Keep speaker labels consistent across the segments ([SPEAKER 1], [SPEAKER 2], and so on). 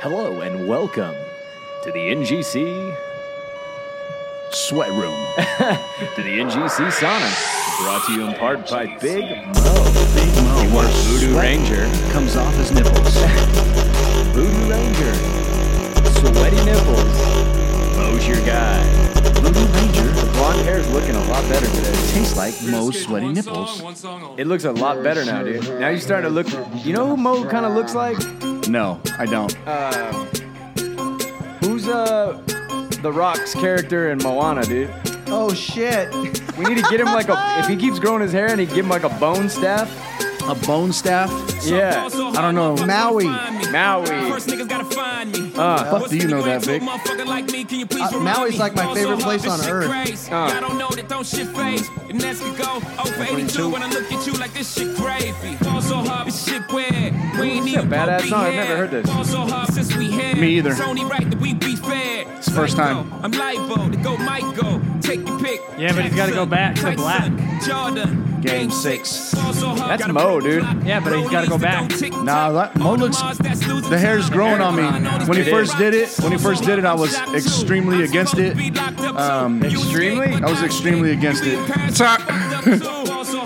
[SPEAKER 1] Hello and welcome to the NGC
[SPEAKER 2] Sweat room.
[SPEAKER 1] to the NGC Sauna, brought to you in part by Big Mo.
[SPEAKER 2] Big Mo.
[SPEAKER 1] You want
[SPEAKER 2] where
[SPEAKER 1] Voodoo
[SPEAKER 2] sweat
[SPEAKER 1] Ranger?
[SPEAKER 2] Comes off his nipples.
[SPEAKER 1] Voodoo Ranger, sweaty nipples. Mo's your guy.
[SPEAKER 2] Voodoo Ranger
[SPEAKER 3] Blonde hair's looking a lot better today.
[SPEAKER 2] tastes like Moe's
[SPEAKER 4] Just get
[SPEAKER 2] sweaty
[SPEAKER 4] one
[SPEAKER 2] nipples.
[SPEAKER 4] Song, one song only.
[SPEAKER 3] It looks a lot better now, dude. Now you're starting to look. You know who Mo kind of looks like?
[SPEAKER 2] No, I don't.
[SPEAKER 3] Who's uh, The Rock's character in Moana, dude?
[SPEAKER 5] Oh shit!
[SPEAKER 3] We need to get him like a. If he keeps growing his hair and he give him like a bone staff.
[SPEAKER 2] A bone staff?
[SPEAKER 3] Yeah.
[SPEAKER 4] I
[SPEAKER 2] don't know.
[SPEAKER 5] Maui.
[SPEAKER 3] Maui.
[SPEAKER 4] First niggas gotta find me.
[SPEAKER 3] Uh.
[SPEAKER 4] What's
[SPEAKER 2] do you
[SPEAKER 4] the
[SPEAKER 2] know that,
[SPEAKER 4] difference to a
[SPEAKER 2] Vic?
[SPEAKER 4] motherfucker like me? Can you please
[SPEAKER 5] Uh,
[SPEAKER 4] remind
[SPEAKER 5] Maui's
[SPEAKER 4] me?
[SPEAKER 5] like my
[SPEAKER 4] Also
[SPEAKER 5] favorite place
[SPEAKER 4] hard
[SPEAKER 5] on
[SPEAKER 4] to shit
[SPEAKER 5] earth.
[SPEAKER 4] crazy.
[SPEAKER 3] Uh.
[SPEAKER 4] Y'all don't know that don't shit phase. And that's could go over 82 when I look at you like this shit crazy. Fall so hard, this shit weird. We ain't
[SPEAKER 3] a badass
[SPEAKER 4] even gonna be
[SPEAKER 3] song. I've
[SPEAKER 4] here.
[SPEAKER 3] never heard this.
[SPEAKER 4] Fall so hard since we here.
[SPEAKER 2] Me either.
[SPEAKER 4] It's only right that we be fair. It's
[SPEAKER 2] the first time.
[SPEAKER 4] I'm liable to go Michael. Take your pick.
[SPEAKER 6] Yeah, but he's gotta go back to
[SPEAKER 4] Jackson,
[SPEAKER 6] black.
[SPEAKER 4] Jordan.
[SPEAKER 2] Game six.
[SPEAKER 4] That's
[SPEAKER 3] Mo, dude.
[SPEAKER 6] Yeah, but he's gotta go back.
[SPEAKER 2] Nah, that- Mo looks- The hair's growing on me. When he first did it, when he first did it, I was extremely against it. Um,
[SPEAKER 3] Extremely?
[SPEAKER 2] I was extremely against it.
[SPEAKER 4] It's
[SPEAKER 7] all-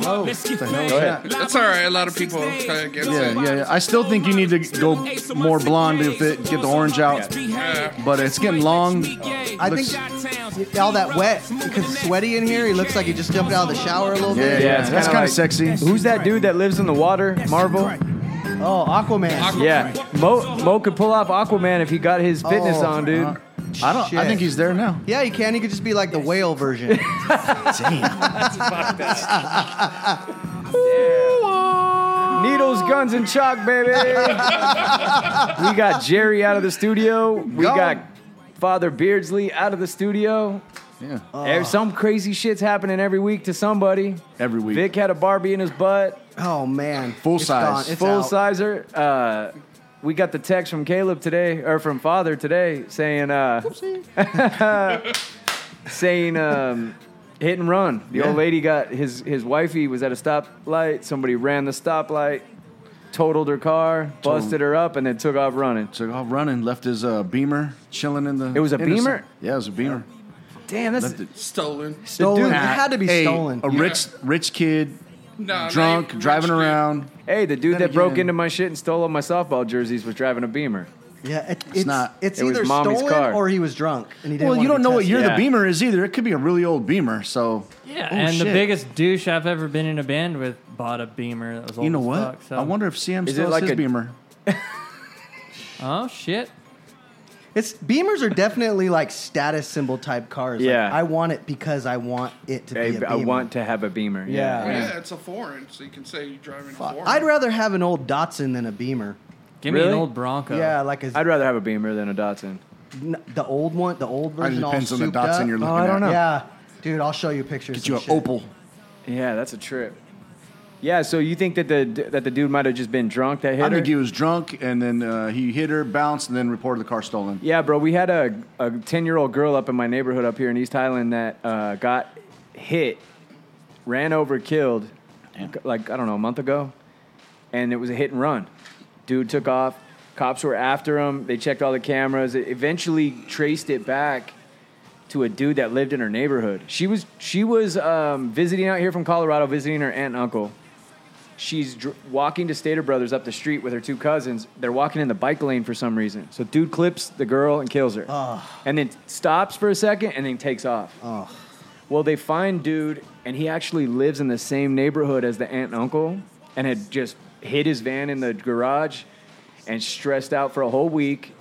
[SPEAKER 4] oh, the hell
[SPEAKER 2] Go ahead.
[SPEAKER 7] That's all right. A lot of people are kinda against
[SPEAKER 2] Yeah, yeah, yeah. I still think you need to go more blonde if it- get the orange out. But it's getting long.
[SPEAKER 4] I
[SPEAKER 5] I think all that wet because it's sweaty in here. He looks like he just jumped out of the shower a little
[SPEAKER 2] Yeah, yeah.
[SPEAKER 5] bit.
[SPEAKER 3] it's
[SPEAKER 2] That's
[SPEAKER 3] kinda
[SPEAKER 2] kind of
[SPEAKER 3] like-
[SPEAKER 2] sexy.
[SPEAKER 3] Who's that dude that lives in the water? Marvel.
[SPEAKER 5] Oh, Aquaman.
[SPEAKER 3] Yeah. Mo Mo could pull off Aquaman if he got his fitness
[SPEAKER 5] Oh,
[SPEAKER 3] on, dude.
[SPEAKER 2] uh, I don't. I
[SPEAKER 5] Shit.
[SPEAKER 2] think he's there now.
[SPEAKER 5] yeah, he can. He could just be like the whale version.
[SPEAKER 3] Needles, guns, and chalk, baby. we got Jerry out of the studio. We
[SPEAKER 2] Gone.
[SPEAKER 3] got Father Beardsley out of the studio.
[SPEAKER 2] Yeah.
[SPEAKER 3] Eh, Some crazy shit's happening every week to somebody.
[SPEAKER 2] Every week.
[SPEAKER 3] Vic had a Barbie in his butt,
[SPEAKER 5] Oh man,
[SPEAKER 2] Full
[SPEAKER 5] It's
[SPEAKER 2] size.
[SPEAKER 5] gone. It's
[SPEAKER 3] full
[SPEAKER 5] out.
[SPEAKER 3] sizer. Uh, we got the text from Caleb today, or from Father today, saying, uh, saying, um, hit and run. The old
[SPEAKER 2] Yeah.
[SPEAKER 3] lady got his his wifey was at a stoplight. Somebody ran the stoplight, totaled her car, busted her up, and then took off running.
[SPEAKER 2] Took off running, left his uh, beamer chilling in the.
[SPEAKER 3] It was a
[SPEAKER 2] interse-
[SPEAKER 3] Beamer?
[SPEAKER 2] Yeah, it was a beamer.
[SPEAKER 3] Damn, that's
[SPEAKER 2] Left it.
[SPEAKER 7] Stolen.
[SPEAKER 5] Stolen.
[SPEAKER 3] dude-
[SPEAKER 5] it had to be
[SPEAKER 2] Hey,
[SPEAKER 5] stolen.
[SPEAKER 2] A rich, rich kid,
[SPEAKER 7] No, not
[SPEAKER 2] drunk,
[SPEAKER 7] even
[SPEAKER 2] driving
[SPEAKER 7] rich, dude.
[SPEAKER 2] around.
[SPEAKER 3] hey, the dude
[SPEAKER 2] Then
[SPEAKER 3] that broke
[SPEAKER 2] again-
[SPEAKER 3] into my shit and stole all my softball jerseys was driving a Beamer.
[SPEAKER 5] yeah, it, it's it's,
[SPEAKER 2] not.
[SPEAKER 3] It was
[SPEAKER 5] either
[SPEAKER 3] mommy's
[SPEAKER 5] stolen
[SPEAKER 3] car.
[SPEAKER 5] or he was drunk and he didn't.
[SPEAKER 2] Well, you
[SPEAKER 5] wanna
[SPEAKER 2] don't
[SPEAKER 5] be
[SPEAKER 2] know what
[SPEAKER 5] tested.
[SPEAKER 2] year
[SPEAKER 3] Yeah.
[SPEAKER 2] the beamer is either. It could be a really old beamer. So
[SPEAKER 6] Yeah,
[SPEAKER 2] Oh,
[SPEAKER 6] and the
[SPEAKER 2] shit.
[SPEAKER 6] biggest douche I've ever been in a band with bought a beamer that was old
[SPEAKER 2] you know
[SPEAKER 6] as
[SPEAKER 2] what?
[SPEAKER 6] Oh, fuck, so-
[SPEAKER 2] I wonder if CM
[SPEAKER 3] Is
[SPEAKER 2] still
[SPEAKER 3] it
[SPEAKER 2] has
[SPEAKER 3] like
[SPEAKER 2] his
[SPEAKER 3] a-
[SPEAKER 2] beamer.
[SPEAKER 6] Oh shit!
[SPEAKER 5] It's Beamers are definitely like status symbol type cars. Like,
[SPEAKER 3] Yeah.
[SPEAKER 5] I want it because I want it to be.
[SPEAKER 3] Hey,
[SPEAKER 5] A
[SPEAKER 3] I
[SPEAKER 5] Beamer.
[SPEAKER 3] want to have a Beamer.
[SPEAKER 5] Yeah.
[SPEAKER 7] Yeah, it's a foreign, so you can say you're driving a foreign.
[SPEAKER 5] I'd rather have an old Datsun than a Beamer.
[SPEAKER 6] Give me
[SPEAKER 3] Really?
[SPEAKER 6] an old Bronco.
[SPEAKER 5] Yeah, like a,
[SPEAKER 3] I'd rather have a Beamer than a Datsun.
[SPEAKER 5] n- the old one, the old
[SPEAKER 2] It
[SPEAKER 5] version. all
[SPEAKER 2] depends on the
[SPEAKER 5] souped
[SPEAKER 2] dots
[SPEAKER 5] up.
[SPEAKER 2] in your looking
[SPEAKER 3] I
[SPEAKER 2] at.
[SPEAKER 3] don't know.
[SPEAKER 5] Yeah, dude, I'll show you pictures.
[SPEAKER 2] Get you an
[SPEAKER 5] and shit.
[SPEAKER 2] Opal.
[SPEAKER 3] Yeah, that's a trip. Yeah, so you think that the that the dude might have just been drunk that hit
[SPEAKER 2] I
[SPEAKER 3] her?
[SPEAKER 2] think he was drunk, and then uh, he hit her, bounced, and then reported the car stolen.
[SPEAKER 3] yeah, bro, we had a a ten year old girl up in my neighborhood up here in East Highland that uh, got hit, ran over, killed, like I don't know a month ago, and it was a hit and run. Dude took off. Cops were after him. They checked all the cameras. It eventually traced it back to a dude that lived in her neighborhood. She was she was um, visiting out here from Colorado, visiting her aunt and uncle. She's dr- walking to Stater Brothers up the street with her two cousins. They're walking in the bike lane for some reason. So dude clips the girl and kills her, and then stops for a second and then takes off. Well, they find dude, and he actually lives in the same neighborhood as the aunt and uncle, and had just hid his van in the garage, and stressed out for a whole week,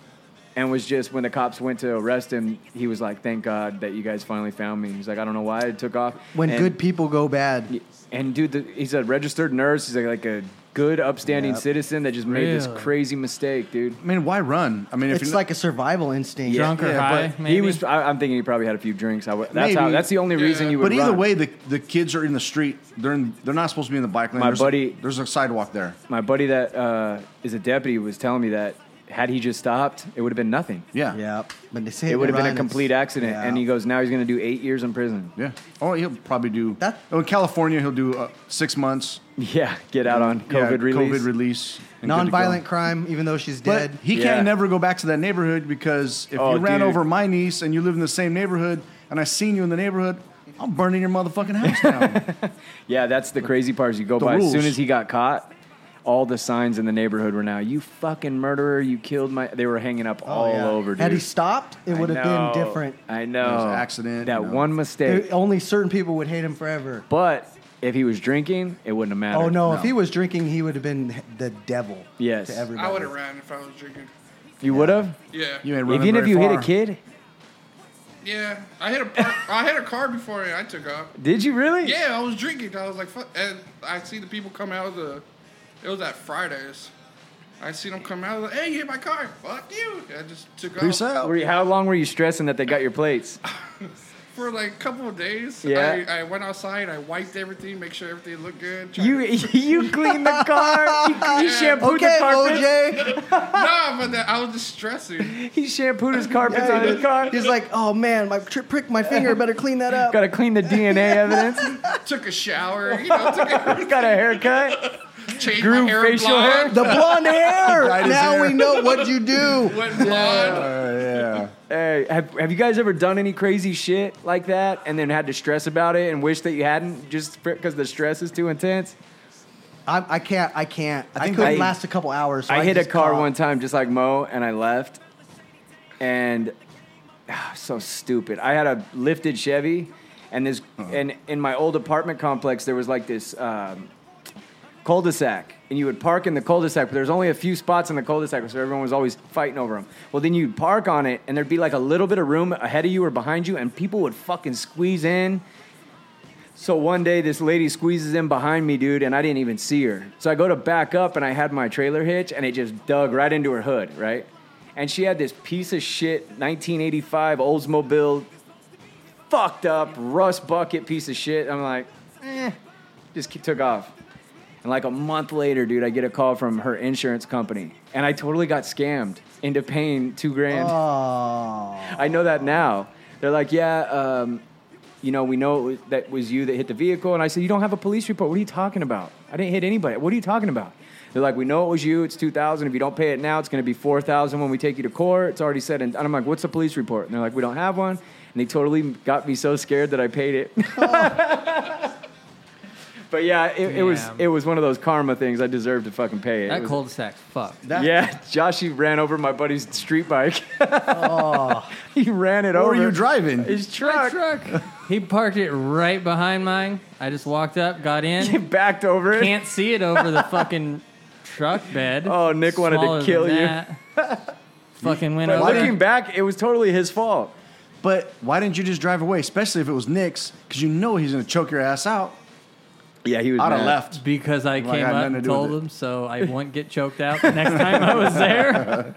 [SPEAKER 3] and was just when the cops went to arrest him, he was like, "Thank God that you guys finally found me." He's like, "I don't know why it took off."
[SPEAKER 5] When
[SPEAKER 3] and,
[SPEAKER 5] good people go bad,
[SPEAKER 3] and dude, the, he's a registered nurse. He's like, like a good, upstanding citizen that just made this
[SPEAKER 6] Really?
[SPEAKER 3] crazy mistake, dude.
[SPEAKER 2] I mean, why run? I mean, if
[SPEAKER 5] it's
[SPEAKER 2] you're
[SPEAKER 5] like a survival instinct.
[SPEAKER 6] Drunk or
[SPEAKER 2] Yeah,
[SPEAKER 6] high?
[SPEAKER 2] but
[SPEAKER 6] Maybe.
[SPEAKER 3] He was. I, I'm thinking he probably had a few drinks. I, would- that's how.
[SPEAKER 2] Maybe.
[SPEAKER 3] That's the only reason
[SPEAKER 7] Yeah.
[SPEAKER 3] you would.
[SPEAKER 2] But either
[SPEAKER 3] run.
[SPEAKER 2] way, the, the kids are in the street. They're in, they're not supposed to be in the bike lane.
[SPEAKER 3] My
[SPEAKER 2] there's
[SPEAKER 3] buddy-
[SPEAKER 2] a, there's a sidewalk there.
[SPEAKER 3] my buddy that uh, is a deputy was telling me that had he just stopped, it would have been nothing.
[SPEAKER 2] Yeah.
[SPEAKER 5] Yeah, but they say
[SPEAKER 3] It would have been a
[SPEAKER 5] Ryan,
[SPEAKER 3] complete
[SPEAKER 5] it's-
[SPEAKER 3] accident.
[SPEAKER 5] yeah.
[SPEAKER 3] And he goes, now he's going to do eight years in prison.
[SPEAKER 2] Yeah. Oh, he'll probably do.
[SPEAKER 5] That-
[SPEAKER 2] oh, in California, he'll do uh, six months.
[SPEAKER 3] Yeah, get out on
[SPEAKER 2] yeah,
[SPEAKER 3] COVID release.
[SPEAKER 2] COVID release. and good to go.
[SPEAKER 5] non-violent crime, even though she's
[SPEAKER 2] But
[SPEAKER 5] dead.
[SPEAKER 2] he
[SPEAKER 3] Yeah.
[SPEAKER 2] can't never go back to that neighborhood because if
[SPEAKER 3] Oh,
[SPEAKER 2] you ran
[SPEAKER 3] dude.
[SPEAKER 2] over my niece and you live in the same neighborhood and I seen you in the neighborhood, I'm burning your motherfucking house down.
[SPEAKER 3] yeah, that's the crazy part. Is you go
[SPEAKER 2] The
[SPEAKER 3] by as soon
[SPEAKER 2] rules.
[SPEAKER 3] as he got caught, all the signs in the neighborhood were now, "You fucking murderer! You killed my." They were hanging up all
[SPEAKER 5] Oh, yeah.
[SPEAKER 3] over. Dude.
[SPEAKER 5] Had he stopped, it
[SPEAKER 3] I
[SPEAKER 5] would have
[SPEAKER 3] know.
[SPEAKER 5] been different.
[SPEAKER 3] I know.
[SPEAKER 2] It was an accident,
[SPEAKER 3] That
[SPEAKER 2] you know.
[SPEAKER 3] one
[SPEAKER 5] There-
[SPEAKER 3] mistake.
[SPEAKER 5] only certain people would hate him forever.
[SPEAKER 3] But if he was drinking, it wouldn't have mattered.
[SPEAKER 5] Oh no, if he was drinking, he would have been the devil.
[SPEAKER 3] Yes.
[SPEAKER 5] to everybody.
[SPEAKER 7] I would have ran if I was drinking.
[SPEAKER 3] You would have?
[SPEAKER 7] Yeah.
[SPEAKER 2] you ain't running
[SPEAKER 3] Even if
[SPEAKER 2] very
[SPEAKER 3] you hit
[SPEAKER 2] far.
[SPEAKER 3] a kid?
[SPEAKER 7] Yeah. I hit a par- I hit a car before and I took off.
[SPEAKER 3] Did you really?
[SPEAKER 7] Yeah, I was drinking. I was like, fuck. And I see the people come out of the. It was at Fridays. I seen them come out. I was like, hey, you hit my car. Fuck you. I just took off
[SPEAKER 2] Peace out.
[SPEAKER 3] Were you, how long were you stressing that they got your plates?
[SPEAKER 7] for like a couple of days.
[SPEAKER 3] Yeah.
[SPEAKER 7] I, I went outside. I wiped everything, make sure everything looked good. tried
[SPEAKER 3] You
[SPEAKER 7] to-
[SPEAKER 3] you cleaned the car. You, you
[SPEAKER 7] Yeah.
[SPEAKER 3] shampooed
[SPEAKER 5] Okay,
[SPEAKER 3] the carpets.
[SPEAKER 5] OJ.
[SPEAKER 7] nah, but that, I was just stressing.
[SPEAKER 3] He shampooed his carpets on his car.
[SPEAKER 5] He's like, oh man, my tri- pricked my finger. Better clean that up.
[SPEAKER 3] Got to clean the DNA evidence.
[SPEAKER 7] took a shower. You know, took a,
[SPEAKER 3] Got a haircut.
[SPEAKER 7] changed
[SPEAKER 3] Grew
[SPEAKER 7] my hair
[SPEAKER 3] facial
[SPEAKER 7] blonde.
[SPEAKER 5] The blonde hair.
[SPEAKER 2] Dyed his
[SPEAKER 5] now
[SPEAKER 2] hair.
[SPEAKER 5] we know what you do.
[SPEAKER 7] Went blonde.
[SPEAKER 2] Uh, yeah.
[SPEAKER 3] Hey, have, have you guys ever done any crazy shit like that and then had to stress about it and wish that you hadn't just because the stress is too intense?
[SPEAKER 5] I, I can't. I can't. I,
[SPEAKER 2] think
[SPEAKER 5] couldn't
[SPEAKER 3] I-
[SPEAKER 5] last a couple hours. so
[SPEAKER 3] I hit a
[SPEAKER 5] just
[SPEAKER 3] car
[SPEAKER 5] caught.
[SPEAKER 3] one time just like Mo, and I left. And ah, so stupid. I had a lifted Chevy, and this, and in my old apartment complex, there was like this um, cul-de-sac, and you would park in the cul-de-sac, but there's only a few spots in the cul-de-sac, so everyone was always fighting over them. Well, then you'd park on it, and there'd be like a little bit of room ahead of you or behind you, and people would fucking squeeze in. So one day, this lady squeezes in behind me, dude, and I didn't even see her. So I go to back up, and I had my trailer hitch, and it just dug right into her hood, right? And she had this piece of shit 1985 Oldsmobile, fucked up, rust bucket piece of shit. I'm like, eh, just ke- took off. And like a month later, dude, I get a call from her insurance company, and I totally got scammed into paying two grand.
[SPEAKER 5] Oh.
[SPEAKER 3] I know that now. They're like, yeah, um, you know, we know it was, that was you that hit the vehicle. And I said, you don't have a police report. What are you talking about? I didn't hit anybody. What are you talking about? They're like, we know it was you. It's 2000 If you don't pay it now, it's going to be 4000 when we take you to court. It's already said. And I'm like, what's the police report? And they're like, we don't have one. And they totally got me so scared that I paid it. but yeah, it, it was
[SPEAKER 6] Damn.
[SPEAKER 3] it was one of those karma things. I deserved to fucking pay it. It
[SPEAKER 6] That
[SPEAKER 3] was-
[SPEAKER 6] cul-de-sac, fuck.
[SPEAKER 5] That-
[SPEAKER 3] yeah, Joshy ran over my buddy's street bike. he ran it
[SPEAKER 2] Or
[SPEAKER 3] over.
[SPEAKER 2] were you driving?
[SPEAKER 3] His truck.
[SPEAKER 6] truck. he parked it right behind mine. I just walked up, got
[SPEAKER 3] He
[SPEAKER 6] in.
[SPEAKER 3] backed over it.
[SPEAKER 6] Can't see it over the fucking truck bed.
[SPEAKER 3] Oh, Nick wanted to
[SPEAKER 6] Smaller
[SPEAKER 3] kill
[SPEAKER 6] than
[SPEAKER 3] you.
[SPEAKER 6] that. fucking went
[SPEAKER 3] But
[SPEAKER 6] over.
[SPEAKER 3] looking back, it was totally his fault.
[SPEAKER 2] But why didn't you just drive away? Especially if it was Nick's, because you know he's gonna choke your ass out.
[SPEAKER 3] Yeah, he was.
[SPEAKER 2] I'd have
[SPEAKER 3] mad.
[SPEAKER 2] left.
[SPEAKER 6] Because I
[SPEAKER 2] Like,
[SPEAKER 6] came
[SPEAKER 2] had
[SPEAKER 6] up
[SPEAKER 2] nothing to
[SPEAKER 6] and
[SPEAKER 2] do with
[SPEAKER 6] told
[SPEAKER 2] it.
[SPEAKER 6] him, so I wouldn't get choked out the next time I was there.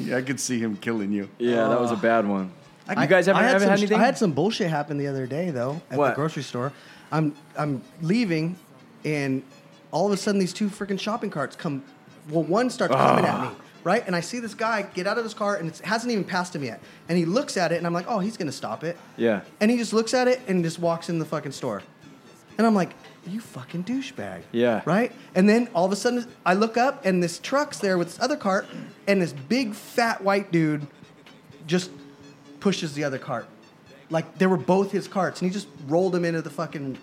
[SPEAKER 2] Yeah, I could see him killing you.
[SPEAKER 3] Yeah, that was a bad one.
[SPEAKER 5] I-
[SPEAKER 3] you guys ever,
[SPEAKER 5] I had
[SPEAKER 3] ever
[SPEAKER 5] some,
[SPEAKER 3] had anything?
[SPEAKER 5] I had some bullshit happen the other day though at
[SPEAKER 3] What?
[SPEAKER 5] the grocery store. I'm I'm leaving, and all of a sudden these two freaking shopping carts come. Well, one starts coming at
[SPEAKER 3] Ah.
[SPEAKER 5] me, right? And I see this guy get out of his car, and it hasn't even passed him yet. And he looks at it, and I'm like, oh, he's gonna stop it.
[SPEAKER 3] Yeah.
[SPEAKER 5] And he just looks at it and just walks in the fucking store, and I'm like. You fucking douchebag.
[SPEAKER 3] Yeah.
[SPEAKER 5] Right? And then all of a sudden, I look up and this truck's there with this other cart, and this big fat white dude just pushes the other cart. Like they were both his carts, and he just rolled them into the fucking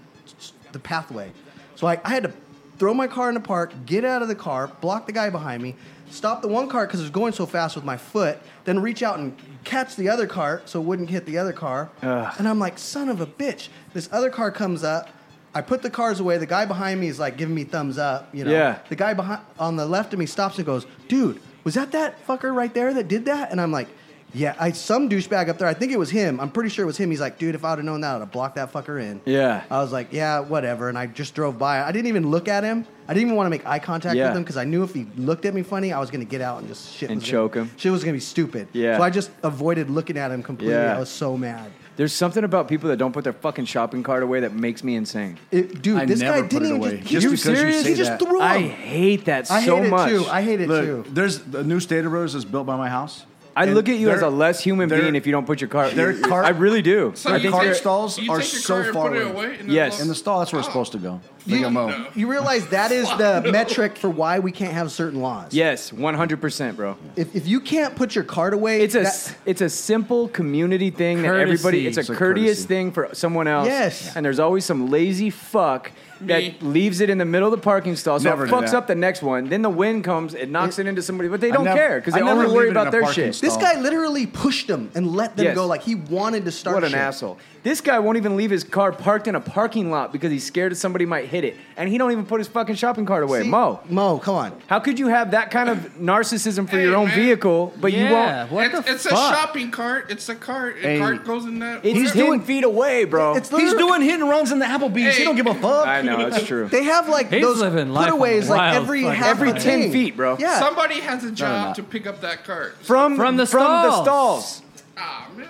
[SPEAKER 5] the pathway. So I, I had to throw my car in the park, get out of the car, block the guy behind me, stop the one cart because it was going so fast with my foot, then reach out and catch the other cart so it wouldn't hit the other car. And I'm like, son of a bitch! This other car comes up. I put the cars away. The guy behind me is like giving me thumbs up. You know,
[SPEAKER 3] Yeah.
[SPEAKER 5] the guy behind on the left of me stops and goes, "Dude, was that that fucker right there that did that?" And I'm like, Yeah, I some douchebag up there. I think it was him. I'm pretty sure it was him. He's like, dude, if I would have known that, I'd have blocked that fucker in.
[SPEAKER 3] Yeah.
[SPEAKER 5] I was like, yeah, whatever. And I just drove by. I didn't even look at him. I didn't even want to make eye contact
[SPEAKER 3] Yeah.
[SPEAKER 5] with him because I knew if he looked at me funny, I was gonna get out and just shit
[SPEAKER 3] And
[SPEAKER 5] was
[SPEAKER 3] choke
[SPEAKER 5] gonna,
[SPEAKER 3] him.
[SPEAKER 5] Shit was gonna be stupid.
[SPEAKER 3] Yeah.
[SPEAKER 5] So I just avoided looking at him completely.
[SPEAKER 3] Yeah.
[SPEAKER 5] I was so mad.
[SPEAKER 3] There's something about people that don't put their fucking shopping cart away that makes me insane.
[SPEAKER 5] It- dude,
[SPEAKER 2] I
[SPEAKER 5] this
[SPEAKER 2] never
[SPEAKER 5] guy
[SPEAKER 2] put
[SPEAKER 5] didn't
[SPEAKER 2] it
[SPEAKER 5] even
[SPEAKER 2] away.
[SPEAKER 5] just.
[SPEAKER 2] Just
[SPEAKER 5] he,
[SPEAKER 2] because you
[SPEAKER 5] serious?
[SPEAKER 2] say
[SPEAKER 5] He just
[SPEAKER 2] that.
[SPEAKER 5] threw him.
[SPEAKER 3] I hate that
[SPEAKER 5] I
[SPEAKER 3] so
[SPEAKER 5] hate it
[SPEAKER 3] much.
[SPEAKER 5] too. I hate it
[SPEAKER 2] Look,
[SPEAKER 5] too.
[SPEAKER 2] there's the new Stater Brothers is built by my house.
[SPEAKER 3] I
[SPEAKER 2] And
[SPEAKER 3] look at you as
[SPEAKER 2] their-
[SPEAKER 3] a less human
[SPEAKER 2] their-
[SPEAKER 3] being if you don't put your cart.
[SPEAKER 2] their cart-
[SPEAKER 3] I really do.
[SPEAKER 7] So
[SPEAKER 2] Their
[SPEAKER 3] I
[SPEAKER 7] you
[SPEAKER 3] think
[SPEAKER 2] cart
[SPEAKER 7] take-
[SPEAKER 2] stalls
[SPEAKER 7] you
[SPEAKER 2] are
[SPEAKER 7] take your
[SPEAKER 2] so
[SPEAKER 7] car and
[SPEAKER 2] far
[SPEAKER 7] put it
[SPEAKER 2] away.
[SPEAKER 7] away and
[SPEAKER 3] Yes.
[SPEAKER 7] then-
[SPEAKER 2] In the stall, that's where it's supposed to go.
[SPEAKER 5] You,
[SPEAKER 2] Like a mo.
[SPEAKER 7] No.
[SPEAKER 5] you realize that is the metric for why we can't have certain laws.
[SPEAKER 3] Yes, 100%, bro.
[SPEAKER 5] If, if you can't put your card away,
[SPEAKER 3] It's a
[SPEAKER 5] that-
[SPEAKER 3] s- it's a simple community thing that everybody.
[SPEAKER 6] Courtesy.
[SPEAKER 3] It's a
[SPEAKER 6] It's
[SPEAKER 2] a
[SPEAKER 3] courteous
[SPEAKER 2] courtesy.
[SPEAKER 3] thing for someone else.
[SPEAKER 5] Yes.
[SPEAKER 3] And there's always some lazy fuck
[SPEAKER 7] Me.
[SPEAKER 3] that leaves it in the middle of the parking stall, so
[SPEAKER 2] Never
[SPEAKER 3] it
[SPEAKER 2] do
[SPEAKER 3] fucks
[SPEAKER 2] that.
[SPEAKER 3] up the next one. Then the wind comes, it knocks it, into somebody, but they
[SPEAKER 2] I
[SPEAKER 3] don't
[SPEAKER 2] never-
[SPEAKER 3] care because
[SPEAKER 2] I
[SPEAKER 3] they only
[SPEAKER 2] never leave
[SPEAKER 3] worry
[SPEAKER 2] it in
[SPEAKER 3] about
[SPEAKER 2] a
[SPEAKER 3] their
[SPEAKER 2] parking
[SPEAKER 3] shit.
[SPEAKER 2] stall.
[SPEAKER 5] This guy literally pushed them and let them
[SPEAKER 3] Oh. Yes.
[SPEAKER 5] go. Like he wanted to start.
[SPEAKER 3] What an
[SPEAKER 5] shit.
[SPEAKER 3] asshole! This guy won't even leave his car parked in a parking lot because he's scared that somebody might hit it, and he don't even put his fucking shopping cart away.
[SPEAKER 5] See?
[SPEAKER 3] Mo,
[SPEAKER 5] Mo, come on.
[SPEAKER 3] how could you have that kind of narcissism for
[SPEAKER 7] Hey,
[SPEAKER 3] your own
[SPEAKER 7] man.
[SPEAKER 3] vehicle, but you
[SPEAKER 6] yeah,
[SPEAKER 3] won't?
[SPEAKER 6] what
[SPEAKER 7] it's,
[SPEAKER 6] the
[SPEAKER 7] it's
[SPEAKER 6] fuck?
[SPEAKER 7] a shopping cart. It's a cart. A
[SPEAKER 2] Hey.
[SPEAKER 7] cart goes in that.
[SPEAKER 3] It's
[SPEAKER 7] whatever.
[SPEAKER 3] ten feet away, bro.
[SPEAKER 5] It's
[SPEAKER 2] He's
[SPEAKER 5] literally-
[SPEAKER 2] doing hit and runs in the Applebee's.
[SPEAKER 7] Hey.
[SPEAKER 2] He don't give a fuck.
[SPEAKER 3] I know it's true.
[SPEAKER 5] They have like
[SPEAKER 6] He's
[SPEAKER 5] those
[SPEAKER 6] living life on
[SPEAKER 5] putaways
[SPEAKER 6] the
[SPEAKER 5] like
[SPEAKER 6] wild
[SPEAKER 5] every
[SPEAKER 6] side.
[SPEAKER 5] half
[SPEAKER 3] Every
[SPEAKER 5] a
[SPEAKER 3] 10
[SPEAKER 5] thing.
[SPEAKER 3] feet, bro.
[SPEAKER 5] Yeah.
[SPEAKER 7] Somebody has a
[SPEAKER 2] not.
[SPEAKER 7] job to pick up that cart.
[SPEAKER 3] from
[SPEAKER 6] From the
[SPEAKER 3] the
[SPEAKER 6] stalls.
[SPEAKER 3] stalls.
[SPEAKER 7] Ah man.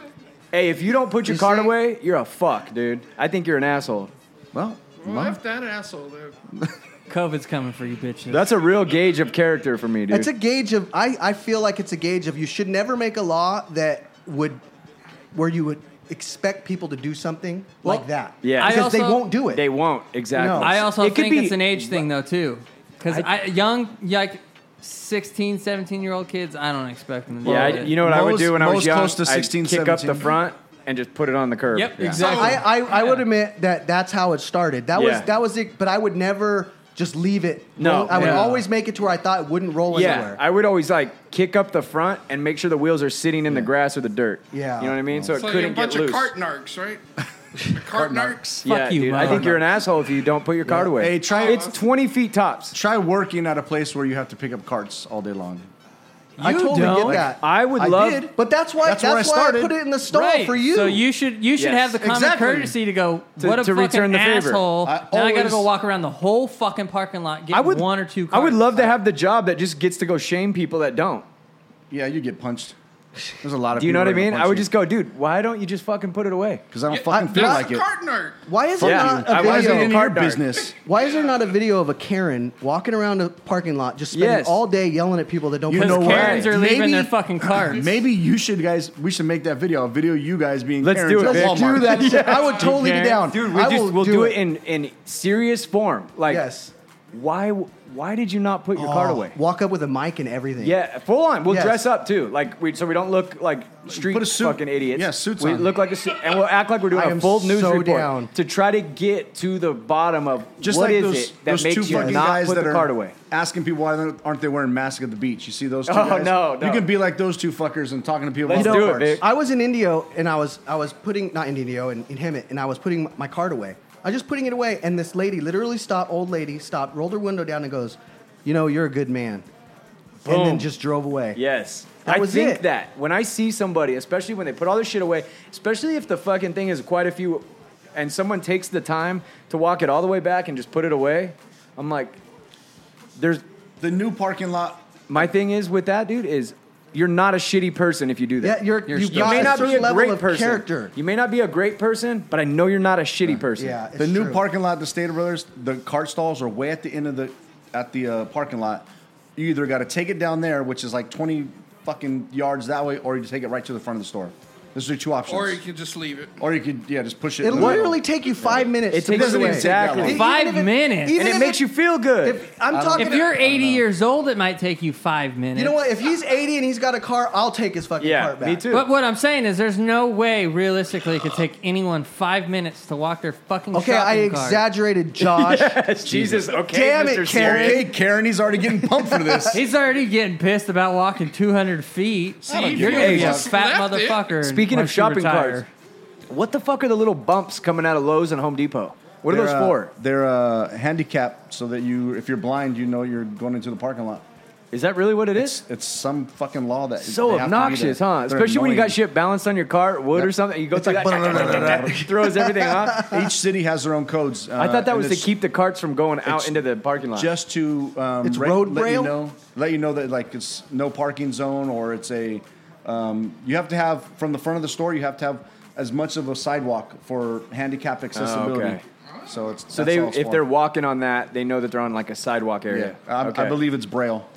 [SPEAKER 3] Hey, if you don't put your
[SPEAKER 5] You
[SPEAKER 3] card
[SPEAKER 5] see?
[SPEAKER 3] away, you're a fuck, dude. I think you're an asshole.
[SPEAKER 2] Well,
[SPEAKER 7] Well,
[SPEAKER 2] well,
[SPEAKER 7] Left that asshole there.
[SPEAKER 6] COVID's coming for you, bitches.
[SPEAKER 3] That's a real gauge of character for me, dude.
[SPEAKER 5] it's a gauge of. I I feel like it's a gauge of. You should never make a law that would, where you would expect people to do something
[SPEAKER 6] Well,
[SPEAKER 5] like that.
[SPEAKER 3] yeah. I
[SPEAKER 5] Because they
[SPEAKER 6] also-
[SPEAKER 5] won't do it.
[SPEAKER 3] they won't exactly.
[SPEAKER 5] No.
[SPEAKER 6] I also
[SPEAKER 3] Oh, It could
[SPEAKER 6] think
[SPEAKER 3] be-
[SPEAKER 6] it's an age thing though too, because
[SPEAKER 3] I-
[SPEAKER 6] I, young like 16, 17 year old kids, I don't expect them. To
[SPEAKER 3] Yeah, I,
[SPEAKER 6] do it.
[SPEAKER 3] you know what I would
[SPEAKER 2] Most-
[SPEAKER 3] do when I was
[SPEAKER 2] most
[SPEAKER 3] young?
[SPEAKER 2] close to 16,
[SPEAKER 3] I'd kick up the
[SPEAKER 2] 17.
[SPEAKER 3] front and just put it on the curb.
[SPEAKER 6] Yep,
[SPEAKER 2] Yeah.
[SPEAKER 6] exactly.
[SPEAKER 5] I, I, I would
[SPEAKER 6] Yeah.
[SPEAKER 5] admit that that's how it started. That
[SPEAKER 3] Yeah.
[SPEAKER 5] was that was it. But I would never just leave it.
[SPEAKER 3] No,
[SPEAKER 5] I would
[SPEAKER 6] yeah.
[SPEAKER 5] always make it to where I thought it wouldn't roll
[SPEAKER 3] Yeah,
[SPEAKER 5] anywhere.
[SPEAKER 3] I would always like kick up the front and make sure the wheels are sitting in the grass or the dirt.
[SPEAKER 5] Yeah.
[SPEAKER 3] you know what I mean. So it
[SPEAKER 7] It's like a
[SPEAKER 3] couldn't
[SPEAKER 7] bunch
[SPEAKER 3] get loose.
[SPEAKER 7] of cart narcs, right? cart narcs.
[SPEAKER 3] yeah,
[SPEAKER 6] Fuck you,
[SPEAKER 3] dude. I
[SPEAKER 6] Mo.
[SPEAKER 3] think you're an asshole if you don't put your card away.
[SPEAKER 2] Hey, try-
[SPEAKER 3] it's twenty feet tops.
[SPEAKER 2] try working at a place where you have to pick up carts all day long.
[SPEAKER 5] I totally
[SPEAKER 6] don't.
[SPEAKER 5] get that.
[SPEAKER 3] I would
[SPEAKER 2] I
[SPEAKER 3] love.
[SPEAKER 2] did.
[SPEAKER 5] But that's why
[SPEAKER 2] That's
[SPEAKER 5] that's,
[SPEAKER 2] where I
[SPEAKER 5] why
[SPEAKER 2] started.
[SPEAKER 5] I put it in the stall
[SPEAKER 6] right.
[SPEAKER 5] for you.
[SPEAKER 6] So you should you should
[SPEAKER 3] Yes,
[SPEAKER 6] have the common
[SPEAKER 2] exactly.
[SPEAKER 6] courtesy to go.
[SPEAKER 3] To-
[SPEAKER 6] What a
[SPEAKER 3] to
[SPEAKER 6] fucking
[SPEAKER 3] return the favor.
[SPEAKER 6] asshole!
[SPEAKER 2] I
[SPEAKER 6] now I got to
[SPEAKER 2] always-
[SPEAKER 6] go walk around the whole fucking parking lot, get
[SPEAKER 3] I would
[SPEAKER 6] one or two.
[SPEAKER 3] I would
[SPEAKER 6] carts.
[SPEAKER 3] love to have the job that just gets to go shame people that don't.
[SPEAKER 2] Yeah, you get punched. There's a lot of.
[SPEAKER 3] Do you know what I mean? I would just go, dude. Why don't you just fucking put it away?
[SPEAKER 2] because I don't
[SPEAKER 7] Yeah,
[SPEAKER 2] fucking
[SPEAKER 5] I-
[SPEAKER 2] feel
[SPEAKER 7] That's
[SPEAKER 2] like
[SPEAKER 7] a
[SPEAKER 2] it.
[SPEAKER 7] cart narc.
[SPEAKER 5] why is there
[SPEAKER 3] Yeah.
[SPEAKER 5] not a
[SPEAKER 3] I
[SPEAKER 2] Why is
[SPEAKER 5] video?
[SPEAKER 2] it in your
[SPEAKER 3] Cart dark.
[SPEAKER 2] business?
[SPEAKER 5] Why is there not a video of a Karen walking around a parking lot just spending
[SPEAKER 3] Yes.
[SPEAKER 5] all day yelling at people that don't?
[SPEAKER 2] You
[SPEAKER 5] put
[SPEAKER 2] know
[SPEAKER 5] their
[SPEAKER 2] what?
[SPEAKER 5] card-
[SPEAKER 6] Karens are leaving
[SPEAKER 2] Maybe-
[SPEAKER 6] their fucking carts.
[SPEAKER 2] Maybe you should guys. We should make that video. A video of you guys being.
[SPEAKER 3] Let's
[SPEAKER 2] Karens
[SPEAKER 3] do it,
[SPEAKER 2] at
[SPEAKER 3] Vic.
[SPEAKER 2] Walmart.
[SPEAKER 5] Do that shit. I would totally be
[SPEAKER 3] Karen.
[SPEAKER 5] down.
[SPEAKER 3] dude. We
[SPEAKER 5] I
[SPEAKER 3] just,
[SPEAKER 5] will
[SPEAKER 3] we'll
[SPEAKER 5] do
[SPEAKER 3] do
[SPEAKER 5] it.
[SPEAKER 3] it in in serious form. Like,
[SPEAKER 5] yes.
[SPEAKER 3] why why did you not put your
[SPEAKER 5] Oh,
[SPEAKER 3] card away?
[SPEAKER 5] Walk up with a mic and everything.
[SPEAKER 3] Yeah, full on. We'll
[SPEAKER 5] Yes.
[SPEAKER 3] dress up too, like we so we don't look like street
[SPEAKER 2] Put a suit.
[SPEAKER 3] fucking idiots.
[SPEAKER 2] Yeah, suits
[SPEAKER 3] We
[SPEAKER 2] on.
[SPEAKER 3] look like a suit, and we'll act like we're doing
[SPEAKER 5] I
[SPEAKER 3] a
[SPEAKER 5] am
[SPEAKER 3] full news
[SPEAKER 5] so
[SPEAKER 3] report
[SPEAKER 5] down.
[SPEAKER 3] to try to get to the bottom of
[SPEAKER 2] Just
[SPEAKER 3] what
[SPEAKER 2] like
[SPEAKER 3] is
[SPEAKER 2] those,
[SPEAKER 3] it that
[SPEAKER 2] those
[SPEAKER 3] makes
[SPEAKER 2] two
[SPEAKER 3] you
[SPEAKER 2] fucking
[SPEAKER 3] not
[SPEAKER 2] guys
[SPEAKER 3] put
[SPEAKER 2] that
[SPEAKER 3] the
[SPEAKER 2] are
[SPEAKER 3] card away.
[SPEAKER 2] asking people why they- aren't they wearing masks at the beach. You see those two
[SPEAKER 3] Oh,
[SPEAKER 2] guys?
[SPEAKER 3] no, no.
[SPEAKER 2] You can be like those two fuckers and talking to people.
[SPEAKER 3] Let's
[SPEAKER 2] about
[SPEAKER 3] do
[SPEAKER 2] their
[SPEAKER 3] it,
[SPEAKER 2] parts.
[SPEAKER 3] Vic.
[SPEAKER 5] I was in Indio and I was I was putting not in Indio in, in Hemet and I was putting my card away. I was just putting it away and this lady literally stopped, old lady stopped, rolled her window down and goes, "You know, you're a good man," and
[SPEAKER 3] Boom.
[SPEAKER 5] then just drove away.
[SPEAKER 3] Yes.
[SPEAKER 5] That
[SPEAKER 3] I
[SPEAKER 5] was
[SPEAKER 3] think
[SPEAKER 5] it.
[SPEAKER 3] that when I see somebody, especially when they put all this shit away, especially if the fucking thing is quite a few and someone takes the time to walk it all the way back and just put it away, I'm like, there's
[SPEAKER 2] The new parking lot.
[SPEAKER 3] my thing is with that dude is you're not a shitty person if you do that.
[SPEAKER 5] Yeah, you're,
[SPEAKER 2] You're
[SPEAKER 5] you
[SPEAKER 2] still-
[SPEAKER 3] you
[SPEAKER 5] got
[SPEAKER 3] may
[SPEAKER 5] a
[SPEAKER 3] not be
[SPEAKER 5] certain
[SPEAKER 3] a
[SPEAKER 5] level
[SPEAKER 3] great
[SPEAKER 5] of
[SPEAKER 3] person.
[SPEAKER 5] character.
[SPEAKER 3] You may not be a great person, but I know you're not a shitty person.
[SPEAKER 5] Yeah, it's
[SPEAKER 2] the new
[SPEAKER 5] true.
[SPEAKER 2] parking lot, the Stater Brothers, the cart stalls are way at the end of the at the uh, parking lot. You either got to take it down there, which is like twenty fucking yards that way, or you take it right to the front of the store. Those are your two options.
[SPEAKER 7] Or you can just leave it.
[SPEAKER 2] Or you could, yeah, just push it. in
[SPEAKER 5] It'll
[SPEAKER 2] the middle.
[SPEAKER 5] literally take you five minutes.
[SPEAKER 3] It
[SPEAKER 5] to
[SPEAKER 3] takes
[SPEAKER 5] put
[SPEAKER 2] doesn't
[SPEAKER 5] away.
[SPEAKER 2] even take that
[SPEAKER 3] exactly.
[SPEAKER 2] long.
[SPEAKER 5] Even
[SPEAKER 6] Five
[SPEAKER 5] if it-
[SPEAKER 6] minutes.
[SPEAKER 3] And
[SPEAKER 5] even
[SPEAKER 3] it
[SPEAKER 5] if
[SPEAKER 3] makes you feel good.
[SPEAKER 5] If, I'm
[SPEAKER 2] don't-
[SPEAKER 5] talking.
[SPEAKER 6] if you're
[SPEAKER 5] to-
[SPEAKER 6] 80 years old, it might take you five minutes.
[SPEAKER 5] you know what? If he's 80 and he's got a car, I'll take his fucking
[SPEAKER 3] yeah,
[SPEAKER 5] cart back.
[SPEAKER 3] me too.
[SPEAKER 6] But what I'm saying is, there's no way realistically it could take anyone five minutes to walk their fucking.
[SPEAKER 5] Okay, I
[SPEAKER 6] shopping cart.
[SPEAKER 5] exaggerated, Josh.
[SPEAKER 3] Jesus, okay,
[SPEAKER 5] Damn it,
[SPEAKER 3] Mr.
[SPEAKER 5] Karen.
[SPEAKER 3] Serious.
[SPEAKER 2] Hey, Karen, he's already getting pumped for this.
[SPEAKER 6] He's already getting pissed about walking 200 feet.
[SPEAKER 7] See, if
[SPEAKER 6] You're
[SPEAKER 7] you
[SPEAKER 6] gonna be a
[SPEAKER 7] just
[SPEAKER 6] fat
[SPEAKER 7] left it-
[SPEAKER 6] motherfucker.
[SPEAKER 3] Speaking of
[SPEAKER 6] once you
[SPEAKER 3] shopping
[SPEAKER 6] retire.
[SPEAKER 3] carts, what the fuck are the little bumps coming out of Lowe's and Home Depot? What are
[SPEAKER 2] They're,
[SPEAKER 3] those
[SPEAKER 2] uh,
[SPEAKER 3] for?
[SPEAKER 2] They're uh, handicapped so that you, if you're blind, you know you're going into the parking lot.
[SPEAKER 3] Is that really what it is?
[SPEAKER 2] It's some fucking law that
[SPEAKER 3] so
[SPEAKER 2] they have to do that.
[SPEAKER 3] obnoxious, huh?
[SPEAKER 2] They're
[SPEAKER 3] Especially when you got
[SPEAKER 2] annoying.
[SPEAKER 3] shit balanced on your cart, wood or
[SPEAKER 2] Yep.
[SPEAKER 3] something. You go
[SPEAKER 5] It's
[SPEAKER 3] through
[SPEAKER 5] like
[SPEAKER 3] that, throws everything off.
[SPEAKER 2] Each city has their own codes.
[SPEAKER 3] I
[SPEAKER 2] uh,
[SPEAKER 3] thought that
[SPEAKER 2] and
[SPEAKER 3] was to
[SPEAKER 2] it's
[SPEAKER 3] keep the carts from going out
[SPEAKER 2] it's
[SPEAKER 3] into the parking lot.
[SPEAKER 2] just to um,
[SPEAKER 5] It's
[SPEAKER 2] reg-
[SPEAKER 5] road
[SPEAKER 2] let
[SPEAKER 5] braille?
[SPEAKER 2] You know, let you know that like it's no parking zone or it's a. Um, you have to have from the front of the store. You have to have as much of a sidewalk for handicap accessibility.
[SPEAKER 3] Oh, okay.
[SPEAKER 2] So it's
[SPEAKER 3] so
[SPEAKER 2] that's
[SPEAKER 3] they,
[SPEAKER 2] all it's
[SPEAKER 3] if
[SPEAKER 2] for.
[SPEAKER 3] they're walking on that, they know that they're on like a sidewalk
[SPEAKER 2] yeah,
[SPEAKER 3] area.
[SPEAKER 2] I, I
[SPEAKER 3] Okay.
[SPEAKER 2] believe it's braille.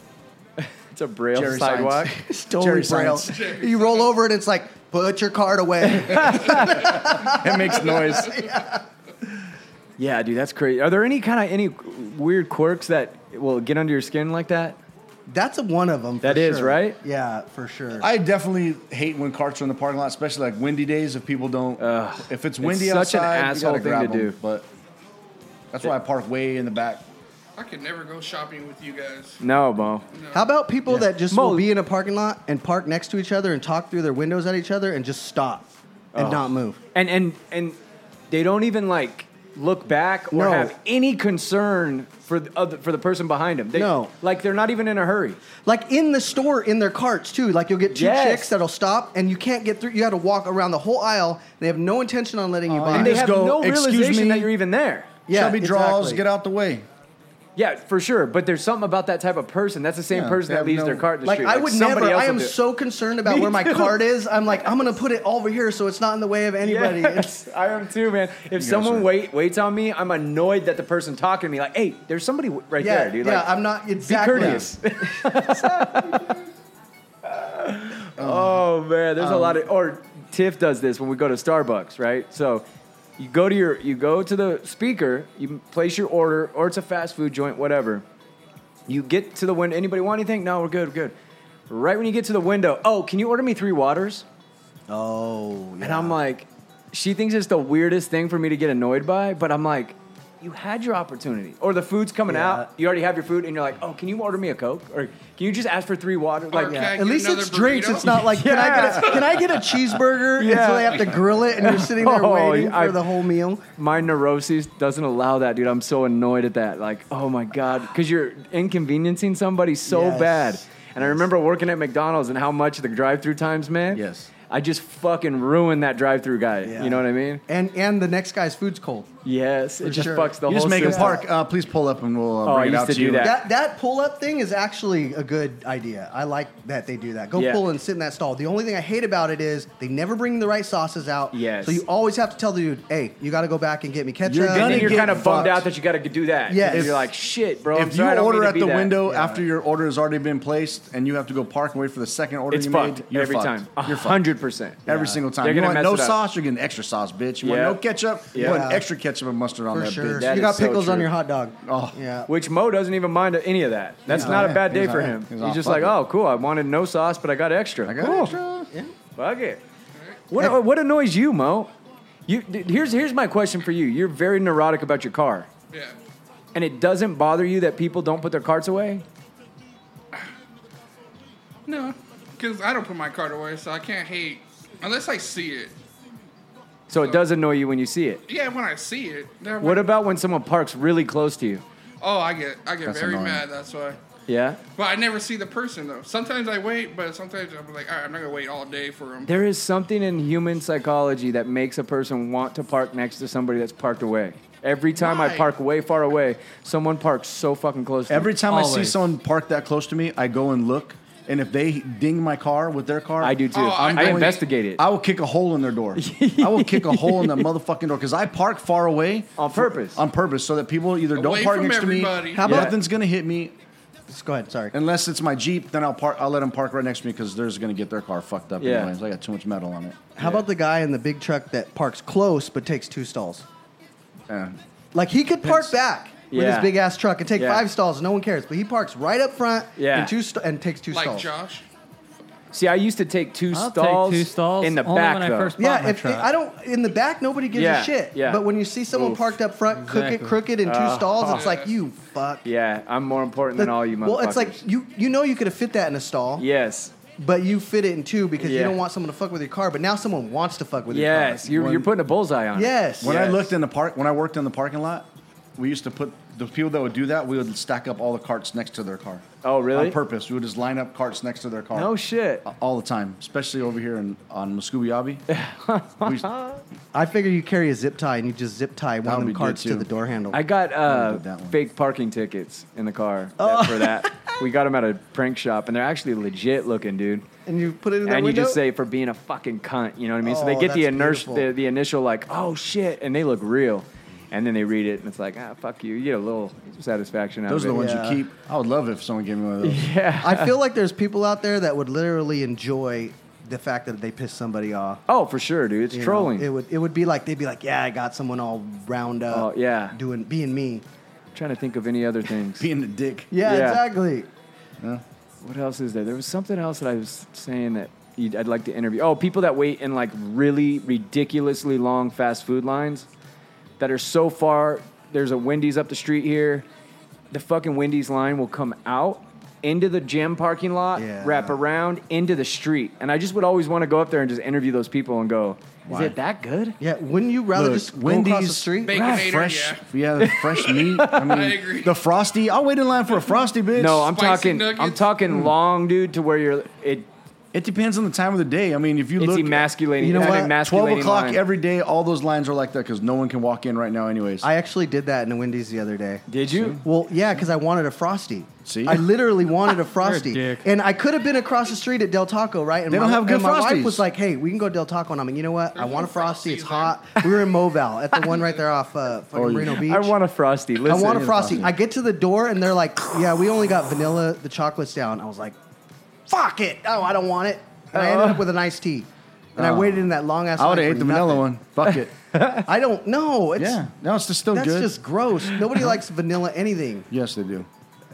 [SPEAKER 3] it's a braille
[SPEAKER 2] Jerry signs.
[SPEAKER 3] sidewalk.
[SPEAKER 5] It's totally
[SPEAKER 2] Jerry
[SPEAKER 5] braille.
[SPEAKER 2] signs.
[SPEAKER 5] You roll over and it's like, put your card away.
[SPEAKER 2] It makes noise.
[SPEAKER 3] yeah, dude, that's crazy. Are there any kind of any weird quirks that will get under your skin like that?
[SPEAKER 5] That's one of them.
[SPEAKER 3] That
[SPEAKER 5] That
[SPEAKER 3] is,
[SPEAKER 5] is
[SPEAKER 3] right?
[SPEAKER 5] Yeah, for sure.
[SPEAKER 2] I definitely hate when carts are in the parking lot, especially like windy days. If people don't, if it's windy
[SPEAKER 3] such an
[SPEAKER 2] outside,
[SPEAKER 3] asshole
[SPEAKER 2] you gotta
[SPEAKER 3] thing
[SPEAKER 2] grab
[SPEAKER 3] to
[SPEAKER 2] them,
[SPEAKER 3] do.
[SPEAKER 2] But that's why I park way in the back.
[SPEAKER 7] I could never go shopping with you guys.
[SPEAKER 3] No, Bo.
[SPEAKER 5] How about people that just
[SPEAKER 3] Mo-
[SPEAKER 5] will be in a parking lot and park next to each other and talk through their windows at each other and just stop
[SPEAKER 3] Oh.
[SPEAKER 5] and not move?
[SPEAKER 3] And and and they don't even like look back or
[SPEAKER 5] No.
[SPEAKER 3] have any concern for the other, for the person behind them. They,
[SPEAKER 5] No.
[SPEAKER 3] like they're not even in a hurry.
[SPEAKER 5] Like in the store, in their carts too. Like you'll get two
[SPEAKER 3] Yes.
[SPEAKER 5] chicks that'll stop and you can't get through. You got to walk around the whole aisle. They have no intention on letting you buy.
[SPEAKER 3] Oh, And they
[SPEAKER 2] Just
[SPEAKER 3] have
[SPEAKER 2] go,
[SPEAKER 3] no
[SPEAKER 2] "Excuse
[SPEAKER 3] realization
[SPEAKER 2] me."
[SPEAKER 3] that you're even there.
[SPEAKER 5] Yeah,
[SPEAKER 2] Chubby draws,
[SPEAKER 5] exactly.
[SPEAKER 2] get out the way.
[SPEAKER 3] Yeah, for sure. But there's something about that type of person. That's the same
[SPEAKER 2] Yeah,
[SPEAKER 3] person
[SPEAKER 2] they
[SPEAKER 3] that
[SPEAKER 2] have
[SPEAKER 3] leaves
[SPEAKER 2] no-
[SPEAKER 3] their cart in the
[SPEAKER 5] like
[SPEAKER 3] street.
[SPEAKER 5] I would
[SPEAKER 3] somebody
[SPEAKER 5] never.
[SPEAKER 3] else
[SPEAKER 5] I
[SPEAKER 3] will
[SPEAKER 5] am
[SPEAKER 3] do it.
[SPEAKER 5] so concerned about where my card is. I'm like, I'm gonna put it over here so it's not in the way of anybody. It's-
[SPEAKER 3] Yes, I am too, man. If someone
[SPEAKER 2] are-
[SPEAKER 3] wait waits on me, I'm annoyed that the person talking to me like, "Hey, there's somebody w- right
[SPEAKER 5] yeah,
[SPEAKER 3] there, dude."
[SPEAKER 5] yeah.
[SPEAKER 3] Like,
[SPEAKER 5] I'm not
[SPEAKER 3] be
[SPEAKER 5] exactly.
[SPEAKER 3] courteous. oh man, there's a lot of. Or Tiff does this when we go to Starbucks, right? So you go to your you go to the speaker, you place your order, or it's a fast food joint, whatever. You get to the window. Anybody want anything? No, we're good, good. Right when you get to the window, oh, can you order me three waters?
[SPEAKER 5] Oh, yeah.
[SPEAKER 3] And I'm like, she thinks it's the weirdest thing for me to get annoyed by, but I'm like, you had your opportunity. Or the food's coming
[SPEAKER 5] Yeah.
[SPEAKER 3] out, you already have your food, and you're like, oh, can you order me a Coke? Or can you just ask for three water? Like,
[SPEAKER 7] can I
[SPEAKER 5] At
[SPEAKER 7] get
[SPEAKER 5] least
[SPEAKER 7] another
[SPEAKER 5] it's drinks.
[SPEAKER 7] burrito?
[SPEAKER 5] It's not like can I get a, can I get a cheeseburger
[SPEAKER 3] Yeah.
[SPEAKER 5] until they have to grill it and you're sitting there
[SPEAKER 3] Oh,
[SPEAKER 5] waiting
[SPEAKER 3] I-
[SPEAKER 5] for the whole meal.
[SPEAKER 3] my neuroses doesn't allow that, dude. I'm so annoyed at that. Like, oh my God. Because you're inconveniencing somebody so
[SPEAKER 5] Yes.
[SPEAKER 3] bad. And I remember working at McDonald's and how much the drive through times, man.
[SPEAKER 2] Yes.
[SPEAKER 3] I just fucking ruined that drive through guy.
[SPEAKER 5] Yeah.
[SPEAKER 3] You know what I mean?
[SPEAKER 5] And and the next guy's food's cold.
[SPEAKER 3] Yes. It just
[SPEAKER 5] sure.
[SPEAKER 3] fucks the
[SPEAKER 2] You
[SPEAKER 3] whole
[SPEAKER 2] just make him
[SPEAKER 3] system.
[SPEAKER 2] park. Uh, please pull up and we'll uh,
[SPEAKER 3] Oh, I
[SPEAKER 2] bring it
[SPEAKER 3] used
[SPEAKER 2] out
[SPEAKER 3] to
[SPEAKER 2] to,
[SPEAKER 3] do
[SPEAKER 2] you.
[SPEAKER 3] that.
[SPEAKER 5] That that pull up thing is actually a good idea. I like that they do that. Go
[SPEAKER 3] Yeah.
[SPEAKER 5] pull and sit in that stall. The only thing I hate about it is they never bring the right sauces out.
[SPEAKER 3] Yes.
[SPEAKER 5] So you always have to tell the dude, hey, you got to go back and get me ketchup.
[SPEAKER 2] You're
[SPEAKER 3] And
[SPEAKER 2] gonna
[SPEAKER 3] then you're
[SPEAKER 2] get
[SPEAKER 3] kind of bummed
[SPEAKER 2] fucked.
[SPEAKER 3] out that you got to do that.
[SPEAKER 5] Yeah,
[SPEAKER 3] Yeah,
[SPEAKER 5] if-
[SPEAKER 3] you're like, shit, bro. I'm
[SPEAKER 2] If you
[SPEAKER 3] sorry, I don't mean
[SPEAKER 2] order
[SPEAKER 3] to
[SPEAKER 2] at
[SPEAKER 3] be
[SPEAKER 2] the
[SPEAKER 3] that.
[SPEAKER 2] window after your order has already been placed and you have to go park and wait for the second order
[SPEAKER 3] it's
[SPEAKER 2] you
[SPEAKER 3] fucked
[SPEAKER 2] made, you're
[SPEAKER 3] every
[SPEAKER 2] fucked.
[SPEAKER 3] time.
[SPEAKER 2] You're fucked.
[SPEAKER 3] hundred percent.
[SPEAKER 2] Every single time.
[SPEAKER 3] They're
[SPEAKER 2] you
[SPEAKER 3] gonna
[SPEAKER 2] want
[SPEAKER 3] mess
[SPEAKER 2] no
[SPEAKER 3] it up.
[SPEAKER 2] sauce, you're getting extra sauce, bitch. You
[SPEAKER 3] Yeah.
[SPEAKER 2] want no ketchup, you
[SPEAKER 3] Yeah.
[SPEAKER 2] want extra ketchup and mustard on
[SPEAKER 5] for
[SPEAKER 2] that
[SPEAKER 5] sure.
[SPEAKER 2] bitch.
[SPEAKER 3] That
[SPEAKER 5] you
[SPEAKER 3] is
[SPEAKER 5] got
[SPEAKER 3] so
[SPEAKER 5] pickles on
[SPEAKER 3] true.
[SPEAKER 5] your hot dog.
[SPEAKER 2] Oh.
[SPEAKER 5] yeah.
[SPEAKER 3] Which Mo doesn't even mind any of that. That's not a bad day
[SPEAKER 2] He's
[SPEAKER 3] for
[SPEAKER 2] all-
[SPEAKER 3] him.
[SPEAKER 2] he's
[SPEAKER 3] He's,
[SPEAKER 2] all,
[SPEAKER 3] just
[SPEAKER 2] "Fuck
[SPEAKER 3] like,
[SPEAKER 2] it."
[SPEAKER 3] oh, cool. I wanted no sauce, but I got extra.
[SPEAKER 2] I got
[SPEAKER 3] cool.
[SPEAKER 2] extra.
[SPEAKER 3] Fuck it. What what annoys you, Mo? You d- here's here's my question for you. You're very neurotic about your car,
[SPEAKER 7] Yeah.
[SPEAKER 3] and it doesn't bother you that people don't put their carts away.
[SPEAKER 7] No, because I don't put my card away, so I can't hate unless I see it.
[SPEAKER 3] So it does annoy you when you see it.
[SPEAKER 7] Yeah, when I see it. then I'm
[SPEAKER 3] What
[SPEAKER 7] like,
[SPEAKER 3] about when someone parks really close to you?
[SPEAKER 7] Oh, I get I get
[SPEAKER 2] That's
[SPEAKER 7] very
[SPEAKER 2] annoying.
[SPEAKER 7] mad. That's why.
[SPEAKER 3] Yeah.
[SPEAKER 7] But I never see the person though. Sometimes I wait, but sometimes I'm like, all right, I'm not gonna wait all day for them.
[SPEAKER 3] There is something in human psychology that makes a person want to park next to somebody that's parked away. Every time I
[SPEAKER 7] Why?
[SPEAKER 3] park way far away, someone parks so fucking close to me.
[SPEAKER 2] Every time I see
[SPEAKER 6] Always.
[SPEAKER 2] someone park that close to me, I go and look. And if they ding my car with their car,
[SPEAKER 3] I do too.
[SPEAKER 7] Oh,
[SPEAKER 3] I,
[SPEAKER 7] I'm going-
[SPEAKER 3] investigate it
[SPEAKER 2] I will kick a hole in their door. I will kick a hole in the motherfucking door because I park far away
[SPEAKER 3] on purpose.
[SPEAKER 2] on purpose so that people either don't
[SPEAKER 7] Away
[SPEAKER 2] park
[SPEAKER 7] from
[SPEAKER 2] next to
[SPEAKER 7] everybody.
[SPEAKER 2] me.
[SPEAKER 7] How
[SPEAKER 3] about-
[SPEAKER 2] nothing's gonna hit me
[SPEAKER 5] Just go ahead. Sorry.
[SPEAKER 2] unless it's my Jeep? Then I'll park. I'll let them park right next to me because they're just gonna get their car fucked up.
[SPEAKER 3] Yeah.
[SPEAKER 2] anyways. I got too much metal on it.
[SPEAKER 5] How about the guy in the big truck that parks close but takes two stalls?
[SPEAKER 2] Yeah.
[SPEAKER 5] Like he could park back with
[SPEAKER 3] Yeah.
[SPEAKER 5] his big ass truck and take
[SPEAKER 3] Yeah.
[SPEAKER 5] five stalls, no one cares. But he parks right up front
[SPEAKER 3] Yeah.
[SPEAKER 5] and two st- and takes two
[SPEAKER 7] Like
[SPEAKER 5] stalls.
[SPEAKER 7] Josh.
[SPEAKER 3] see, I used to take 2
[SPEAKER 6] I'll take
[SPEAKER 3] stalls,
[SPEAKER 6] two stalls
[SPEAKER 3] in the
[SPEAKER 6] only
[SPEAKER 3] back
[SPEAKER 6] when I
[SPEAKER 3] though.
[SPEAKER 6] first- Bought
[SPEAKER 5] Yeah,
[SPEAKER 6] my
[SPEAKER 5] if they-
[SPEAKER 6] truck.
[SPEAKER 5] I don't in the back, nobody gives
[SPEAKER 3] Yeah,
[SPEAKER 5] a shit.
[SPEAKER 3] yeah.
[SPEAKER 5] But when you see someone
[SPEAKER 3] Oof. Ah.
[SPEAKER 5] parked up front, crooked,
[SPEAKER 6] Exactly.
[SPEAKER 5] crooked in two stalls, it's like
[SPEAKER 7] Yeah.
[SPEAKER 5] you fuck.
[SPEAKER 3] yeah, I'm more important
[SPEAKER 5] The-
[SPEAKER 3] than all you motherfuckers.
[SPEAKER 5] well, it's like you you know you could have fit that in a stall,
[SPEAKER 3] yes,
[SPEAKER 5] but you fit it in two because
[SPEAKER 3] Yeah.
[SPEAKER 5] you don't want someone to fuck with your car. But now someone wants to fuck with your car.
[SPEAKER 3] yes, you're, you're putting a bullseye on it.
[SPEAKER 5] Yes.
[SPEAKER 2] When I
[SPEAKER 3] Yes.
[SPEAKER 2] looked in the park, when I worked in the parking lot, we used to put the people that would do that. We would stack up all the carts next to their car.
[SPEAKER 3] Oh, really?
[SPEAKER 2] On purpose, we would just line up carts next to their car.
[SPEAKER 3] No shit.
[SPEAKER 2] A- All the time, especially over here in, on Muscovy Abbey. We used-
[SPEAKER 5] I figure you carry a zip tie and you just zip tie
[SPEAKER 2] That
[SPEAKER 5] one of
[SPEAKER 2] would
[SPEAKER 5] the
[SPEAKER 2] be
[SPEAKER 5] carts
[SPEAKER 2] good,
[SPEAKER 5] to
[SPEAKER 2] too.
[SPEAKER 5] the door handle.
[SPEAKER 3] I got uh,
[SPEAKER 2] did that one.
[SPEAKER 3] fake parking tickets in the car that- for that. We got them at a prank shop, and they're actually legit looking, dude.
[SPEAKER 5] and you put it in that
[SPEAKER 3] And you
[SPEAKER 5] window?
[SPEAKER 3] just say for being a fucking cunt, you know what I mean? so they
[SPEAKER 5] Oh,
[SPEAKER 3] get the,
[SPEAKER 5] that's
[SPEAKER 3] inertia,
[SPEAKER 5] beautiful.
[SPEAKER 3] the the initial like, oh shit, and they look real, and then they read it, and it's like, ah, fuck you. You get a little satisfaction out
[SPEAKER 2] those are
[SPEAKER 3] of
[SPEAKER 2] the
[SPEAKER 3] it.
[SPEAKER 2] ones
[SPEAKER 5] Yeah.
[SPEAKER 2] you keep. I would love if someone gave me one of those.
[SPEAKER 3] Yeah.
[SPEAKER 5] I feel like there's people out there that would literally enjoy the fact that they piss somebody off.
[SPEAKER 3] Oh, for sure, dude. It's
[SPEAKER 5] you know?
[SPEAKER 3] trolling.
[SPEAKER 5] it would it would be like they'd be like, yeah, I got someone all round up.
[SPEAKER 3] Oh, yeah.
[SPEAKER 5] doing being me.
[SPEAKER 3] trying to think of any other things.
[SPEAKER 2] Being a dick.
[SPEAKER 5] Yeah,
[SPEAKER 3] Yeah.
[SPEAKER 5] exactly.
[SPEAKER 3] What else is there? There was something else that I was saying that you'd, I'd like to interview. Oh, people that wait in like really ridiculously long fast food lines that are so far. There's a Wendy's up the street here. The fucking Wendy's line will come out into the gym parking lot,
[SPEAKER 5] Yeah.
[SPEAKER 3] wrap around into the street, and I just would always want to go up there and just interview those people and go, "Is it that good?"
[SPEAKER 5] Yeah, wouldn't you rather
[SPEAKER 2] Look,
[SPEAKER 5] just Wendy's, go across the
[SPEAKER 2] Wendy's-
[SPEAKER 5] street?
[SPEAKER 7] Baconator,
[SPEAKER 2] fresh,
[SPEAKER 7] yeah.
[SPEAKER 2] yeah, the fresh meat. I mean,
[SPEAKER 7] agree.
[SPEAKER 2] the frosty. I'll wait in line for a frosty, bitch.
[SPEAKER 3] No, I'm
[SPEAKER 7] Spicy
[SPEAKER 3] talking. I'm
[SPEAKER 7] nuggets.
[SPEAKER 3] talking
[SPEAKER 5] Mm.
[SPEAKER 3] long, dude, to where you're. It,
[SPEAKER 2] it depends on the time of the day. I mean, if you
[SPEAKER 3] it's
[SPEAKER 2] look,
[SPEAKER 3] emasculating.
[SPEAKER 5] you know
[SPEAKER 3] it's an
[SPEAKER 5] what? 12
[SPEAKER 2] twelve
[SPEAKER 3] emasculating
[SPEAKER 2] o'clock
[SPEAKER 3] line.
[SPEAKER 2] every day. All those lines are like that because no one can walk in right now, anyways.
[SPEAKER 5] I actually did that in a Wendy's the other day.
[SPEAKER 3] Did you?
[SPEAKER 5] Well, yeah, because I wanted a frosty.
[SPEAKER 2] See?
[SPEAKER 5] I literally wanted a frosty,
[SPEAKER 6] dick.
[SPEAKER 5] and I could have been across the street at Del Taco, right? And
[SPEAKER 2] They don't
[SPEAKER 5] my,
[SPEAKER 2] have good
[SPEAKER 5] and my wife
[SPEAKER 2] Frosties.
[SPEAKER 5] was like, "Hey, we can go to Del Taco," and I'm like, "You know what? I
[SPEAKER 7] There's
[SPEAKER 5] want
[SPEAKER 7] no
[SPEAKER 5] a frosty. It's
[SPEAKER 7] Frosties
[SPEAKER 5] hot." we were in Mobile at the one right there off uh, fucking
[SPEAKER 2] Oh, yeah.
[SPEAKER 5] Marino Beach.
[SPEAKER 3] I want a frosty.
[SPEAKER 5] I
[SPEAKER 3] Listen,
[SPEAKER 5] want a frosty. I get to the door and they're like, "Yeah, we only got vanilla. The chocolate's down." I was like, "Fuck it! Oh, I don't want it." And I ended up with an iced tea, and I waited in that long ass.
[SPEAKER 2] Uh. Oh. I would have
[SPEAKER 5] line
[SPEAKER 2] ate
[SPEAKER 5] for
[SPEAKER 2] the vanilla
[SPEAKER 5] nothing.
[SPEAKER 2] one. Fuck it.
[SPEAKER 5] I don't know. It's,
[SPEAKER 2] yeah, no, it's just still
[SPEAKER 5] that's
[SPEAKER 2] good.
[SPEAKER 5] just gross. Nobody likes vanilla anything.
[SPEAKER 2] yes, they do.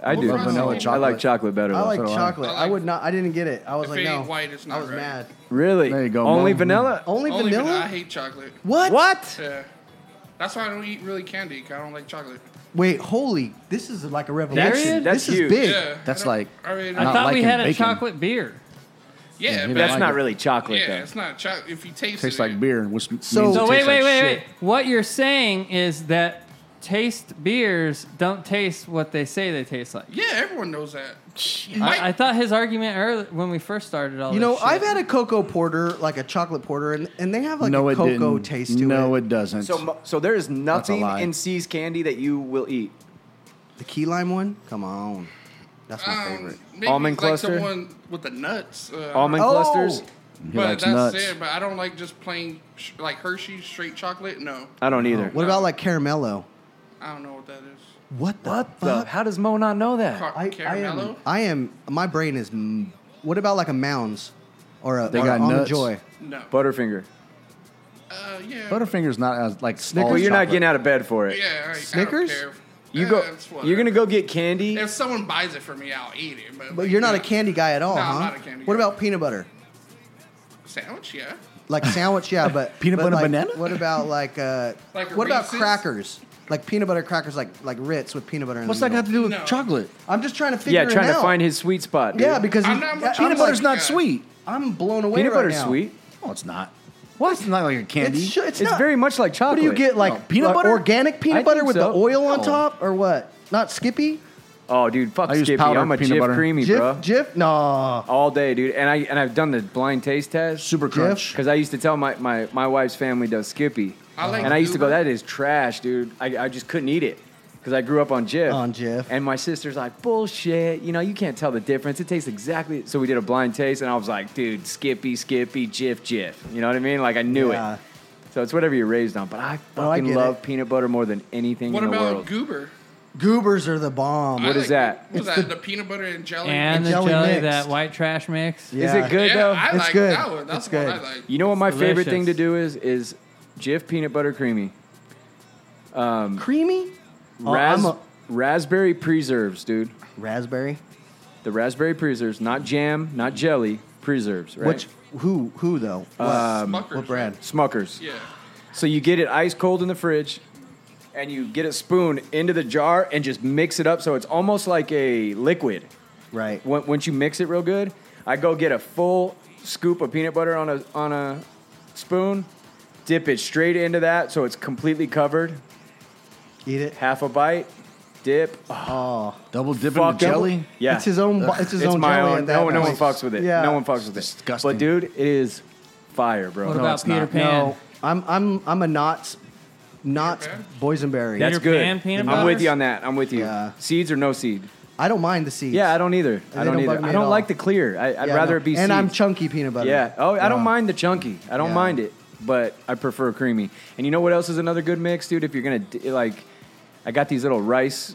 [SPEAKER 3] I do.
[SPEAKER 7] Well, vanilla
[SPEAKER 3] I
[SPEAKER 2] chocolate.
[SPEAKER 3] like chocolate better.
[SPEAKER 5] I
[SPEAKER 3] though.
[SPEAKER 5] like
[SPEAKER 2] so do I.
[SPEAKER 5] chocolate. I,
[SPEAKER 7] I like-
[SPEAKER 5] would not. I didn't get it. I was
[SPEAKER 7] If
[SPEAKER 5] like,
[SPEAKER 7] it
[SPEAKER 5] no.
[SPEAKER 7] ain't white, it's not
[SPEAKER 5] I was
[SPEAKER 7] right.
[SPEAKER 5] mad.
[SPEAKER 3] really.
[SPEAKER 2] There you go,
[SPEAKER 3] Only
[SPEAKER 2] Mom.
[SPEAKER 3] vanilla.
[SPEAKER 5] Only,
[SPEAKER 7] Only
[SPEAKER 5] vanilla?
[SPEAKER 7] vanilla. I hate chocolate.
[SPEAKER 5] What?
[SPEAKER 3] What?
[SPEAKER 7] Yeah. That's why I don't eat really candy. 'cause I don't like chocolate.
[SPEAKER 5] Wait, holy! This is like a revelation.
[SPEAKER 3] that's
[SPEAKER 5] this
[SPEAKER 3] huge.
[SPEAKER 5] is big.
[SPEAKER 7] Yeah.
[SPEAKER 2] That's
[SPEAKER 7] I don't-
[SPEAKER 2] like-
[SPEAKER 7] I mean,
[SPEAKER 6] I
[SPEAKER 2] Not
[SPEAKER 6] thought we
[SPEAKER 2] liking
[SPEAKER 6] had a
[SPEAKER 2] bacon.
[SPEAKER 6] chocolate beer.
[SPEAKER 7] yeah,
[SPEAKER 2] maybe
[SPEAKER 7] but-
[SPEAKER 3] That's
[SPEAKER 2] like
[SPEAKER 3] not
[SPEAKER 2] it.
[SPEAKER 3] really chocolate
[SPEAKER 7] yeah,
[SPEAKER 3] though.
[SPEAKER 7] it's not chocolate. If you taste
[SPEAKER 2] Tastes
[SPEAKER 7] it,
[SPEAKER 2] like
[SPEAKER 7] it-
[SPEAKER 2] beer, which means
[SPEAKER 5] So-
[SPEAKER 2] it
[SPEAKER 6] So
[SPEAKER 2] tastes
[SPEAKER 6] wait, wait,
[SPEAKER 2] like
[SPEAKER 6] wait,
[SPEAKER 2] shit.
[SPEAKER 6] wait. What you're saying is that taste beers don't taste what they say they taste like.
[SPEAKER 7] Yeah, everyone knows that. Mike-
[SPEAKER 6] I, I thought his argument earlier when we first started all.
[SPEAKER 5] You
[SPEAKER 6] this
[SPEAKER 5] know,
[SPEAKER 6] shit.
[SPEAKER 5] I've had a cocoa porter, like a chocolate porter, and, and they have like
[SPEAKER 2] no,
[SPEAKER 5] a
[SPEAKER 2] it
[SPEAKER 5] cocoa
[SPEAKER 2] didn't.
[SPEAKER 5] taste to
[SPEAKER 2] no,
[SPEAKER 5] it.
[SPEAKER 2] it doesn't.
[SPEAKER 3] So, mo- so there is nothing
[SPEAKER 2] lie.
[SPEAKER 3] in C's candy that you will eat.
[SPEAKER 5] The key lime one? Come on. That's my
[SPEAKER 7] um,
[SPEAKER 5] favorite.
[SPEAKER 7] maybe
[SPEAKER 3] Almond
[SPEAKER 7] like
[SPEAKER 3] cluster?
[SPEAKER 7] Someone with the nuts. Uh,
[SPEAKER 3] Almond
[SPEAKER 5] Oh!
[SPEAKER 3] clusters.
[SPEAKER 2] he
[SPEAKER 7] But
[SPEAKER 2] likes
[SPEAKER 7] that's
[SPEAKER 2] nuts.
[SPEAKER 7] it. But I don't like just plain sh- like Hershey's straight chocolate. No,
[SPEAKER 3] I don't either.
[SPEAKER 5] What about like caramello?
[SPEAKER 7] I don't know what that is.
[SPEAKER 5] What the
[SPEAKER 3] What the?
[SPEAKER 5] fuck?
[SPEAKER 3] How does Mo not know that?
[SPEAKER 7] Car-
[SPEAKER 5] I, I am,
[SPEAKER 7] caramello.
[SPEAKER 5] I am. My brain is. m- What about like a Mounds or a,
[SPEAKER 2] They
[SPEAKER 5] or a
[SPEAKER 2] got
[SPEAKER 5] Almond
[SPEAKER 2] nuts.
[SPEAKER 5] Joy?
[SPEAKER 7] no.
[SPEAKER 3] Butterfinger.
[SPEAKER 7] uh, yeah.
[SPEAKER 2] Butterfinger's not as like.
[SPEAKER 5] Snickers,
[SPEAKER 2] all
[SPEAKER 3] Well, you're not
[SPEAKER 2] chocolate.
[SPEAKER 3] getting out of bed for it.
[SPEAKER 7] Yeah. I,
[SPEAKER 5] Snickers?
[SPEAKER 7] I don't care.
[SPEAKER 3] You
[SPEAKER 7] Eh,
[SPEAKER 3] go.
[SPEAKER 7] it's whatever.
[SPEAKER 3] You're gonna go get candy.
[SPEAKER 7] If someone buys it for me, I'll eat it. But,
[SPEAKER 5] But
[SPEAKER 7] like,
[SPEAKER 5] you're not a
[SPEAKER 7] yeah.
[SPEAKER 5] candy guy at all,
[SPEAKER 7] No,
[SPEAKER 5] huh?
[SPEAKER 7] I'm not a candy
[SPEAKER 5] what
[SPEAKER 7] guy.
[SPEAKER 5] about peanut butter?
[SPEAKER 7] sandwich. Yeah.
[SPEAKER 5] Like sandwich, yeah, but
[SPEAKER 2] Peanut
[SPEAKER 5] but
[SPEAKER 2] butter
[SPEAKER 5] like,
[SPEAKER 2] banana?
[SPEAKER 5] What about like uh?
[SPEAKER 7] Like
[SPEAKER 5] what about
[SPEAKER 7] Reese's?
[SPEAKER 5] crackers? Like peanut butter crackers, like like Ritz with peanut butter. In
[SPEAKER 2] What's
[SPEAKER 5] the
[SPEAKER 2] that got to do with
[SPEAKER 7] No.
[SPEAKER 2] chocolate?
[SPEAKER 5] I'm just trying to figure.
[SPEAKER 3] yeah,
[SPEAKER 5] it
[SPEAKER 3] trying to
[SPEAKER 5] out.
[SPEAKER 3] find his sweet spot. dude.
[SPEAKER 5] Yeah, because
[SPEAKER 7] I'm
[SPEAKER 5] you-
[SPEAKER 7] not much
[SPEAKER 5] I- I'm
[SPEAKER 2] Peanut
[SPEAKER 5] like-
[SPEAKER 2] butter's not
[SPEAKER 7] God.
[SPEAKER 2] sweet.
[SPEAKER 5] I'm blown away.
[SPEAKER 3] peanut
[SPEAKER 5] right
[SPEAKER 3] butter's
[SPEAKER 5] now.
[SPEAKER 3] sweet.
[SPEAKER 2] No, it's not. What? It's not like a candy.
[SPEAKER 5] It's, sh- it's,
[SPEAKER 3] It's,
[SPEAKER 5] not-
[SPEAKER 3] very much like
[SPEAKER 5] What
[SPEAKER 3] chocolate.
[SPEAKER 5] do you get? Like
[SPEAKER 2] No, peanut
[SPEAKER 5] like
[SPEAKER 2] butter?
[SPEAKER 5] Organic peanut
[SPEAKER 3] I
[SPEAKER 5] butter
[SPEAKER 3] think
[SPEAKER 5] with the
[SPEAKER 3] so.
[SPEAKER 5] oil on
[SPEAKER 2] No.
[SPEAKER 5] top, or what? Not Skippy.
[SPEAKER 3] Oh, dude, fuck
[SPEAKER 2] I use
[SPEAKER 3] Skippy.
[SPEAKER 2] powdered
[SPEAKER 3] I'm a
[SPEAKER 2] peanut
[SPEAKER 3] Jif
[SPEAKER 2] butter.
[SPEAKER 3] creamy, bro.
[SPEAKER 5] Jif, Jif, no.
[SPEAKER 3] All day, dude. And I and I've done the blind taste test.
[SPEAKER 2] Super crunch.
[SPEAKER 3] Because I used to tell my, my, my wife's family does Skippy.
[SPEAKER 7] I like
[SPEAKER 3] and I used to go,
[SPEAKER 7] Uber.
[SPEAKER 3] that is trash, dude. I, I just couldn't eat it because I grew up on Jif.
[SPEAKER 5] On Jif.
[SPEAKER 3] And my sister's like, bullshit. You know, you can't tell the difference. It tastes exactly. So we did a blind taste, and I was like, dude, Skippy, Skippy, Jif, Jif. You know what I mean? Like, I knew
[SPEAKER 5] Yeah.
[SPEAKER 3] it. So it's whatever you're raised on. But I
[SPEAKER 5] No, I
[SPEAKER 3] fucking
[SPEAKER 5] get
[SPEAKER 3] love
[SPEAKER 5] it.
[SPEAKER 3] peanut butter more than anything
[SPEAKER 7] What
[SPEAKER 3] in the
[SPEAKER 7] about
[SPEAKER 3] world.
[SPEAKER 7] goober?
[SPEAKER 5] Goobers are the bomb.
[SPEAKER 7] What is
[SPEAKER 3] is that?
[SPEAKER 7] Was that the peanut butter and jelly?
[SPEAKER 6] and the
[SPEAKER 5] jelly
[SPEAKER 6] jelly,
[SPEAKER 5] mix.
[SPEAKER 6] that white trash mix.
[SPEAKER 5] Yeah.
[SPEAKER 3] Is it good,
[SPEAKER 7] yeah,
[SPEAKER 3] though?
[SPEAKER 7] I
[SPEAKER 5] It's
[SPEAKER 7] like
[SPEAKER 5] good.
[SPEAKER 7] that one. That's
[SPEAKER 5] It's
[SPEAKER 7] the one
[SPEAKER 5] good.
[SPEAKER 7] I like.
[SPEAKER 3] You know what my favorite
[SPEAKER 6] delicious.
[SPEAKER 3] thing to do is is Jif peanut butter creamy,
[SPEAKER 5] Creamy? Oh,
[SPEAKER 3] Ras-
[SPEAKER 5] I'm a-
[SPEAKER 3] raspberry preserves, dude.
[SPEAKER 5] Raspberry.
[SPEAKER 3] The raspberry preserves, not jam, not jelly, preserves, right?
[SPEAKER 5] Which? Who? Who though?
[SPEAKER 2] Uh,
[SPEAKER 7] Smucker's,
[SPEAKER 5] Um, what brand?
[SPEAKER 3] Smuckers.
[SPEAKER 7] Yeah.
[SPEAKER 3] So you get it ice cold in the fridge, and you get a spoon into the jar and just mix it up so it's almost like a liquid.
[SPEAKER 5] Right.
[SPEAKER 3] When- Once you mix it real good, I go get a full scoop of peanut butter on a on a spoon, dip it straight into that so it's completely covered,
[SPEAKER 5] Eat it.
[SPEAKER 3] half a bite, dip,
[SPEAKER 2] Double dip in the
[SPEAKER 3] fuck
[SPEAKER 2] jelly.
[SPEAKER 3] Yeah,
[SPEAKER 5] It's his own. bo- It's his
[SPEAKER 3] It's
[SPEAKER 5] own.
[SPEAKER 3] my
[SPEAKER 5] jelly
[SPEAKER 3] own.
[SPEAKER 5] at that
[SPEAKER 3] No, no one
[SPEAKER 5] point.
[SPEAKER 3] fucks with it.
[SPEAKER 5] Yeah.
[SPEAKER 3] No one fucks with it.
[SPEAKER 2] disgusting.
[SPEAKER 3] But dude, it is fire, bro.
[SPEAKER 6] What
[SPEAKER 2] No,
[SPEAKER 6] about
[SPEAKER 2] it's
[SPEAKER 6] Peter
[SPEAKER 2] not.
[SPEAKER 6] Pan?
[SPEAKER 5] No, I'm I'm I'm a Knott's Knott's
[SPEAKER 7] Peter Pan?
[SPEAKER 5] boysenberry.
[SPEAKER 3] That's
[SPEAKER 6] Peter
[SPEAKER 3] good.
[SPEAKER 6] Pan peanut
[SPEAKER 3] I'm with
[SPEAKER 6] butters?
[SPEAKER 3] you on that. I'm with you.
[SPEAKER 5] Yeah.
[SPEAKER 3] Seeds or no seed?
[SPEAKER 5] I don't mind the seeds.
[SPEAKER 3] Yeah, I don't either.
[SPEAKER 5] They
[SPEAKER 3] I don't,
[SPEAKER 5] don't bug
[SPEAKER 3] either.
[SPEAKER 5] me
[SPEAKER 3] I
[SPEAKER 5] at
[SPEAKER 3] don't
[SPEAKER 5] all.
[SPEAKER 3] like the clear. I, I'd
[SPEAKER 5] Yeah,
[SPEAKER 3] rather
[SPEAKER 5] no.
[SPEAKER 3] it be
[SPEAKER 5] And I'm
[SPEAKER 3] seeds.
[SPEAKER 5] chunky peanut butter.
[SPEAKER 3] Yeah. Oh, I don't
[SPEAKER 5] Yeah.
[SPEAKER 3] mind the chunky. I don't
[SPEAKER 5] Yeah.
[SPEAKER 3] mind it, but I prefer creamy. And you know what else is another good mix, dude? If you're gonna d- like, I got these little rice,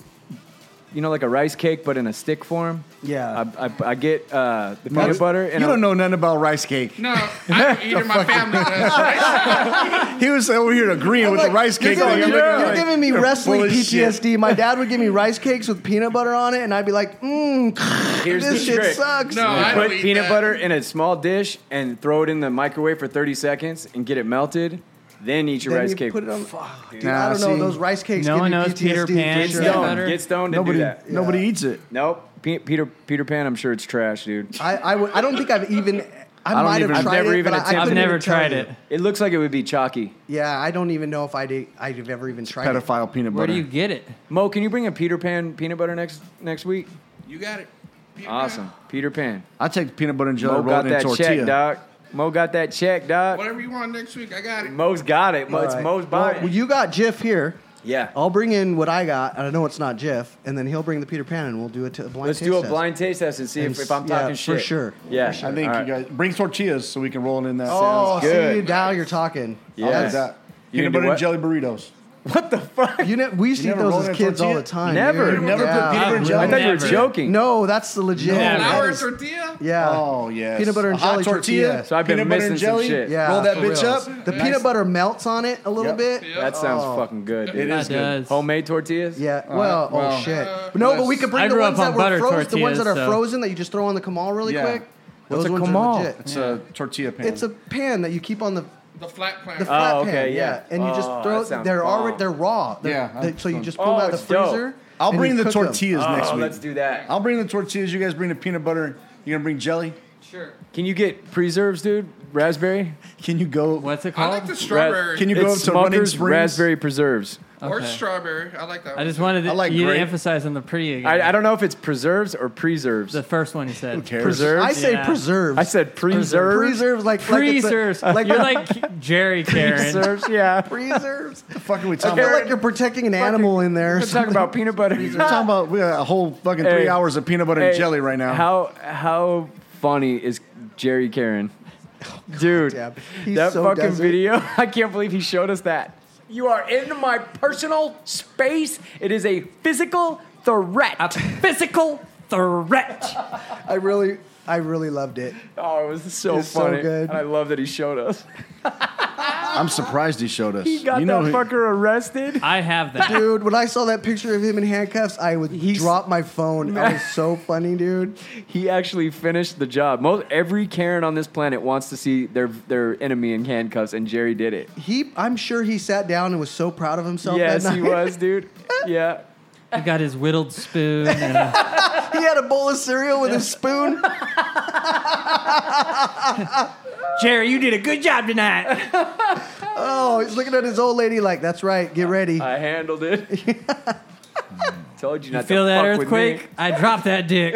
[SPEAKER 3] you know, like a rice cake, but in a stick form.
[SPEAKER 5] Yeah.
[SPEAKER 3] I, I, I get uh, the peanut butter and
[SPEAKER 2] you
[SPEAKER 3] I'll-
[SPEAKER 2] don't know nothing about rice cake.
[SPEAKER 7] No, I'm eating my family. does, right?
[SPEAKER 2] He was over here agreeing with
[SPEAKER 5] Like,
[SPEAKER 2] the rice
[SPEAKER 5] you're
[SPEAKER 2] cake.
[SPEAKER 5] giving-
[SPEAKER 2] thing. I'm
[SPEAKER 5] You're,
[SPEAKER 2] looking
[SPEAKER 5] you're
[SPEAKER 2] like,
[SPEAKER 5] giving me
[SPEAKER 2] you're
[SPEAKER 5] wrestling
[SPEAKER 2] full of shit.
[SPEAKER 5] PTSD. My dad would give me rice cakes with peanut butter on it, and I'd be like, mmm,
[SPEAKER 3] Here's the
[SPEAKER 5] this shit
[SPEAKER 3] trick.
[SPEAKER 5] sucks.
[SPEAKER 7] No, I
[SPEAKER 3] put
[SPEAKER 7] don't eat
[SPEAKER 3] peanut
[SPEAKER 7] that.
[SPEAKER 3] butter in a small dish and throw it in the microwave for 30 seconds and get it melted. Then eat your
[SPEAKER 5] Then
[SPEAKER 3] rice
[SPEAKER 5] you
[SPEAKER 3] cake.
[SPEAKER 5] put it on. dude,
[SPEAKER 2] Nah,
[SPEAKER 5] I don't know.
[SPEAKER 2] see.
[SPEAKER 5] Those rice cakes.
[SPEAKER 6] No
[SPEAKER 5] give
[SPEAKER 6] one
[SPEAKER 5] me
[SPEAKER 6] knows
[SPEAKER 5] PTSD
[SPEAKER 6] Peter
[SPEAKER 5] for
[SPEAKER 6] Pan.
[SPEAKER 3] get
[SPEAKER 5] sure.
[SPEAKER 6] Yeah.
[SPEAKER 3] stoned.
[SPEAKER 6] Butter.
[SPEAKER 3] Get stoned and
[SPEAKER 2] Nobody,
[SPEAKER 3] do that.
[SPEAKER 2] nobody eats it.
[SPEAKER 3] Nope. Pe- Peter Peter Pan, I'm sure it's trash, dude.
[SPEAKER 5] I, I, would, I don't think I've even. I,
[SPEAKER 3] don't
[SPEAKER 5] might
[SPEAKER 3] even-
[SPEAKER 5] have
[SPEAKER 3] I've
[SPEAKER 5] tried
[SPEAKER 3] never
[SPEAKER 5] it,
[SPEAKER 3] even
[SPEAKER 5] but I- I
[SPEAKER 3] attempted
[SPEAKER 6] I've
[SPEAKER 5] couldn't
[SPEAKER 6] never
[SPEAKER 5] even tell
[SPEAKER 6] tried
[SPEAKER 5] you.
[SPEAKER 6] it.
[SPEAKER 3] It looks like it would be chalky.
[SPEAKER 5] Yeah, I don't even know if I'd I'd ever even tried it.
[SPEAKER 2] Pedophile peanut
[SPEAKER 6] Where
[SPEAKER 2] butter.
[SPEAKER 6] do you get it?
[SPEAKER 3] Mo, can you bring a Peter Pan peanut butter next next week?
[SPEAKER 7] You got it. Peter Pan.
[SPEAKER 3] Awesome. Peter Pan.
[SPEAKER 2] I take the peanut butter and jelly,
[SPEAKER 3] Mo
[SPEAKER 2] roll
[SPEAKER 3] got
[SPEAKER 2] it in
[SPEAKER 3] that check,
[SPEAKER 2] tortilla.
[SPEAKER 3] dog. Mo got that check, dog.
[SPEAKER 7] Whatever you want next week, I got it.
[SPEAKER 3] Mo's got it. Mo,
[SPEAKER 5] All
[SPEAKER 3] it's
[SPEAKER 5] right.
[SPEAKER 3] Mo's
[SPEAKER 5] Well,
[SPEAKER 3] buying.
[SPEAKER 5] well, you got Jif here.
[SPEAKER 3] yeah.
[SPEAKER 5] I'll bring in what I got, and I know it's not Jif, and then he'll bring the Peter Pan, and we'll do it to a blind.
[SPEAKER 3] Let's
[SPEAKER 5] taste
[SPEAKER 3] do a
[SPEAKER 5] test.
[SPEAKER 3] blind taste test and see
[SPEAKER 5] And
[SPEAKER 3] if, if I'm
[SPEAKER 5] s- yeah,
[SPEAKER 3] talking
[SPEAKER 5] for
[SPEAKER 3] shit.
[SPEAKER 5] sure.
[SPEAKER 3] Yeah.
[SPEAKER 2] I think
[SPEAKER 3] All right.
[SPEAKER 2] you guys bring tortillas so we can roll it in that.
[SPEAKER 5] Oh,
[SPEAKER 3] good.
[SPEAKER 5] see, now you're talking.
[SPEAKER 3] Yeah.
[SPEAKER 2] I'll have
[SPEAKER 3] yes.
[SPEAKER 2] that.
[SPEAKER 3] You
[SPEAKER 2] Peanut
[SPEAKER 3] can
[SPEAKER 2] butter
[SPEAKER 3] do
[SPEAKER 2] and jelly burritos.
[SPEAKER 3] What the fuck?
[SPEAKER 5] You ne- we used to
[SPEAKER 2] You
[SPEAKER 5] eat
[SPEAKER 2] never rolled
[SPEAKER 5] those
[SPEAKER 2] in
[SPEAKER 5] as
[SPEAKER 2] a
[SPEAKER 5] kids all
[SPEAKER 2] tortilla?
[SPEAKER 5] the time.
[SPEAKER 3] Never.
[SPEAKER 5] dude.
[SPEAKER 2] You never put peanut butter and
[SPEAKER 6] Yeah.
[SPEAKER 3] I
[SPEAKER 2] jelly.
[SPEAKER 3] thought you were
[SPEAKER 6] Never.
[SPEAKER 3] joking.
[SPEAKER 5] No, that's the legit.
[SPEAKER 6] Yeah.
[SPEAKER 5] that
[SPEAKER 7] Flour
[SPEAKER 5] is-
[SPEAKER 7] tortilla.
[SPEAKER 5] yeah.
[SPEAKER 2] Oh yes.
[SPEAKER 5] Peanut butter and
[SPEAKER 2] A hot
[SPEAKER 5] jelly tortilla.
[SPEAKER 3] So I've been
[SPEAKER 2] peanut butter and
[SPEAKER 3] missing some
[SPEAKER 2] jelly.
[SPEAKER 3] shit.
[SPEAKER 5] Yeah,
[SPEAKER 2] Roll that
[SPEAKER 5] for
[SPEAKER 2] bitch
[SPEAKER 5] reals.
[SPEAKER 2] up.
[SPEAKER 5] The
[SPEAKER 2] Nice.
[SPEAKER 5] peanut butter melts on it a little
[SPEAKER 2] Yep.
[SPEAKER 5] bit.
[SPEAKER 7] Yeah. uh,
[SPEAKER 3] That sounds
[SPEAKER 5] Oh.
[SPEAKER 3] fucking good.
[SPEAKER 2] It
[SPEAKER 3] dude.
[SPEAKER 2] is
[SPEAKER 6] That does.
[SPEAKER 3] Homemade tortillas?
[SPEAKER 5] Yeah. Well,
[SPEAKER 2] well.
[SPEAKER 5] oh shit. no, but we could bring
[SPEAKER 6] I
[SPEAKER 5] the
[SPEAKER 6] grew
[SPEAKER 5] ones
[SPEAKER 6] up
[SPEAKER 5] that
[SPEAKER 6] on
[SPEAKER 5] were
[SPEAKER 6] butter
[SPEAKER 5] frozen, the ones that are
[SPEAKER 6] tortillas, so-
[SPEAKER 5] frozen that you just throw on the Kamal really
[SPEAKER 2] Yeah.
[SPEAKER 5] quick.
[SPEAKER 3] What's
[SPEAKER 5] Those
[SPEAKER 3] a
[SPEAKER 5] ones are
[SPEAKER 3] Kamal?
[SPEAKER 5] legit.
[SPEAKER 2] It's a tortilla pan.
[SPEAKER 5] It's a pan that you keep on the
[SPEAKER 7] The flat plant.
[SPEAKER 5] the flat
[SPEAKER 3] Oh, okay,
[SPEAKER 5] pan,
[SPEAKER 3] yeah.
[SPEAKER 5] and you just
[SPEAKER 3] Oh,
[SPEAKER 5] throw
[SPEAKER 3] that
[SPEAKER 5] it.
[SPEAKER 3] sounds
[SPEAKER 5] They're already
[SPEAKER 3] bomb.
[SPEAKER 5] they're raw. They're,
[SPEAKER 2] Yeah,
[SPEAKER 5] they- so you
[SPEAKER 2] that's
[SPEAKER 5] just pull
[SPEAKER 3] dope.
[SPEAKER 5] them out of the
[SPEAKER 3] Oh, it's dope.
[SPEAKER 5] freezer.
[SPEAKER 2] I'll
[SPEAKER 5] and
[SPEAKER 2] bring
[SPEAKER 5] you
[SPEAKER 2] the
[SPEAKER 5] cook them.
[SPEAKER 2] tortillas next
[SPEAKER 3] Oh,
[SPEAKER 2] week.
[SPEAKER 3] let's do that.
[SPEAKER 2] I'll bring the tortillas. You guys bring the peanut butter. You gonna bring jelly?
[SPEAKER 6] Sure.
[SPEAKER 3] Can you get preserves, dude? Raspberry?
[SPEAKER 2] Can you go?
[SPEAKER 6] What's it
[SPEAKER 7] I
[SPEAKER 6] called?
[SPEAKER 7] like the strawberry.
[SPEAKER 2] Can you go
[SPEAKER 3] It's
[SPEAKER 2] up to Running
[SPEAKER 3] Smucker's
[SPEAKER 2] Springs?
[SPEAKER 3] raspberry preserves.
[SPEAKER 7] Or
[SPEAKER 6] Okay.
[SPEAKER 7] strawberry. I like that
[SPEAKER 6] I
[SPEAKER 7] one.
[SPEAKER 6] just wanted to,
[SPEAKER 2] I like
[SPEAKER 6] you to
[SPEAKER 2] grape.
[SPEAKER 6] emphasize on the pre again.
[SPEAKER 3] I, I don't know if it's preserves or preserves.
[SPEAKER 6] the first one you said. Who
[SPEAKER 2] cares?
[SPEAKER 3] preserves.
[SPEAKER 5] I say
[SPEAKER 6] Yeah.
[SPEAKER 5] preserves.
[SPEAKER 3] I said preserves.
[SPEAKER 5] preserves like
[SPEAKER 6] Freezers.
[SPEAKER 5] Like, it's a-
[SPEAKER 6] You're like Jerry Karen.
[SPEAKER 3] Preserves, yeah.
[SPEAKER 5] preserves.
[SPEAKER 2] Fucking with
[SPEAKER 5] I
[SPEAKER 2] Tom.
[SPEAKER 5] feel
[SPEAKER 2] We're
[SPEAKER 5] like you're protecting an animal in there. or
[SPEAKER 3] We're talking
[SPEAKER 5] something.
[SPEAKER 3] about peanut butter.
[SPEAKER 2] talking about we got a whole fucking three
[SPEAKER 3] Hey.
[SPEAKER 2] hours of peanut butter and
[SPEAKER 3] Hey,
[SPEAKER 2] jelly right now.
[SPEAKER 3] How how funny is Jerry Karen? Dude,
[SPEAKER 5] damn. He's
[SPEAKER 3] that
[SPEAKER 5] so
[SPEAKER 3] fucking
[SPEAKER 5] desert.
[SPEAKER 3] video, I can't believe he showed us that. You are in my personal space. It is a physical
[SPEAKER 6] A
[SPEAKER 3] threat.
[SPEAKER 6] physical threat.
[SPEAKER 5] I really, I really loved it.
[SPEAKER 3] Oh, it was so
[SPEAKER 5] It's so
[SPEAKER 3] funny.
[SPEAKER 5] good.
[SPEAKER 3] And I love that he showed us.
[SPEAKER 2] I'm surprised he showed us.
[SPEAKER 3] He got
[SPEAKER 2] you know
[SPEAKER 3] that
[SPEAKER 2] who-
[SPEAKER 3] fucker arrested.
[SPEAKER 6] I have that.
[SPEAKER 5] Dude, when I saw that picture of him in handcuffs, I would
[SPEAKER 3] He's-
[SPEAKER 5] drop my phone. That was so funny, dude.
[SPEAKER 3] He actually finished the job. Most every Karen on this planet wants to see their their enemy in handcuffs, and Jerry did it.
[SPEAKER 5] He, I'm sure he sat down and was so proud of himself.
[SPEAKER 3] yes,
[SPEAKER 5] that
[SPEAKER 3] he
[SPEAKER 5] night.
[SPEAKER 3] was, dude. Yeah.
[SPEAKER 6] He got his whittled spoon. And a,
[SPEAKER 5] He had a bowl of cereal with a spoon.
[SPEAKER 6] Jerry, you did a good job tonight.
[SPEAKER 5] Oh, he's looking at his old lady like, "That's right, get ready."
[SPEAKER 3] I handled it. Told you not to
[SPEAKER 6] Feel that
[SPEAKER 3] fuck with me.
[SPEAKER 6] earthquake? I dropped that dick.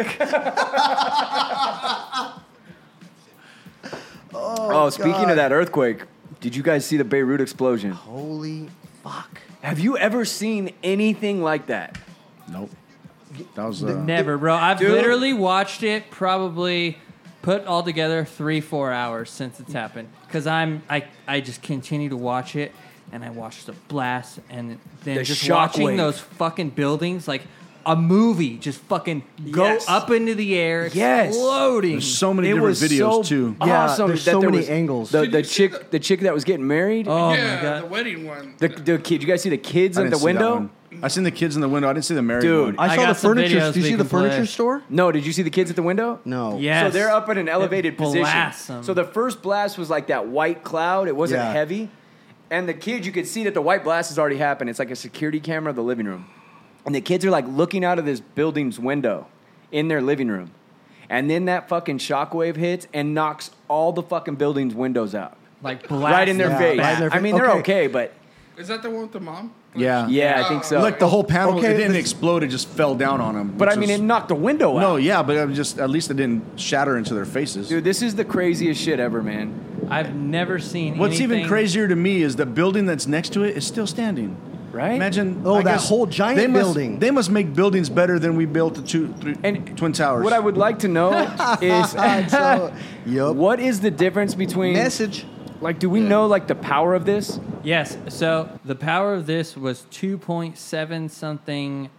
[SPEAKER 3] Oh, speaking
[SPEAKER 5] God.
[SPEAKER 3] of that earthquake, did you guys see the Beirut explosion?
[SPEAKER 5] Holy fuck!
[SPEAKER 3] Have you ever seen anything like that?
[SPEAKER 2] Nope. That was uh,
[SPEAKER 6] Never, bro. I've
[SPEAKER 3] Dude.
[SPEAKER 6] literally watched it probably put all together three, four hours since it's happened. Because I'm I I just continue to watch it and I watch the blast and then
[SPEAKER 3] The
[SPEAKER 6] just
[SPEAKER 3] shockwave.
[SPEAKER 6] watching those fucking buildings like a movie just fucking go
[SPEAKER 3] Yes.
[SPEAKER 6] up into the air,
[SPEAKER 3] Yes.
[SPEAKER 6] exploding.
[SPEAKER 2] There's so many
[SPEAKER 3] it
[SPEAKER 2] different
[SPEAKER 3] was
[SPEAKER 2] videos
[SPEAKER 3] so
[SPEAKER 2] too.
[SPEAKER 5] Yeah,
[SPEAKER 3] Awesome
[SPEAKER 5] there's
[SPEAKER 3] that
[SPEAKER 5] so
[SPEAKER 3] there
[SPEAKER 5] many
[SPEAKER 3] was
[SPEAKER 5] angles.
[SPEAKER 3] The,
[SPEAKER 7] Did
[SPEAKER 3] the
[SPEAKER 7] you see
[SPEAKER 3] chick,
[SPEAKER 7] the-
[SPEAKER 3] the chick that was getting married.
[SPEAKER 6] oh my
[SPEAKER 7] yeah, the
[SPEAKER 6] god.
[SPEAKER 7] wedding one.
[SPEAKER 3] The, the kid. You guys see the kids
[SPEAKER 2] I
[SPEAKER 3] at
[SPEAKER 2] didn't
[SPEAKER 3] the
[SPEAKER 2] see that
[SPEAKER 3] window?
[SPEAKER 2] one. I seen the kids in the window. I didn't see the married
[SPEAKER 3] Dude.
[SPEAKER 2] one.
[SPEAKER 5] I
[SPEAKER 6] I
[SPEAKER 5] saw
[SPEAKER 6] got
[SPEAKER 5] the
[SPEAKER 6] some
[SPEAKER 5] furniture.
[SPEAKER 6] videos
[SPEAKER 5] Did you
[SPEAKER 6] we
[SPEAKER 5] see the
[SPEAKER 6] can play.
[SPEAKER 5] furniture store?
[SPEAKER 3] No, did you see the kids at the window?
[SPEAKER 5] No.
[SPEAKER 6] Yes.
[SPEAKER 3] So they're up in an elevated
[SPEAKER 6] It blasts
[SPEAKER 3] position.
[SPEAKER 6] 'em.
[SPEAKER 3] So the first blast was like that white cloud. It wasn't
[SPEAKER 5] Yeah.
[SPEAKER 3] heavy. And the kids, you could see that the white blast has already happened. It's like a security camera of the living room. And the kids are like looking out of this building's window in their living room. And then that fucking shockwave hits and knocks all the fucking building's windows out.
[SPEAKER 6] like blast
[SPEAKER 3] right in their
[SPEAKER 5] Yeah,
[SPEAKER 3] face.
[SPEAKER 5] right in their
[SPEAKER 3] I
[SPEAKER 5] fa-
[SPEAKER 3] mean, they're
[SPEAKER 5] okay.
[SPEAKER 3] okay, but
[SPEAKER 7] Is that the one with the mom?
[SPEAKER 2] Yeah.
[SPEAKER 3] Yeah, I think so.
[SPEAKER 2] Like the whole panel,
[SPEAKER 5] Okay,
[SPEAKER 2] it didn't
[SPEAKER 5] this-
[SPEAKER 2] explode. It just fell down on them.
[SPEAKER 3] but I mean, it knocked the window out.
[SPEAKER 2] no, yeah, but I'm just at least it didn't shatter into their faces.
[SPEAKER 3] Dude, this is the craziest shit ever, man.
[SPEAKER 6] I've never seen.
[SPEAKER 2] What's even
[SPEAKER 6] anything-
[SPEAKER 2] crazier to me is the building that's next to it is still standing.
[SPEAKER 3] Right?
[SPEAKER 2] Imagine
[SPEAKER 5] Oh,
[SPEAKER 2] I
[SPEAKER 5] that
[SPEAKER 2] guess
[SPEAKER 5] whole giant
[SPEAKER 2] they must-
[SPEAKER 5] building.
[SPEAKER 2] They must make buildings better than we built the two, three,
[SPEAKER 3] And
[SPEAKER 2] twin towers.
[SPEAKER 3] What I would like to know is
[SPEAKER 5] So, yup.
[SPEAKER 3] what is the difference between
[SPEAKER 5] Message.
[SPEAKER 3] like do we know like the power of this?
[SPEAKER 6] Yes. So the power of this was 2.7 something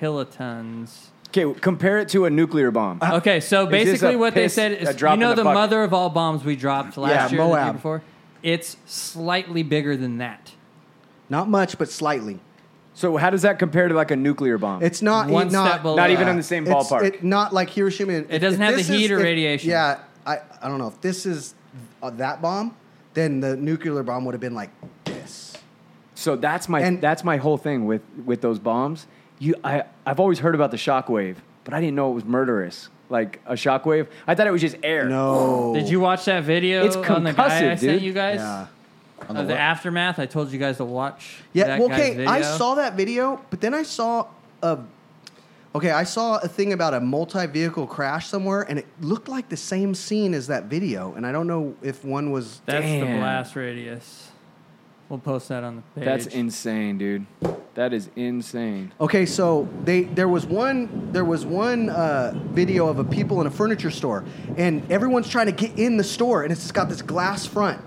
[SPEAKER 6] kilotons.
[SPEAKER 3] Okay, compare it to a nuclear bomb.
[SPEAKER 6] Okay, so
[SPEAKER 3] this
[SPEAKER 6] basically
[SPEAKER 3] a
[SPEAKER 6] what they
[SPEAKER 3] piss-
[SPEAKER 6] said
[SPEAKER 3] a
[SPEAKER 6] is
[SPEAKER 3] drop
[SPEAKER 6] you
[SPEAKER 3] in
[SPEAKER 6] know
[SPEAKER 3] the
[SPEAKER 6] the,
[SPEAKER 3] bucket?
[SPEAKER 6] mother of all bombs we dropped last
[SPEAKER 5] Yeah,
[SPEAKER 6] year, and the year
[SPEAKER 5] Moab.
[SPEAKER 6] before. It's slightly bigger than that.
[SPEAKER 5] Not much, but slightly.
[SPEAKER 3] So how does that compare to like a nuclear bomb?
[SPEAKER 5] It's not
[SPEAKER 6] One
[SPEAKER 5] not,
[SPEAKER 6] step below
[SPEAKER 3] Not even
[SPEAKER 6] that.
[SPEAKER 3] on the same
[SPEAKER 5] it's-
[SPEAKER 3] ballpark.
[SPEAKER 5] It, not like Hiroshima. It
[SPEAKER 6] doesn't have the heat or radiation.
[SPEAKER 5] Yeah, I, I don't know. If this is uh, that bomb, then the nuclear bomb would have been like this.
[SPEAKER 3] so that's my
[SPEAKER 5] and-
[SPEAKER 3] that's my whole thing with with those bombs. You I I've always heard about the shockwave, but I didn't know it was murderous. Like a shockwave, I thought it was just air.
[SPEAKER 5] No.
[SPEAKER 6] Did you watch that video
[SPEAKER 3] It's
[SPEAKER 6] on the guy I
[SPEAKER 3] concussive,
[SPEAKER 6] sent
[SPEAKER 3] dude.
[SPEAKER 6] you guys?
[SPEAKER 5] Yeah.
[SPEAKER 6] Of the, aftermath, I told you guys to watch.
[SPEAKER 5] Yeah.
[SPEAKER 6] that
[SPEAKER 5] Well,
[SPEAKER 6] guy's
[SPEAKER 5] okay. I
[SPEAKER 6] video.
[SPEAKER 5] saw that video, but then I saw a. Okay, I saw a thing about a multi-vehicle crash somewhere, and it looked like the same scene as that video. And I don't know if one was.
[SPEAKER 6] That's the
[SPEAKER 3] Damn.
[SPEAKER 6] blast radius. We'll post that on the page.
[SPEAKER 3] That's insane, dude. That is insane.
[SPEAKER 5] Okay, so they there was one there was one uh, video of a people in a furniture store, and everyone's trying to get in the store, and it's just got this glass front,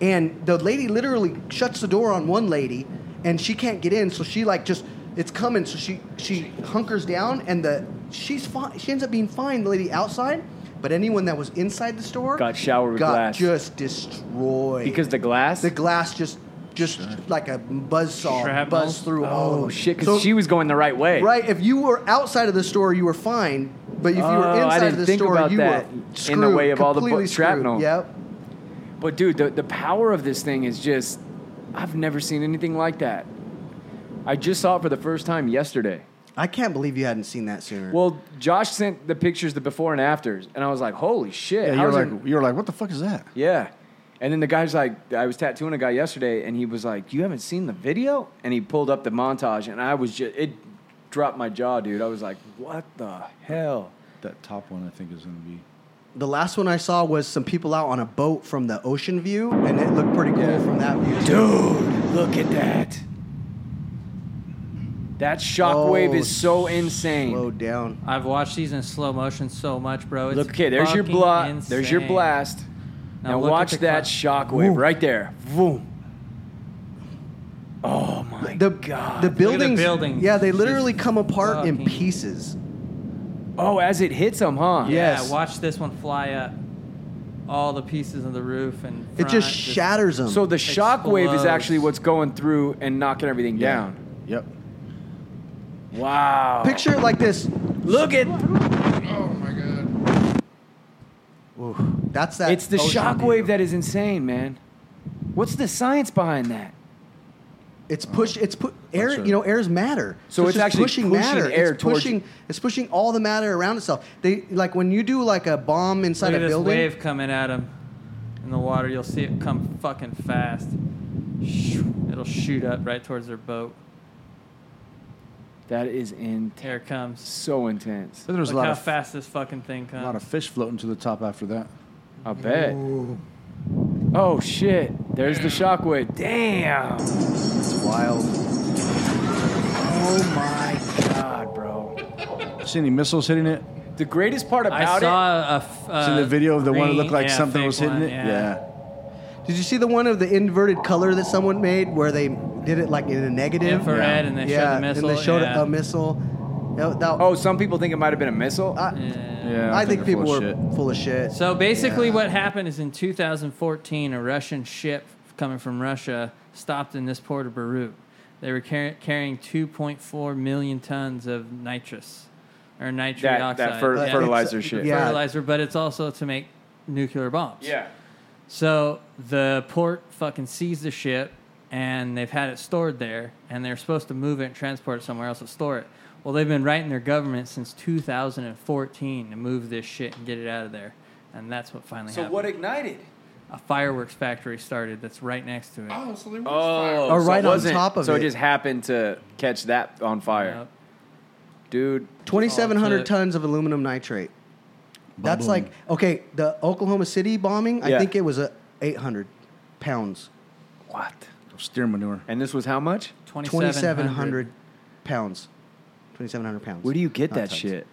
[SPEAKER 5] and the lady literally shuts the door on one lady, and she can't get in, so she like just it's coming, so she she hunkers down, and the she's fine, she ends up being fine, the lady outside, but anyone that was inside the store
[SPEAKER 3] Got showered with
[SPEAKER 5] got
[SPEAKER 3] glass.
[SPEAKER 5] just destroyed
[SPEAKER 3] Because the glass.
[SPEAKER 5] the glass just just like a buzz saw
[SPEAKER 6] Shrapnel?
[SPEAKER 5] buzzed through all of
[SPEAKER 3] oh
[SPEAKER 5] them.
[SPEAKER 3] shit! Because
[SPEAKER 5] So-
[SPEAKER 3] she was going the right way.
[SPEAKER 5] Right. If you were outside of the store, you were fine. But if you
[SPEAKER 3] Oh,
[SPEAKER 5] were
[SPEAKER 3] I
[SPEAKER 5] inside
[SPEAKER 3] didn't
[SPEAKER 5] of the
[SPEAKER 3] think
[SPEAKER 5] store,
[SPEAKER 3] about
[SPEAKER 5] you
[SPEAKER 3] that
[SPEAKER 5] were
[SPEAKER 3] in the
[SPEAKER 5] screwed,
[SPEAKER 3] way of all the bu-
[SPEAKER 5] completely screwed.
[SPEAKER 3] shrapnel.
[SPEAKER 5] Yep.
[SPEAKER 3] But dude, the, the power of this thing is just I've never seen anything like that. I just saw it for the first time yesterday.
[SPEAKER 5] I can't believe you hadn't seen that sooner.
[SPEAKER 3] Well, Josh sent the pictures the before and afters, and I was like, holy shit.
[SPEAKER 2] yeah,
[SPEAKER 3] how
[SPEAKER 2] you're
[SPEAKER 3] is
[SPEAKER 2] like,
[SPEAKER 3] it-
[SPEAKER 2] you're like, what the fuck is that?
[SPEAKER 3] yeah. And then the guy's like, I was tattooing a guy yesterday, and he was like, you haven't seen the video? And he pulled up the montage, and I was just, it dropped my jaw, dude. I was like, what the hell?
[SPEAKER 2] That top one, I think, is gonna be.
[SPEAKER 5] the last one I saw was some people out on a boat from the ocean view, and it looked pretty cool from that view. too.
[SPEAKER 3] Dude, look at that. That shockwave
[SPEAKER 5] Oh,
[SPEAKER 3] is so insane.
[SPEAKER 5] Slow down.
[SPEAKER 6] I've watched these in slow motion so much, bro. It's
[SPEAKER 3] Look, okay, there's your
[SPEAKER 6] fucking
[SPEAKER 3] bla- there's your
[SPEAKER 6] insane.
[SPEAKER 3] blast. Now,
[SPEAKER 6] look at
[SPEAKER 3] watch
[SPEAKER 6] the
[SPEAKER 3] that shockwave
[SPEAKER 5] Woo.
[SPEAKER 3] right there.
[SPEAKER 5] Boom.
[SPEAKER 3] Oh my
[SPEAKER 5] The
[SPEAKER 3] god.
[SPEAKER 5] the buildings.
[SPEAKER 6] buildings.
[SPEAKER 5] Yeah, they literally come apart in
[SPEAKER 6] fucking-
[SPEAKER 5] pieces.
[SPEAKER 3] oh, as it hits them, huh?
[SPEAKER 6] Yeah,
[SPEAKER 5] Yes.
[SPEAKER 6] watch this one fly up. All the pieces on the roof and
[SPEAKER 5] It
[SPEAKER 6] front,
[SPEAKER 5] just shatters them.
[SPEAKER 3] So the shockwave is
[SPEAKER 6] Explodes.
[SPEAKER 3] actually what's going through and knocking everything down.
[SPEAKER 2] Yep.
[SPEAKER 3] Wow.
[SPEAKER 5] picture it like this.
[SPEAKER 3] Look at
[SPEAKER 7] Oh my god.
[SPEAKER 5] Oof, that's that.
[SPEAKER 3] it's the
[SPEAKER 5] ocean
[SPEAKER 3] shockwave
[SPEAKER 5] view.
[SPEAKER 3] that is insane, man. What's the science behind that?
[SPEAKER 5] It's push. It's put air.
[SPEAKER 2] sure.
[SPEAKER 5] You know, air is matter.
[SPEAKER 3] So it's
[SPEAKER 5] just
[SPEAKER 3] actually pushing air
[SPEAKER 5] it's
[SPEAKER 3] towards-
[SPEAKER 5] pushing. It's pushing all the matter around itself. They like when you do like a bomb
[SPEAKER 6] Look
[SPEAKER 5] inside
[SPEAKER 6] at
[SPEAKER 5] a
[SPEAKER 6] this
[SPEAKER 5] building.
[SPEAKER 6] wave coming at him in the water. You'll see it come fucking fast. Shoo, It'll shoot up right towards their boat.
[SPEAKER 3] That is intense.
[SPEAKER 6] Here it comes.
[SPEAKER 3] So intense.
[SPEAKER 2] But there was a lot
[SPEAKER 6] Look how
[SPEAKER 2] of
[SPEAKER 6] fast this fucking thing comes.
[SPEAKER 2] a lot of fish floating to the top after that.
[SPEAKER 3] I bet. Oh shit. There's the shockwave. Damn.
[SPEAKER 5] It's wild. Oh my!
[SPEAKER 3] God, bro.
[SPEAKER 2] See any missiles hitting it?
[SPEAKER 3] The greatest part about
[SPEAKER 6] I
[SPEAKER 3] it
[SPEAKER 6] saw a. F-
[SPEAKER 2] See the
[SPEAKER 6] uh,
[SPEAKER 2] video of the one that
[SPEAKER 6] green-
[SPEAKER 2] looked like
[SPEAKER 6] yeah,
[SPEAKER 2] something
[SPEAKER 6] fake
[SPEAKER 2] was hitting
[SPEAKER 6] one,
[SPEAKER 2] it. Yeah.
[SPEAKER 5] Did you see the one of the inverted color that someone made where they did it like in a negative?
[SPEAKER 6] Infrared, and they
[SPEAKER 5] yeah,
[SPEAKER 6] showed the missile.
[SPEAKER 5] and they showed
[SPEAKER 6] yeah.
[SPEAKER 5] a missile. That- that-
[SPEAKER 3] Oh, some people think it might have been a missile.
[SPEAKER 5] I,
[SPEAKER 6] Yeah.
[SPEAKER 2] Yeah.
[SPEAKER 5] I think
[SPEAKER 2] they're
[SPEAKER 5] people
[SPEAKER 2] full
[SPEAKER 5] were
[SPEAKER 2] of shit.
[SPEAKER 5] full of shit.
[SPEAKER 6] So basically,
[SPEAKER 5] Yeah.
[SPEAKER 6] what happened is in 2014, a Russian ship coming from Russia stopped in this port of Beirut. They were car- carrying 2.4 million tons of nitrous or nitric
[SPEAKER 3] that
[SPEAKER 6] oxide.
[SPEAKER 3] that fer-
[SPEAKER 5] Yeah.
[SPEAKER 3] fertilizer
[SPEAKER 5] It's-
[SPEAKER 3] shit.
[SPEAKER 5] yeah.
[SPEAKER 6] fertilizer, but it's also to make nuclear bombs.
[SPEAKER 3] Yeah.
[SPEAKER 6] So the port fucking seized the ship and they've had it stored there and they're supposed to move it and transport it somewhere else to store it. Well, they've been writing their government since 2014 to move this shit and get it out of there. And that's what finally
[SPEAKER 3] So
[SPEAKER 6] happened.
[SPEAKER 3] what ignited?
[SPEAKER 6] a fireworks factory started that's right next to it.
[SPEAKER 7] Oh, so they were
[SPEAKER 3] Oh,
[SPEAKER 7] fire.
[SPEAKER 5] Or
[SPEAKER 3] so
[SPEAKER 5] right
[SPEAKER 3] it
[SPEAKER 5] on
[SPEAKER 3] wasn't-
[SPEAKER 5] top of
[SPEAKER 3] so
[SPEAKER 5] it.
[SPEAKER 3] So it just happened to catch that on fire,
[SPEAKER 6] Yep.
[SPEAKER 3] dude.
[SPEAKER 5] 2,700
[SPEAKER 6] shit.
[SPEAKER 5] tons of aluminum nitrate. That's like okay. The Oklahoma City bombing. I
[SPEAKER 3] Yeah.
[SPEAKER 5] think it was a 800 pounds.
[SPEAKER 3] What?
[SPEAKER 2] Steer manure.
[SPEAKER 3] And this was how much?
[SPEAKER 6] 2,700.
[SPEAKER 5] 2,700 pounds. 2,700 pounds.
[SPEAKER 3] Where do you get
[SPEAKER 5] Not
[SPEAKER 3] that
[SPEAKER 5] tons.
[SPEAKER 3] shit?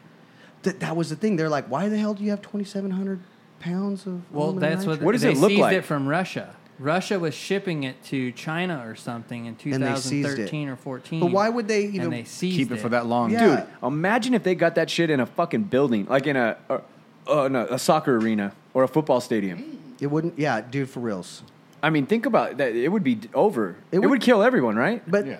[SPEAKER 5] Th- that was the thing. They're like, why the hell do you have 2,700 pounds of?
[SPEAKER 6] Well,
[SPEAKER 5] aluminum
[SPEAKER 6] that's what,
[SPEAKER 5] nitrate?
[SPEAKER 3] What does
[SPEAKER 6] they
[SPEAKER 3] it look
[SPEAKER 6] seized
[SPEAKER 3] like?
[SPEAKER 6] it from Russia. Russia was shipping it to China or something in
[SPEAKER 5] And they seized it.
[SPEAKER 6] 2013 or 14.
[SPEAKER 5] But why would they even
[SPEAKER 6] and they seized
[SPEAKER 2] Keep it for that long.
[SPEAKER 5] Yeah.
[SPEAKER 3] Dude, imagine if they got that shit in a fucking building, like in a, uh, uh, no, a soccer arena or a football stadium.
[SPEAKER 5] It wouldn't. Yeah, dude, for reals.
[SPEAKER 3] I mean, think about that. It would be d- over. It would,
[SPEAKER 5] would-
[SPEAKER 3] kill everyone, right?
[SPEAKER 5] But
[SPEAKER 2] Yeah.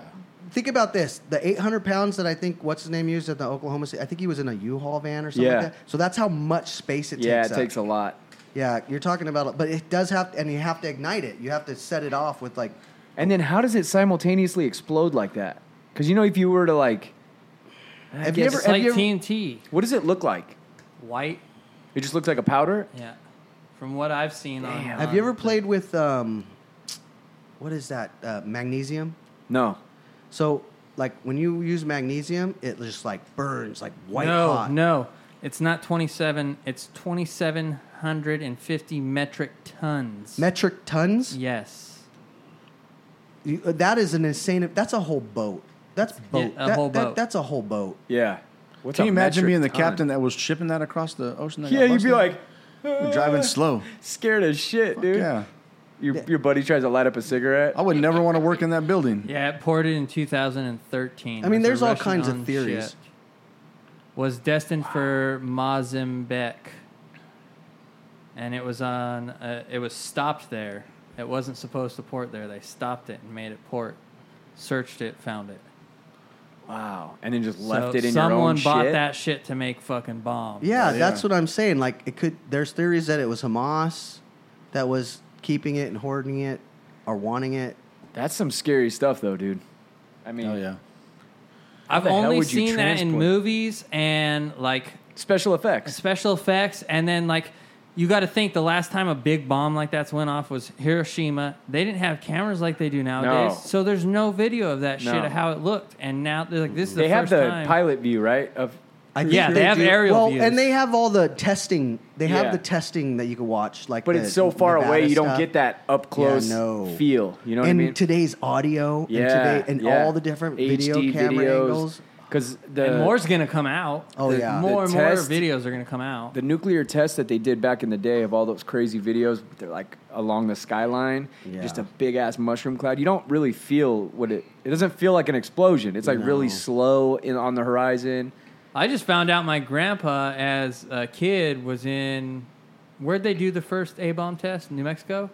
[SPEAKER 5] think about this: the 800 pounds that I think what's his name used at the Oklahoma City. I think he was in a U-Haul van or something
[SPEAKER 3] Yeah.
[SPEAKER 5] like that. So that's how much space it
[SPEAKER 3] yeah,
[SPEAKER 5] takes.
[SPEAKER 3] it
[SPEAKER 5] up.
[SPEAKER 3] takes a lot.
[SPEAKER 5] Yeah, you're talking about, but it does have, and you have to ignite it. You have to set it off with like,
[SPEAKER 3] And then how does it simultaneously explode like that? Because you know, if you were to like,
[SPEAKER 5] Have
[SPEAKER 6] You
[SPEAKER 5] you
[SPEAKER 6] ever,
[SPEAKER 5] ever-
[SPEAKER 6] it's like
[SPEAKER 3] you ever-
[SPEAKER 6] TNT,
[SPEAKER 3] what does it look like?
[SPEAKER 6] white.
[SPEAKER 3] It just looks like a powder.
[SPEAKER 6] Yeah, from what I've seen on.
[SPEAKER 5] have you ever played with, um, what is that? Uh, magnesium.
[SPEAKER 3] No,
[SPEAKER 5] So like when you use magnesium, it just like burns like white
[SPEAKER 6] no,
[SPEAKER 5] hot.
[SPEAKER 6] no, it's not 27. It's 2,750 metric tons.
[SPEAKER 5] Metric tons.
[SPEAKER 6] yes.
[SPEAKER 5] You, uh, that is an insane. That's a whole boat. That's boat.
[SPEAKER 6] a
[SPEAKER 5] that,
[SPEAKER 6] whole
[SPEAKER 5] that-
[SPEAKER 6] boat.
[SPEAKER 5] that's a whole boat.
[SPEAKER 3] yeah. What's
[SPEAKER 2] Can
[SPEAKER 3] a
[SPEAKER 2] you imagine
[SPEAKER 3] metric
[SPEAKER 2] being the
[SPEAKER 3] ton?
[SPEAKER 2] captain that was shipping that across the ocean? that
[SPEAKER 3] Yeah,
[SPEAKER 2] got
[SPEAKER 3] you'd be
[SPEAKER 2] busted?
[SPEAKER 3] like
[SPEAKER 2] You're driving slow.
[SPEAKER 3] scared as shit, dude.
[SPEAKER 2] Yeah.
[SPEAKER 3] Your your buddy tries to light up a cigarette.
[SPEAKER 2] I would never want to work in that building.
[SPEAKER 6] Yeah, it poured it in 2013.
[SPEAKER 5] I mean,
[SPEAKER 6] It was a
[SPEAKER 5] there's all
[SPEAKER 6] Russian
[SPEAKER 5] kinds of
[SPEAKER 6] owned
[SPEAKER 5] theories.
[SPEAKER 6] ship. Was destined for Mozambique, and it was on. Uh, it was stopped there. It wasn't supposed to port there. They stopped it and made it port. Searched it, found it.
[SPEAKER 3] Wow. And then just left
[SPEAKER 6] So
[SPEAKER 3] it in your
[SPEAKER 6] someone
[SPEAKER 3] own
[SPEAKER 6] bought
[SPEAKER 3] shit.
[SPEAKER 6] that shit to make fucking bombs.
[SPEAKER 5] Yeah,
[SPEAKER 2] Yeah.
[SPEAKER 5] that's what I'm saying. Like it could. There's theories that it was Hamas that was keeping it and hoarding it or wanting it.
[SPEAKER 3] That's some scary stuff, though, dude. I mean,
[SPEAKER 2] Oh yeah.
[SPEAKER 6] I've
[SPEAKER 3] the hell
[SPEAKER 6] only
[SPEAKER 3] would you
[SPEAKER 6] seen that in
[SPEAKER 3] transport-
[SPEAKER 6] movies and like
[SPEAKER 3] special effects.
[SPEAKER 6] special effects, and then like you got to think the last time a big bomb like that's went off was Hiroshima. They didn't have cameras like they do nowadays,
[SPEAKER 3] No.
[SPEAKER 6] so there's no video of that shit
[SPEAKER 3] No.
[SPEAKER 6] of how it looked. And now they're like, this is
[SPEAKER 3] they
[SPEAKER 6] the
[SPEAKER 3] have
[SPEAKER 6] first
[SPEAKER 3] the
[SPEAKER 6] time.
[SPEAKER 3] pilot view, right? Of
[SPEAKER 5] I think
[SPEAKER 6] Yeah, they have aerial
[SPEAKER 5] well,
[SPEAKER 6] views.
[SPEAKER 5] and they have all the testing. They have
[SPEAKER 3] Yeah.
[SPEAKER 5] the testing that you can watch. Like,
[SPEAKER 3] but
[SPEAKER 5] the
[SPEAKER 3] it's so far
[SPEAKER 5] Nevada
[SPEAKER 3] away, you don't
[SPEAKER 5] stuff.
[SPEAKER 3] get that up close
[SPEAKER 5] no.
[SPEAKER 3] feel. You know what I
[SPEAKER 5] and
[SPEAKER 3] mean?
[SPEAKER 5] today's audio and today and all the different video camera angles.
[SPEAKER 3] Because the
[SPEAKER 6] and more's gonna come out.
[SPEAKER 5] Oh,
[SPEAKER 6] The-
[SPEAKER 5] yeah.
[SPEAKER 6] more
[SPEAKER 3] The
[SPEAKER 6] and
[SPEAKER 3] test-
[SPEAKER 6] more videos are gonna come out.
[SPEAKER 3] the nuclear test that they did back in the day of all those crazy videos, they're like along the skyline,
[SPEAKER 5] Yeah.
[SPEAKER 3] just a big ass mushroom cloud. You don't really feel what it. It doesn't feel like an explosion. It's like really
[SPEAKER 5] No.
[SPEAKER 3] slow in on the horizon.
[SPEAKER 6] I just found out my grandpa as a kid was in. Where'd they do the first A bomb test? New Mexico.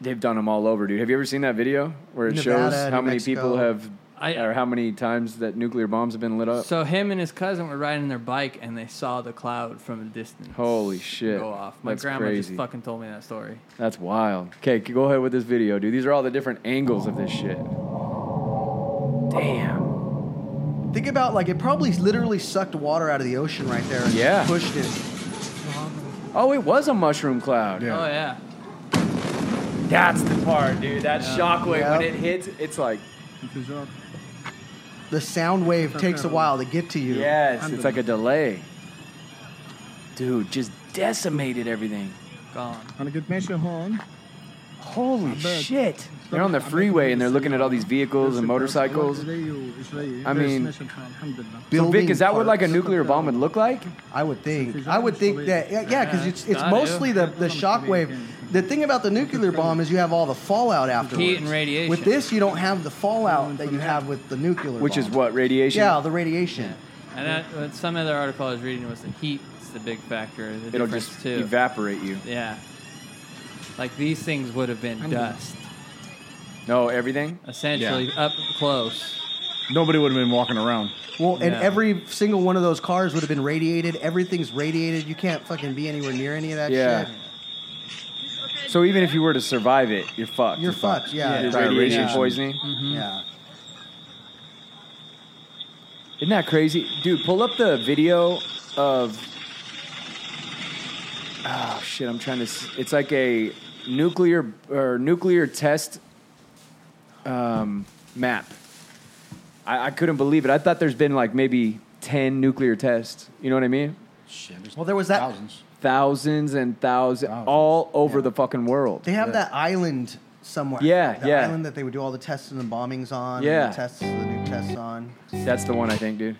[SPEAKER 3] They've done them all over, dude. Have you ever seen that video where it
[SPEAKER 5] Nevada,
[SPEAKER 3] shows
[SPEAKER 5] New
[SPEAKER 3] how many
[SPEAKER 5] Mexico.
[SPEAKER 3] people have
[SPEAKER 6] I-
[SPEAKER 3] or how many times that nuclear bombs have been lit up?
[SPEAKER 6] So him and his cousin were riding their bike and they saw the cloud from a distance.
[SPEAKER 3] Holy shit.
[SPEAKER 6] Go off! My
[SPEAKER 3] That's
[SPEAKER 6] grandma
[SPEAKER 3] crazy.
[SPEAKER 6] just fucking told me that story.
[SPEAKER 3] That's wild. Okay, go ahead with this video, dude. These are all the different angles of this shit. Damn.
[SPEAKER 5] Think about like it probably literally sucked water out of the ocean right there and just
[SPEAKER 3] Yeah.
[SPEAKER 5] pushed it.
[SPEAKER 3] Oh, it was a mushroom cloud.
[SPEAKER 2] Yeah.
[SPEAKER 6] Oh yeah.
[SPEAKER 3] That's the part, dude. That shockwave
[SPEAKER 5] Yeah.
[SPEAKER 3] when it hits, it's like
[SPEAKER 5] The sound wave takes a while to get to you.
[SPEAKER 3] yes, it's like a delay. Dude, just decimated everything.
[SPEAKER 6] Gone.
[SPEAKER 3] Holy shit. They're on the freeway and they're looking at all these vehicles and motorcycles. I mean, so Vic, is that what like a
[SPEAKER 5] parts.
[SPEAKER 3] nuclear bomb would look like?
[SPEAKER 5] I would think. I would think that yeah, because
[SPEAKER 6] Yeah,
[SPEAKER 5] it's it's
[SPEAKER 6] I do.
[SPEAKER 5] mostly the the shock wave. The thing about the nuclear bomb is you have all the fallout afterwards.
[SPEAKER 6] Heat and radiation.
[SPEAKER 5] With this, you don't have the fallout that you have with the nuclear.
[SPEAKER 3] Which is
[SPEAKER 5] bomb.
[SPEAKER 3] what radiation.
[SPEAKER 5] Yeah, the radiation.
[SPEAKER 6] And that, what some other article I was reading was the heat is the big factor. The
[SPEAKER 3] It'll
[SPEAKER 6] difference
[SPEAKER 3] just
[SPEAKER 6] too.
[SPEAKER 3] evaporate you.
[SPEAKER 6] yeah. Like these things would have been dust,
[SPEAKER 3] No, everything.
[SPEAKER 6] essentially up close.
[SPEAKER 2] Nobody would have been walking around.
[SPEAKER 5] Well, and
[SPEAKER 6] Yeah.
[SPEAKER 5] every single one of those cars would have been radiated. Everything's radiated. You can't fucking be anywhere near any of that
[SPEAKER 3] Yeah.
[SPEAKER 5] shit.
[SPEAKER 3] So even if you were to survive it, you're fucked.
[SPEAKER 5] You're fucked. Yeah.
[SPEAKER 3] There's
[SPEAKER 5] Yeah.
[SPEAKER 3] radiation
[SPEAKER 5] Yeah.
[SPEAKER 3] poisoning.
[SPEAKER 5] Yeah.
[SPEAKER 3] Isn't that crazy, dude? Pull up the video of. Oh shit! I'm trying to. s- It's like a nuclear or nuclear test um, map. I, I couldn't believe it. I thought there's been like maybe ten nuclear tests. You know what I mean?
[SPEAKER 2] Shit, there's
[SPEAKER 5] Well, there was that-
[SPEAKER 2] Thousands.
[SPEAKER 3] Thousands and thousands, all over the fucking world.
[SPEAKER 5] They have that island somewhere.
[SPEAKER 3] Yeah,
[SPEAKER 5] the
[SPEAKER 3] yeah.
[SPEAKER 5] island that they would do all the tests and the bombings on.
[SPEAKER 3] Yeah.
[SPEAKER 5] and the tests, the new tests on.
[SPEAKER 3] That's the one I think, dude.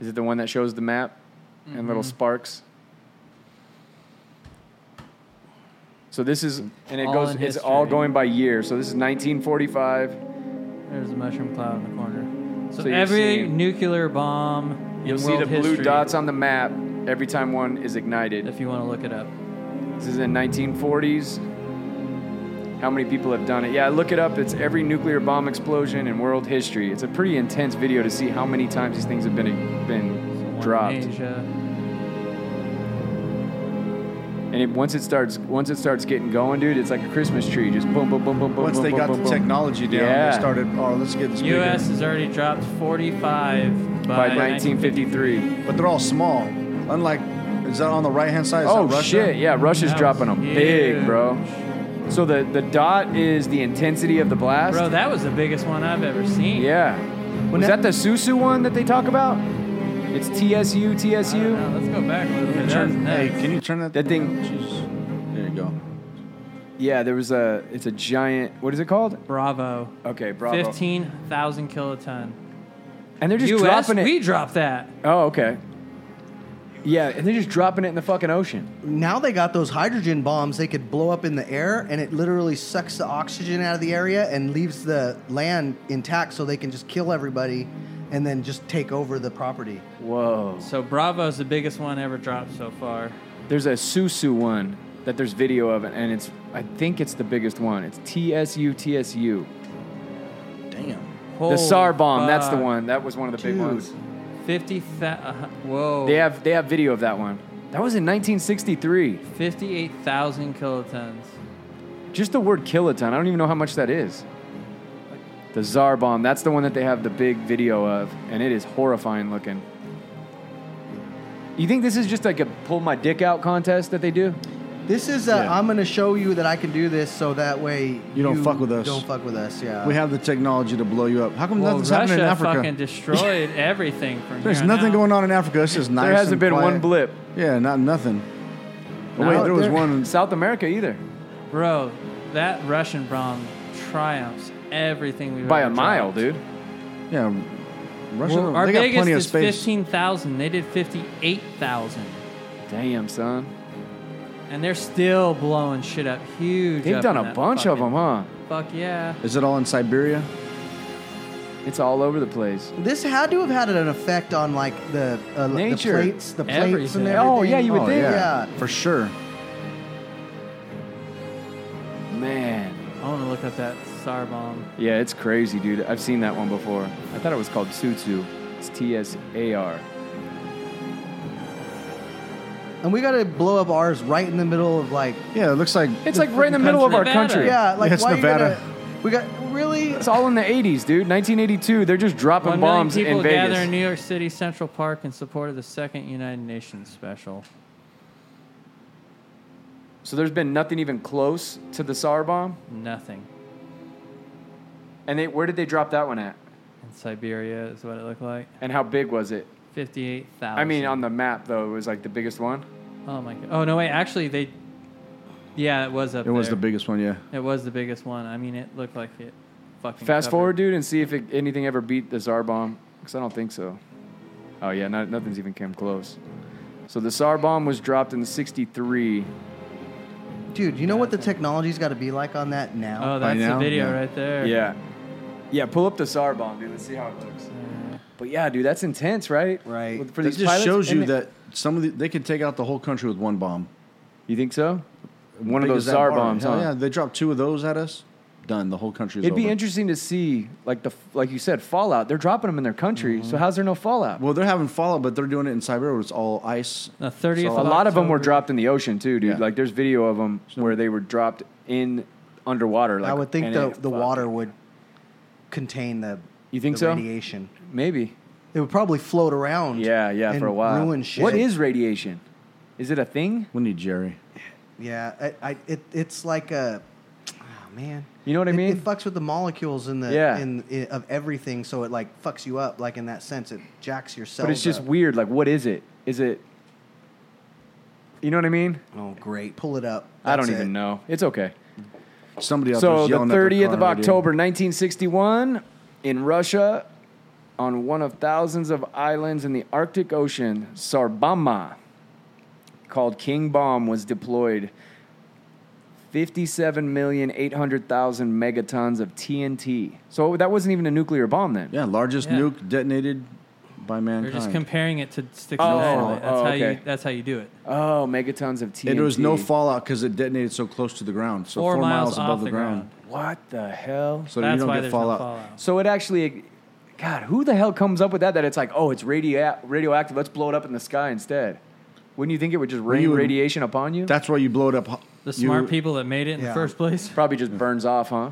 [SPEAKER 3] Is it the one that shows the map and
[SPEAKER 6] Mm-hmm.
[SPEAKER 3] little sparks? So this is, and it
[SPEAKER 6] All
[SPEAKER 3] goes.
[SPEAKER 6] in
[SPEAKER 3] It's all
[SPEAKER 6] history.
[SPEAKER 3] going by year. So this is 1945.
[SPEAKER 6] There's a mushroom cloud in the corner. So,
[SPEAKER 3] So you're
[SPEAKER 6] every
[SPEAKER 3] seeing-
[SPEAKER 6] nuclear bomb
[SPEAKER 3] You'll
[SPEAKER 6] in
[SPEAKER 3] see
[SPEAKER 6] world
[SPEAKER 3] the blue
[SPEAKER 6] history,
[SPEAKER 3] dots on the map every time one is ignited.
[SPEAKER 6] if you want to look it up.
[SPEAKER 3] This is in 1940s. How many people have done it? Yeah, look it up. It's every nuclear bomb explosion in world history. It's a pretty intense video to see how many times these things have been
[SPEAKER 6] So one
[SPEAKER 3] been
[SPEAKER 6] in
[SPEAKER 3] dropped.
[SPEAKER 6] Asia.
[SPEAKER 3] And it, once it starts, once it starts getting going, dude, it's like a Christmas tree. Just boom, boom, boom, boom, boom.
[SPEAKER 2] Once
[SPEAKER 3] boom,
[SPEAKER 2] they
[SPEAKER 3] boom,
[SPEAKER 2] got
[SPEAKER 3] boom,
[SPEAKER 2] the
[SPEAKER 3] boom.
[SPEAKER 2] technology down,
[SPEAKER 3] Yeah.
[SPEAKER 2] they started. Oh, let's get this. bigger."
[SPEAKER 6] U.S. has already dropped 45
[SPEAKER 3] by
[SPEAKER 6] by, 19.
[SPEAKER 3] 1953.
[SPEAKER 2] but they're all small. Unlike, is that on the right hand side? Is
[SPEAKER 3] Oh
[SPEAKER 2] that Russia?
[SPEAKER 3] shit! Yeah, Russia's
[SPEAKER 6] That
[SPEAKER 3] dropping
[SPEAKER 6] was
[SPEAKER 3] them big,
[SPEAKER 6] huge.
[SPEAKER 3] bro. So the the dot is the intensity of the blast.
[SPEAKER 6] Bro, that was the biggest one I've ever seen.
[SPEAKER 3] yeah. Was that
[SPEAKER 5] that-
[SPEAKER 3] the Susu one that they talk about? It's TSU,
[SPEAKER 6] I don't
[SPEAKER 3] TSU.
[SPEAKER 6] know, Uh, Let's go back a little bit. That was
[SPEAKER 2] Turn- hey,
[SPEAKER 6] nuts.
[SPEAKER 2] can you turn that?
[SPEAKER 3] That thing-
[SPEAKER 2] Jesus. There you go.
[SPEAKER 3] Yeah, there was a. It's a giant. What is it called?
[SPEAKER 6] Bravo.
[SPEAKER 3] Okay, Oh, bravo.
[SPEAKER 6] 15,000 kiloton.
[SPEAKER 3] And they're just
[SPEAKER 6] US,
[SPEAKER 3] dropping it.
[SPEAKER 6] we dropped that.
[SPEAKER 3] oh, okay. Yeah, and they're just dropping it in the fucking ocean.
[SPEAKER 5] Now they got those hydrogen bombs they could blow up in the air, and it literally sucks the oxygen out of the area and leaves the land intact, so they can just kill everybody, and then just take over the property.
[SPEAKER 3] Whoa.
[SPEAKER 6] So Bravo's the biggest one ever dropped so far.
[SPEAKER 3] There's a Susu one that there's video of, it, and it's I think it's the biggest one. It's TSU TSU.
[SPEAKER 2] Damn.
[SPEAKER 6] Holy
[SPEAKER 3] the SAR bomb. That's the
[SPEAKER 6] fuck.
[SPEAKER 3] one. That was one of the big
[SPEAKER 5] Dude.
[SPEAKER 3] ones.
[SPEAKER 6] 50 fa- uh, whoa.
[SPEAKER 3] They have they have video of that one. That was in 1963.
[SPEAKER 6] 58,000 kilotons.
[SPEAKER 3] Just the word kiloton. I don't even know how much that is. The Tsar bomb. That's the one that they have the big video of, and it is horrifying looking. You think this is just like a pull my dick out contest that they do?
[SPEAKER 5] This is i am I'm gonna show you that I can do this, so that way
[SPEAKER 2] You don't fuck with us.
[SPEAKER 5] Don't fuck with us. Yeah.
[SPEAKER 2] We have the technology to blow you up. How come
[SPEAKER 6] Well,
[SPEAKER 2] nothing's happening in
[SPEAKER 6] Russia
[SPEAKER 2] Africa?
[SPEAKER 6] fucking destroyed everything from
[SPEAKER 2] There's
[SPEAKER 6] here
[SPEAKER 2] nothing
[SPEAKER 6] on out.
[SPEAKER 2] going on in Africa. It's just nice.
[SPEAKER 3] there hasn't
[SPEAKER 2] and
[SPEAKER 3] been
[SPEAKER 2] quiet.
[SPEAKER 3] one blip.
[SPEAKER 2] Yeah, not nothing. Oh, wait,
[SPEAKER 3] No,
[SPEAKER 2] there was
[SPEAKER 3] there-
[SPEAKER 2] one.
[SPEAKER 3] In South America either.
[SPEAKER 6] Bro, that Russian bomb triumphs everything we've
[SPEAKER 3] By a
[SPEAKER 6] ever
[SPEAKER 3] mile,
[SPEAKER 6] dropped.
[SPEAKER 3] dude.
[SPEAKER 2] Yeah, Russia.
[SPEAKER 6] Well, our
[SPEAKER 2] they got
[SPEAKER 6] biggest
[SPEAKER 2] plenty of
[SPEAKER 6] is
[SPEAKER 2] space.
[SPEAKER 6] 15,000. They did 58,000.
[SPEAKER 3] Damn, son.
[SPEAKER 6] And they're still blowing shit up huge.
[SPEAKER 3] They've
[SPEAKER 6] up
[SPEAKER 3] done
[SPEAKER 6] in
[SPEAKER 3] a
[SPEAKER 6] that
[SPEAKER 3] bunch of them,
[SPEAKER 6] fucking-
[SPEAKER 3] huh?
[SPEAKER 6] Fuck yeah.
[SPEAKER 2] Is it all in Siberia?
[SPEAKER 3] It's all over the place.
[SPEAKER 5] This had to have had an effect on like the uh,
[SPEAKER 3] Nature.
[SPEAKER 5] the plates, the plates
[SPEAKER 6] Everything.
[SPEAKER 5] and everything.
[SPEAKER 3] Oh, yeah, you would
[SPEAKER 2] oh,
[SPEAKER 3] think.
[SPEAKER 2] Yeah,
[SPEAKER 5] Yeah.
[SPEAKER 2] for sure.
[SPEAKER 3] Man.
[SPEAKER 6] I want to look up that SAR bomb.
[SPEAKER 3] Yeah, it's crazy, dude. I've seen that one before. I thought it was called Tsutsu. It's T S A R.
[SPEAKER 5] And we got to blow up ours right in the middle of like
[SPEAKER 2] Yeah, it looks like
[SPEAKER 3] It's like right in the middle of our
[SPEAKER 6] Nevada.
[SPEAKER 3] country.
[SPEAKER 5] yeah, like
[SPEAKER 2] It's
[SPEAKER 5] why
[SPEAKER 2] Nevada.
[SPEAKER 5] You gotta, we got really
[SPEAKER 3] It's all in the 80s, dude. 1982. They're just dropping
[SPEAKER 6] One million
[SPEAKER 3] bombs
[SPEAKER 6] people
[SPEAKER 3] in
[SPEAKER 6] gather
[SPEAKER 3] Vegas.
[SPEAKER 6] in New York City Central Park in support of the second United Nations special.
[SPEAKER 3] so there's been nothing even close to the SAR bomb.
[SPEAKER 6] Nothing.
[SPEAKER 3] And they, where did they drop that one at?
[SPEAKER 6] In Siberia is what it looked like.
[SPEAKER 3] And how big was it?
[SPEAKER 6] 58,000.
[SPEAKER 3] I mean, on the map, though, it was like the biggest one.
[SPEAKER 6] Oh my god. Oh no, wait. Actually, they. Yeah, it was up.
[SPEAKER 2] it was the
[SPEAKER 6] there.
[SPEAKER 2] biggest one. Yeah,
[SPEAKER 6] It was the biggest one. I mean, it looked like it. Fucking.
[SPEAKER 3] Fast
[SPEAKER 6] covered.
[SPEAKER 3] forward, dude, and see if it, anything ever beat the Tsar bomb. Because I don't think so. Oh, yeah, no, nothing's even came close. So the Tsar bomb was dropped in 63.
[SPEAKER 5] dude. You know what the technology's got to be like on that now?
[SPEAKER 6] Oh, that's
[SPEAKER 2] now?
[SPEAKER 6] the video
[SPEAKER 2] Yeah.
[SPEAKER 6] right there.
[SPEAKER 3] Yeah. Yeah, pull up the SAR bomb, dude. Let's see how it looks. But yeah, dude, that's intense, right?
[SPEAKER 5] Right.
[SPEAKER 3] With- For
[SPEAKER 2] it
[SPEAKER 3] these
[SPEAKER 2] just
[SPEAKER 3] pilots,
[SPEAKER 2] shows
[SPEAKER 3] and
[SPEAKER 2] you
[SPEAKER 3] they-
[SPEAKER 2] that some of the, they could take out the whole country with one bomb.
[SPEAKER 3] You think so? One of
[SPEAKER 2] Big
[SPEAKER 3] those
[SPEAKER 2] as that
[SPEAKER 3] SAR
[SPEAKER 2] bar.
[SPEAKER 3] bombs,
[SPEAKER 2] Hell
[SPEAKER 3] huh?
[SPEAKER 2] Yeah, they dropped two of those at us. Done. The whole country is
[SPEAKER 3] It'd be
[SPEAKER 2] over.
[SPEAKER 3] interesting to see, like the like you said, fallout. They're dropping them in their country, so how's there no fallout?
[SPEAKER 2] Well, they're having fallout, but they're doing it in Siberia. Where it's all ice.
[SPEAKER 6] The 30th.
[SPEAKER 3] a
[SPEAKER 6] of
[SPEAKER 3] lot of them were
[SPEAKER 6] October.
[SPEAKER 3] dropped in the ocean too, dude.
[SPEAKER 2] Yeah.
[SPEAKER 3] Like there's video of them where they were dropped in underwater. Like,
[SPEAKER 5] I would think
[SPEAKER 3] and
[SPEAKER 5] the
[SPEAKER 3] it-
[SPEAKER 5] the
[SPEAKER 3] fuck.
[SPEAKER 5] water would contain the
[SPEAKER 3] You think
[SPEAKER 5] the
[SPEAKER 3] so?
[SPEAKER 5] radiation.
[SPEAKER 3] maybe.
[SPEAKER 5] It would probably float around.
[SPEAKER 3] Yeah, yeah,
[SPEAKER 5] and
[SPEAKER 3] for a while.
[SPEAKER 5] Ruin shit.
[SPEAKER 3] What is radiation? Is it a thing?
[SPEAKER 2] We need Jerry.
[SPEAKER 5] Yeah, I, I it, it's like a, oh man.
[SPEAKER 3] You know what I
[SPEAKER 5] It-
[SPEAKER 3] mean?
[SPEAKER 5] It, fucks with the molecules in the
[SPEAKER 3] Yeah.
[SPEAKER 5] in, i of everything, so it like fucks you up, like in that sense, it jacks your cells.
[SPEAKER 3] But it's just
[SPEAKER 5] up.
[SPEAKER 3] weird. Like, what is it? Is it? You know what I mean?
[SPEAKER 5] Oh, great! Pull it up.
[SPEAKER 3] I don't
[SPEAKER 5] That's
[SPEAKER 3] even
[SPEAKER 5] it.
[SPEAKER 3] know. It's okay.
[SPEAKER 2] Somebody out
[SPEAKER 3] So
[SPEAKER 2] there's
[SPEAKER 3] the
[SPEAKER 2] yelling at their
[SPEAKER 3] 30th of
[SPEAKER 2] car, dude.
[SPEAKER 3] October, 1961, in Russia, on one of thousands of islands in the Arctic Ocean, Sarbama, called King Bomb, was deployed. 57,800,000 megatons of TNT. So that wasn't even a nuclear bomb then.
[SPEAKER 2] Yeah, largest
[SPEAKER 6] Yeah.
[SPEAKER 2] nuke detonated by
[SPEAKER 6] They're
[SPEAKER 2] mankind.
[SPEAKER 6] just comparing it to sticks
[SPEAKER 3] Oh,
[SPEAKER 6] of dynamite. That's
[SPEAKER 3] oh,
[SPEAKER 6] how you.
[SPEAKER 3] okay.
[SPEAKER 6] That's how you do it.
[SPEAKER 3] Oh, megatons of TNT.
[SPEAKER 2] and there was no fallout because it detonated so close to the ground, so
[SPEAKER 6] Four
[SPEAKER 2] four, miles,
[SPEAKER 6] miles off
[SPEAKER 2] above
[SPEAKER 6] the
[SPEAKER 2] the ground.
[SPEAKER 3] What the hell?
[SPEAKER 2] So
[SPEAKER 6] that's
[SPEAKER 2] you
[SPEAKER 6] why
[SPEAKER 2] don't get
[SPEAKER 6] there's
[SPEAKER 2] fallout.
[SPEAKER 6] no fallout.
[SPEAKER 3] So it actually, God, who the hell comes up with that? That it's like, oh, it's radio- radioactive. Let's blow it up in the sky instead. Wouldn't you think it would just rain
[SPEAKER 2] you would-
[SPEAKER 3] radiation upon you? That
[SPEAKER 2] That's why you blow it up. ho-
[SPEAKER 6] The
[SPEAKER 2] you-
[SPEAKER 6] smart people that made it in the
[SPEAKER 5] Yeah.
[SPEAKER 6] first place.
[SPEAKER 3] probably just burns off, huh?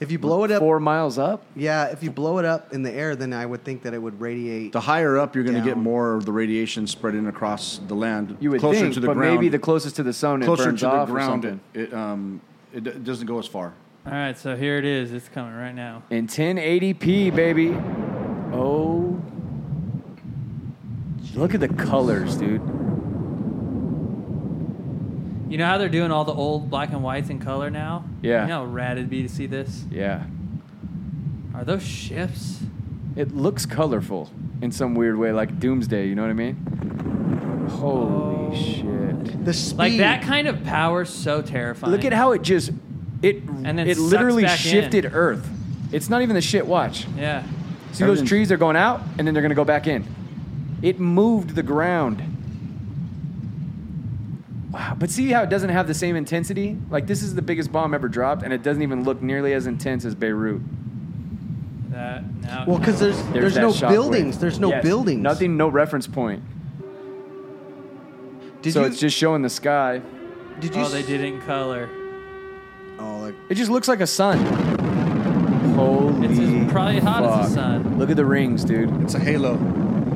[SPEAKER 5] If you blow it up,
[SPEAKER 3] Four miles up.
[SPEAKER 5] yeah. If you blow it up in the air, then I would think that it would radiate.
[SPEAKER 2] The higher up, you're going to get
[SPEAKER 5] Down.
[SPEAKER 2] more of the radiation spreading across the land.
[SPEAKER 3] You would
[SPEAKER 2] closer
[SPEAKER 3] think,
[SPEAKER 2] to the
[SPEAKER 3] but
[SPEAKER 2] ground,
[SPEAKER 3] maybe the closest to the sun, it
[SPEAKER 2] closer
[SPEAKER 3] burns
[SPEAKER 2] to the
[SPEAKER 3] off or
[SPEAKER 2] ground. It,
[SPEAKER 3] something.
[SPEAKER 2] it, um, it, it doesn't go as far.
[SPEAKER 6] All right, so here it is. It's coming right now.
[SPEAKER 3] In 1080p, baby. Oh, look at the colors, dude.
[SPEAKER 6] You know how they're doing all the old black and whites in color now?
[SPEAKER 3] Yeah.
[SPEAKER 6] You know how rad it'd be to see this?
[SPEAKER 3] Yeah,
[SPEAKER 6] Are those ships?
[SPEAKER 3] it looks colorful in some weird way, like Doomsday. You know what I mean?
[SPEAKER 2] Oh.
[SPEAKER 3] Holy shit.
[SPEAKER 5] the speed,
[SPEAKER 6] Like that kind of power's so terrifying.
[SPEAKER 3] Look at how it just it
[SPEAKER 6] And then
[SPEAKER 3] it
[SPEAKER 6] sucks
[SPEAKER 3] literally
[SPEAKER 6] back
[SPEAKER 3] shifted
[SPEAKER 6] in.
[SPEAKER 3] Earth. It's not even the shit. Watch.
[SPEAKER 6] Yeah.
[SPEAKER 3] See those
[SPEAKER 2] Everything-
[SPEAKER 3] trees are going out and then they're gonna go back in. It moved the ground. Wow. But see how it doesn't have the same intensity? Like this is the biggest bomb ever dropped, and it doesn't even look nearly as intense as Beirut.
[SPEAKER 6] That now.
[SPEAKER 5] Well, because there's there's,
[SPEAKER 3] that
[SPEAKER 5] no
[SPEAKER 3] shockwave.
[SPEAKER 5] buildings. There's no
[SPEAKER 3] Yes.
[SPEAKER 5] buildings.
[SPEAKER 3] Nothing. No reference point.
[SPEAKER 5] Did
[SPEAKER 3] so
[SPEAKER 5] you?
[SPEAKER 3] it's just showing the sky.
[SPEAKER 5] did you?
[SPEAKER 6] oh,
[SPEAKER 5] s-
[SPEAKER 6] they did it in color.
[SPEAKER 5] Oh, like
[SPEAKER 3] It just looks like a sun. Holy.
[SPEAKER 6] It's as- probably hot as the
[SPEAKER 3] fuck.
[SPEAKER 6] sun.
[SPEAKER 3] Look at the rings, dude.
[SPEAKER 2] It's a halo.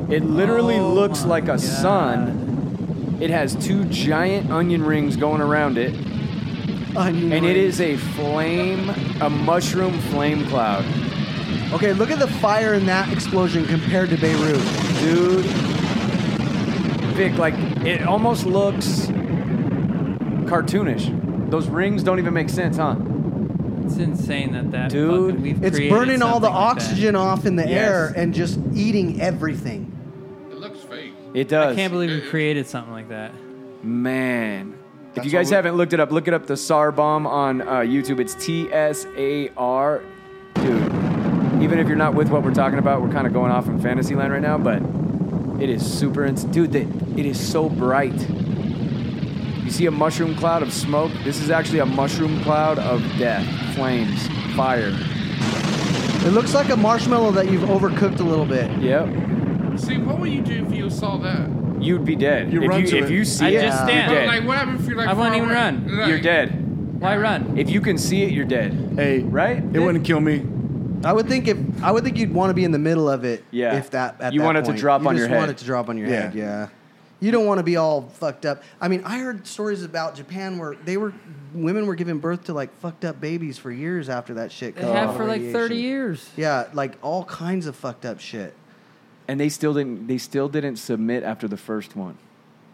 [SPEAKER 3] It literally
[SPEAKER 6] Oh
[SPEAKER 3] looks
[SPEAKER 6] my
[SPEAKER 3] like a
[SPEAKER 6] God.
[SPEAKER 3] sun. It has two giant onion rings going around it,
[SPEAKER 5] onion
[SPEAKER 3] and it
[SPEAKER 5] ring.
[SPEAKER 3] is a flame, a mushroom flame cloud.
[SPEAKER 5] Okay, look at the fire in that explosion compared to Beirut.
[SPEAKER 3] Dude. Vic, like, it almost looks cartoonish. Those rings don't even make sense, huh?
[SPEAKER 6] It's insane that that.
[SPEAKER 3] Dude,
[SPEAKER 6] fucking- we've
[SPEAKER 5] It's
[SPEAKER 6] created
[SPEAKER 5] burning all the
[SPEAKER 6] something like that.
[SPEAKER 5] oxygen off in the
[SPEAKER 3] Yes.
[SPEAKER 5] air and just eating everything.
[SPEAKER 7] It looks fake.
[SPEAKER 3] It does.
[SPEAKER 6] I can't believe we created something like that.
[SPEAKER 3] Man. If you
[SPEAKER 2] That's
[SPEAKER 3] guys
[SPEAKER 2] all we-
[SPEAKER 3] haven't looked it up, look it up the SAR bomb on uh, YouTube. It's T S A R. Dude, even if you're not with what we're talking about, we're kind of going off in fantasy land right now, but it is super. Ins- Dude, that it is so bright. You see a mushroom cloud of smoke? This is actually a mushroom cloud of death, flames, fire.
[SPEAKER 5] It looks like a marshmallow that you've overcooked a little bit.
[SPEAKER 3] Yep.
[SPEAKER 7] See, what would you do if you saw that?
[SPEAKER 3] You'd be dead.
[SPEAKER 2] You
[SPEAKER 3] if
[SPEAKER 2] run
[SPEAKER 3] you,
[SPEAKER 2] to
[SPEAKER 3] if
[SPEAKER 2] it.
[SPEAKER 3] you see
[SPEAKER 6] I
[SPEAKER 3] it,
[SPEAKER 6] just stand.
[SPEAKER 3] you're
[SPEAKER 6] Dead.
[SPEAKER 7] Like,
[SPEAKER 3] dead.
[SPEAKER 7] what happens if you're like?
[SPEAKER 6] I wouldn't
[SPEAKER 7] far
[SPEAKER 6] even
[SPEAKER 7] away?
[SPEAKER 6] run.
[SPEAKER 7] Like,
[SPEAKER 3] You're dead.
[SPEAKER 6] Why run?
[SPEAKER 3] If you can see it, you're dead.
[SPEAKER 2] Hey,
[SPEAKER 3] Right?
[SPEAKER 2] It wouldn't kill me.
[SPEAKER 5] I would think if I would think you'd want to be in the middle of it.
[SPEAKER 3] Yeah.
[SPEAKER 5] If that at
[SPEAKER 3] You
[SPEAKER 5] that
[SPEAKER 3] want it to
[SPEAKER 5] point.
[SPEAKER 3] drop
[SPEAKER 5] you
[SPEAKER 3] on
[SPEAKER 5] just
[SPEAKER 3] your
[SPEAKER 5] want
[SPEAKER 3] head.
[SPEAKER 5] it to drop on your
[SPEAKER 2] Yeah.
[SPEAKER 5] head. Yeah. You don't want to be all fucked up. I mean, I heard stories about Japan where they were women were giving birth to like fucked up babies for years after that shit.
[SPEAKER 6] They
[SPEAKER 5] came out
[SPEAKER 6] have
[SPEAKER 5] of
[SPEAKER 6] for like
[SPEAKER 5] radiation.
[SPEAKER 6] 30 years.
[SPEAKER 5] Yeah, like all kinds of fucked up shit.
[SPEAKER 3] and they still didn't they still didn't submit after the first one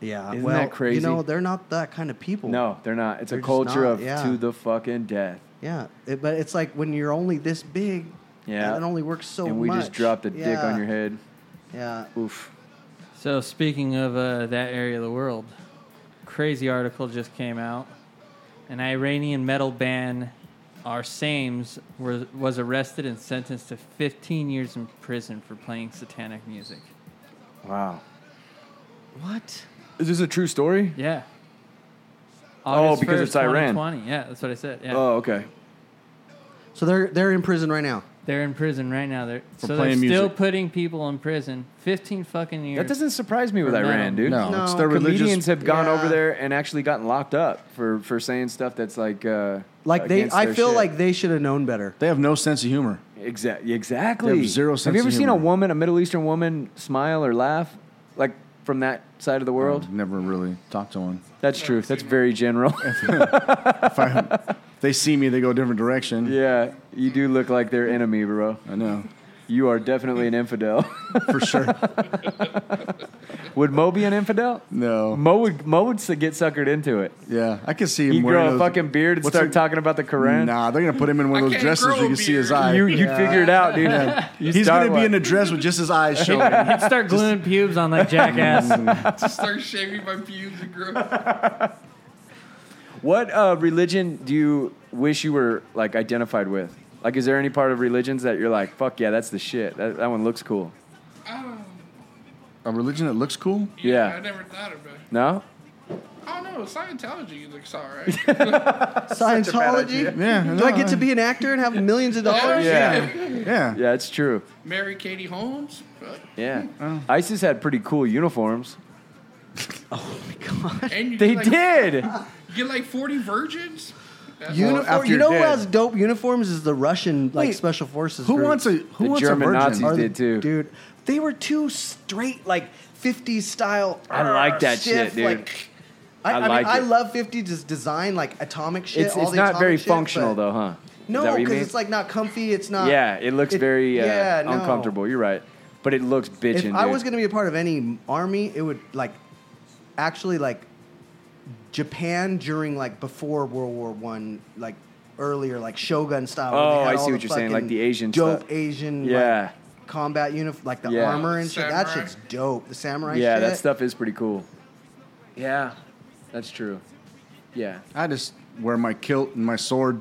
[SPEAKER 5] Yeah.
[SPEAKER 3] Isn't
[SPEAKER 5] well,
[SPEAKER 3] that crazy?
[SPEAKER 5] You know, they're not that kind of people.
[SPEAKER 3] no they're not it's
[SPEAKER 5] They're
[SPEAKER 3] a
[SPEAKER 5] just
[SPEAKER 3] culture
[SPEAKER 5] not,
[SPEAKER 3] of
[SPEAKER 5] yeah.
[SPEAKER 3] to the fucking death
[SPEAKER 5] Yeah, it, but it's like when you're only this big,
[SPEAKER 3] Yeah.
[SPEAKER 5] and it only works so much.
[SPEAKER 3] and we just dropped a dick
[SPEAKER 5] Yeah,
[SPEAKER 3] on your head
[SPEAKER 5] Yeah,
[SPEAKER 3] oof
[SPEAKER 6] So speaking of uh, that area of the world, crazy article just came out. An Iranian metal band, Arsames, were, was arrested and sentenced to 15 years in prison for playing satanic music.
[SPEAKER 3] wow
[SPEAKER 5] what?
[SPEAKER 3] is this a true story
[SPEAKER 6] Yeah.
[SPEAKER 3] Oh, because it's Iran.
[SPEAKER 6] 2020. Yeah, that's what I said. Yeah.
[SPEAKER 3] oh okay
[SPEAKER 5] So they're they're in prison right now.
[SPEAKER 6] They're in prison right now. They're
[SPEAKER 2] For
[SPEAKER 6] so
[SPEAKER 2] playing
[SPEAKER 6] they're still
[SPEAKER 2] music.
[SPEAKER 6] putting people in prison. 15 fucking years.
[SPEAKER 3] that doesn't surprise me with
[SPEAKER 6] No.
[SPEAKER 3] iran dude
[SPEAKER 2] No,
[SPEAKER 5] No.
[SPEAKER 2] it's their
[SPEAKER 3] comedians
[SPEAKER 2] religious.
[SPEAKER 3] have gone
[SPEAKER 5] Yeah.
[SPEAKER 3] over there and actually gotten locked up for for saying stuff that's like uh
[SPEAKER 5] Like they,
[SPEAKER 3] against
[SPEAKER 5] I
[SPEAKER 3] their
[SPEAKER 5] feel
[SPEAKER 3] shit.
[SPEAKER 5] like they should have known better.
[SPEAKER 2] They have no sense of humor.
[SPEAKER 3] Exactly. Exactly.
[SPEAKER 2] They have zero sense
[SPEAKER 3] you
[SPEAKER 2] of
[SPEAKER 3] ever seen a
[SPEAKER 2] humor.
[SPEAKER 3] woman, a Middle Eastern woman, smile or laugh? Like from that side of the world?
[SPEAKER 2] Never really talked to one.
[SPEAKER 3] That's true. That's very general.
[SPEAKER 2] If, I, if they see me, they go a different direction.
[SPEAKER 3] yeah, you do look like their enemy, bro.
[SPEAKER 2] I know
[SPEAKER 3] You are definitely an infidel.
[SPEAKER 2] for sure.
[SPEAKER 3] would Mo be an infidel?
[SPEAKER 2] No,
[SPEAKER 3] Mo would Mo would s- get suckered into it.
[SPEAKER 2] yeah, I can see him.
[SPEAKER 3] He
[SPEAKER 2] wearing
[SPEAKER 3] grow a
[SPEAKER 2] those-
[SPEAKER 3] fucking beard and
[SPEAKER 2] What's
[SPEAKER 3] start
[SPEAKER 2] the-
[SPEAKER 3] talking about the Quran.
[SPEAKER 2] Nah, they're gonna put him in one
[SPEAKER 7] I
[SPEAKER 2] of those
[SPEAKER 7] can't
[SPEAKER 2] dresses
[SPEAKER 7] grow
[SPEAKER 2] where you
[SPEAKER 7] a
[SPEAKER 2] can see his
[SPEAKER 7] beard.
[SPEAKER 2] eye.
[SPEAKER 3] You you'd figure it out, dude. You
[SPEAKER 2] He's
[SPEAKER 3] start
[SPEAKER 2] gonna be
[SPEAKER 3] one.
[SPEAKER 2] in a dress with just his eyes showing.
[SPEAKER 6] I'd start gluing pubes on like jackass.
[SPEAKER 7] Start shaving my pubes and grow.
[SPEAKER 3] What uh, religion do you wish you were like identified with? Like, is there any part of religions that you're like, fuck yeah, that's the shit. That, that one looks cool.
[SPEAKER 2] a religion that looks cool.
[SPEAKER 3] Yeah.
[SPEAKER 7] I never thought about it.
[SPEAKER 3] No,
[SPEAKER 7] I don't know. Scientology looks all right.
[SPEAKER 5] Scientology.
[SPEAKER 2] Yeah,
[SPEAKER 5] Do I get to be an actor and have millions of dollars?
[SPEAKER 3] Yeah.
[SPEAKER 2] Yeah,
[SPEAKER 3] yeah, it's true.
[SPEAKER 7] Oh, Mary Katie Holmes. Fuck.
[SPEAKER 3] Yeah,
[SPEAKER 2] Oh.
[SPEAKER 3] ISIS had pretty cool uniforms.
[SPEAKER 7] And you
[SPEAKER 3] They
[SPEAKER 7] get like,
[SPEAKER 3] did.
[SPEAKER 7] You get like 40 virgins. That's
[SPEAKER 5] Uni-
[SPEAKER 2] Well, after
[SPEAKER 5] you
[SPEAKER 2] you're
[SPEAKER 5] know who
[SPEAKER 2] dead.
[SPEAKER 5] has dope uniforms is the Russian like
[SPEAKER 2] Wait,
[SPEAKER 5] special forces.
[SPEAKER 2] who
[SPEAKER 5] group.
[SPEAKER 2] wants a who
[SPEAKER 3] The
[SPEAKER 2] wants
[SPEAKER 3] German
[SPEAKER 2] a virgin?
[SPEAKER 3] Nazis
[SPEAKER 5] Are
[SPEAKER 3] did
[SPEAKER 5] the-
[SPEAKER 3] too.
[SPEAKER 5] dude. They were two straight like 50s style.
[SPEAKER 3] I like
[SPEAKER 5] argh,
[SPEAKER 3] that
[SPEAKER 5] stiff,
[SPEAKER 3] shit, dude.
[SPEAKER 5] Like, I,
[SPEAKER 3] I
[SPEAKER 5] I, mean,
[SPEAKER 3] like
[SPEAKER 5] I
[SPEAKER 3] it.
[SPEAKER 5] love 50s just design like atomic shit.
[SPEAKER 3] it's
[SPEAKER 5] all
[SPEAKER 3] it's
[SPEAKER 5] the
[SPEAKER 3] not
[SPEAKER 5] atomic
[SPEAKER 3] very
[SPEAKER 5] shit,
[SPEAKER 3] functional
[SPEAKER 5] but-
[SPEAKER 3] though, huh? Is that
[SPEAKER 5] No,
[SPEAKER 3] what you
[SPEAKER 5] because
[SPEAKER 3] mean?
[SPEAKER 5] it's like not comfy. It's not.
[SPEAKER 3] yeah, it looks very uh,
[SPEAKER 5] yeah, no.
[SPEAKER 3] uncomfortable. You're right, but it looks bitching.
[SPEAKER 5] If I
[SPEAKER 3] dude.
[SPEAKER 5] was gonna be a part of any army, it would like actually like Japan during like before World War One, like earlier like Shogun style. where they
[SPEAKER 3] Oh,
[SPEAKER 5] had
[SPEAKER 3] I see
[SPEAKER 5] all
[SPEAKER 3] what
[SPEAKER 5] the
[SPEAKER 3] you're saying, like the
[SPEAKER 5] fucking
[SPEAKER 3] Asian
[SPEAKER 5] dope
[SPEAKER 3] stuff.
[SPEAKER 5] Asian
[SPEAKER 3] Yeah.
[SPEAKER 5] like, combat unif like the
[SPEAKER 3] Yeah.
[SPEAKER 5] armor and shit. That
[SPEAKER 7] Samurai.
[SPEAKER 5] shit's dope. The samurai
[SPEAKER 3] yeah,
[SPEAKER 5] shit.
[SPEAKER 3] that stuff is pretty cool. Yeah, that's true. Yeah,
[SPEAKER 2] I just wear my kilt and my sword.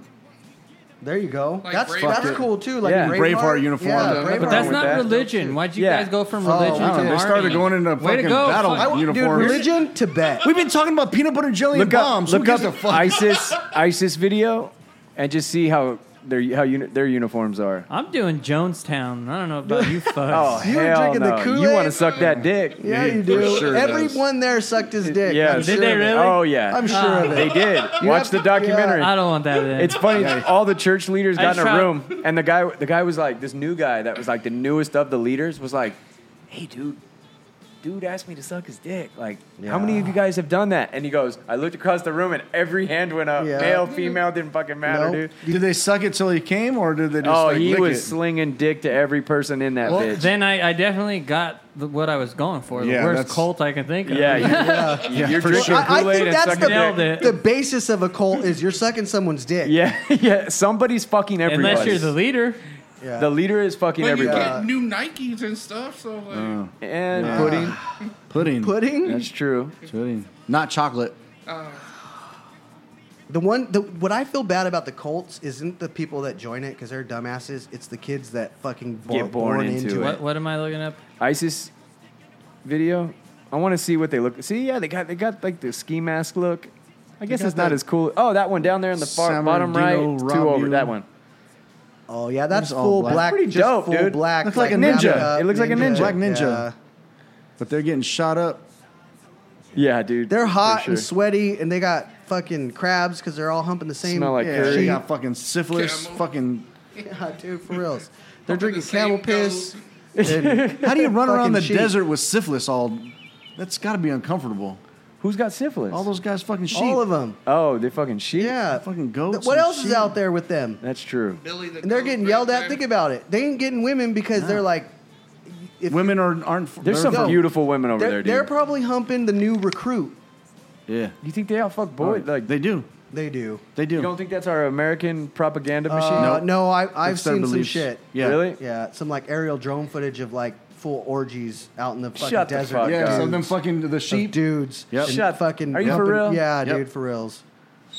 [SPEAKER 5] There you go.
[SPEAKER 7] Like
[SPEAKER 5] that's
[SPEAKER 7] Braveheart.
[SPEAKER 5] that's cool too. Like
[SPEAKER 3] Yeah.
[SPEAKER 5] Braveheart,
[SPEAKER 2] Braveheart uniform.
[SPEAKER 5] Yeah,
[SPEAKER 2] But
[SPEAKER 5] Braveheart.
[SPEAKER 6] But that's
[SPEAKER 3] with
[SPEAKER 6] not
[SPEAKER 3] that.
[SPEAKER 6] religion. Why'd you
[SPEAKER 3] Yeah.
[SPEAKER 6] guys go from
[SPEAKER 5] Oh, I
[SPEAKER 6] religion
[SPEAKER 5] don't
[SPEAKER 6] to
[SPEAKER 5] know.
[SPEAKER 2] They
[SPEAKER 6] army?
[SPEAKER 2] started going into
[SPEAKER 6] Way to
[SPEAKER 2] fucking
[SPEAKER 6] go.
[SPEAKER 2] battle
[SPEAKER 6] Fuck.
[SPEAKER 5] I, dude,
[SPEAKER 2] uniforms.
[SPEAKER 5] religion Tibet.
[SPEAKER 2] We've been talking about peanut butter jelly
[SPEAKER 3] look
[SPEAKER 2] and bombs.
[SPEAKER 3] up, look
[SPEAKER 2] Who gives
[SPEAKER 3] up
[SPEAKER 2] a fuck?
[SPEAKER 3] ISIS ISIS video, and just see how their how uni- their uniforms are.
[SPEAKER 6] I'm doing Jonestown. I don't know about you
[SPEAKER 3] Oh
[SPEAKER 6] fucks.
[SPEAKER 5] You were
[SPEAKER 3] hell
[SPEAKER 5] drinking the
[SPEAKER 3] no! you
[SPEAKER 5] Kool-Aid?
[SPEAKER 3] want to suck that dick?
[SPEAKER 5] yeah, you
[SPEAKER 2] for
[SPEAKER 5] do.
[SPEAKER 2] sure
[SPEAKER 5] Everyone there sucked his dick.
[SPEAKER 3] Yeah,
[SPEAKER 5] I'm
[SPEAKER 6] Did
[SPEAKER 5] sure
[SPEAKER 6] they
[SPEAKER 5] of it.
[SPEAKER 6] really?
[SPEAKER 3] Oh yeah,
[SPEAKER 5] I'm sure of it.
[SPEAKER 3] they did. Watch
[SPEAKER 5] have
[SPEAKER 3] the
[SPEAKER 5] to-
[SPEAKER 3] documentary.
[SPEAKER 6] I don't want that. In.
[SPEAKER 3] It's funny. All the church leaders
[SPEAKER 6] I
[SPEAKER 3] got in a
[SPEAKER 6] tried-
[SPEAKER 3] room, and the guy, the guy was like, this new guy that was like the newest of the leaders was like, "Hey, dude, dude asked me to suck his dick. Like, how many of you guys have done that?" And he goes, "I looked across the room, and every hand went up.
[SPEAKER 5] Yeah.
[SPEAKER 3] Male, female, didn't fucking matter,
[SPEAKER 5] Nope.
[SPEAKER 3] dude."
[SPEAKER 2] Did they suck it till he came, or did they just
[SPEAKER 3] Oh,
[SPEAKER 2] like,
[SPEAKER 3] he
[SPEAKER 2] lick
[SPEAKER 3] was
[SPEAKER 2] it?
[SPEAKER 3] slinging dick to every person in that bitch.
[SPEAKER 6] Then I, I definitely got the, what I was going for. The
[SPEAKER 2] Yeah,
[SPEAKER 6] worst
[SPEAKER 2] that's-
[SPEAKER 6] cult I can think of.
[SPEAKER 3] yeah, you, you're
[SPEAKER 2] for
[SPEAKER 3] drinking
[SPEAKER 2] sure.
[SPEAKER 5] I- I
[SPEAKER 3] Kool Aid
[SPEAKER 5] think
[SPEAKER 3] and
[SPEAKER 5] that's
[SPEAKER 3] sucking
[SPEAKER 6] Nailed
[SPEAKER 3] dick.
[SPEAKER 6] it.
[SPEAKER 5] the basis of a cult is you're sucking someone's dick.
[SPEAKER 3] Yeah, yeah. Somebody's fucking everybody.
[SPEAKER 6] Unless you're the leader.
[SPEAKER 5] Yeah.
[SPEAKER 3] The leader is fucking
[SPEAKER 7] But
[SPEAKER 3] everybody.
[SPEAKER 7] you get new Nikes and stuff, so like,
[SPEAKER 3] And pudding.
[SPEAKER 2] pudding.
[SPEAKER 5] pudding.
[SPEAKER 3] That's true.
[SPEAKER 2] Pudding. Not chocolate.
[SPEAKER 5] The one, the, what I feel bad about the cults isn't the people that join it because they're dumbasses. It's the kids that fucking bo-
[SPEAKER 3] Get born into it.
[SPEAKER 6] What, what am I looking up?
[SPEAKER 3] ISIS video. I want to see what they look. See, yeah, they got they got like the ski mask look. I guess
[SPEAKER 2] got
[SPEAKER 3] it's not
[SPEAKER 2] that
[SPEAKER 3] as cool. Oh, that one down there in the far,
[SPEAKER 2] San
[SPEAKER 3] bottom right,
[SPEAKER 2] Bernardino
[SPEAKER 3] it's two
[SPEAKER 2] Rob
[SPEAKER 3] over
[SPEAKER 2] you.
[SPEAKER 3] that one.
[SPEAKER 5] Oh yeah, that's
[SPEAKER 2] It's all
[SPEAKER 5] full
[SPEAKER 2] black.
[SPEAKER 5] black.
[SPEAKER 3] Pretty
[SPEAKER 5] just
[SPEAKER 3] dope,
[SPEAKER 5] full
[SPEAKER 3] dude.
[SPEAKER 5] Black,
[SPEAKER 2] Looks like a
[SPEAKER 5] wrapped
[SPEAKER 2] ninja.
[SPEAKER 5] up
[SPEAKER 3] It looks like a ninja.
[SPEAKER 2] Black ninja.
[SPEAKER 5] Yeah.
[SPEAKER 2] But they're getting shot up.
[SPEAKER 3] Yeah, dude.
[SPEAKER 5] They're
[SPEAKER 3] for
[SPEAKER 5] hot
[SPEAKER 3] sure.
[SPEAKER 5] and sweaty, and they got fucking crabs because they're all humping the same.
[SPEAKER 3] Smell like
[SPEAKER 2] Yeah,
[SPEAKER 3] curry.
[SPEAKER 2] they got fucking syphilis.
[SPEAKER 7] Camel.
[SPEAKER 2] Fucking.
[SPEAKER 5] yeah, dude, for reals. They're
[SPEAKER 7] Humping
[SPEAKER 5] drinking
[SPEAKER 7] the
[SPEAKER 5] camel
[SPEAKER 7] same
[SPEAKER 5] piss.
[SPEAKER 7] goat.
[SPEAKER 5] and-
[SPEAKER 2] How do you run
[SPEAKER 5] Fucking
[SPEAKER 2] around the
[SPEAKER 5] sheep.
[SPEAKER 2] desert with syphilis all? That's got to be uncomfortable.
[SPEAKER 3] Who's got syphilis?
[SPEAKER 2] All those guys fucking sheep.
[SPEAKER 5] all of them.
[SPEAKER 3] oh, they fucking sheep.
[SPEAKER 5] Yeah,
[SPEAKER 2] Fucking goats
[SPEAKER 5] What
[SPEAKER 2] and
[SPEAKER 5] else is
[SPEAKER 2] sheep.
[SPEAKER 5] out there with them?
[SPEAKER 3] that's true.
[SPEAKER 7] Billy the
[SPEAKER 5] And they're
[SPEAKER 7] Goat
[SPEAKER 5] getting
[SPEAKER 7] right
[SPEAKER 5] yelled at.
[SPEAKER 7] there.
[SPEAKER 5] Think about it. They ain't getting women because they're like, if
[SPEAKER 2] Women are, aren't.
[SPEAKER 3] There's some
[SPEAKER 5] No.
[SPEAKER 3] beautiful women over
[SPEAKER 5] they're,
[SPEAKER 3] there, dude.
[SPEAKER 5] they're probably humping the new recruit.
[SPEAKER 2] Yeah.
[SPEAKER 3] you think they all fuck boys? Like,
[SPEAKER 2] They do.
[SPEAKER 5] They do.
[SPEAKER 2] They do.
[SPEAKER 3] you don't think that's our American propaganda machine?
[SPEAKER 5] Uh,
[SPEAKER 2] Nope.
[SPEAKER 5] No, I, I've
[SPEAKER 2] That's their
[SPEAKER 5] seen some
[SPEAKER 2] beliefs.
[SPEAKER 5] shit.
[SPEAKER 2] Yeah.
[SPEAKER 3] Really?
[SPEAKER 5] Yeah, some like aerial drone footage of like full orgies out in the fucking
[SPEAKER 3] Shut the
[SPEAKER 5] desert.
[SPEAKER 3] fuck uh,
[SPEAKER 5] of
[SPEAKER 3] up.
[SPEAKER 2] Yeah,
[SPEAKER 5] dudes-
[SPEAKER 2] so them fucking the
[SPEAKER 5] of
[SPEAKER 2] sheep.
[SPEAKER 5] dudes.
[SPEAKER 2] Yep.
[SPEAKER 5] and
[SPEAKER 3] Shut-
[SPEAKER 5] fucking.
[SPEAKER 3] are you for
[SPEAKER 5] humping-
[SPEAKER 3] real?
[SPEAKER 5] Yeah,
[SPEAKER 2] Yep.
[SPEAKER 5] dude, for reals.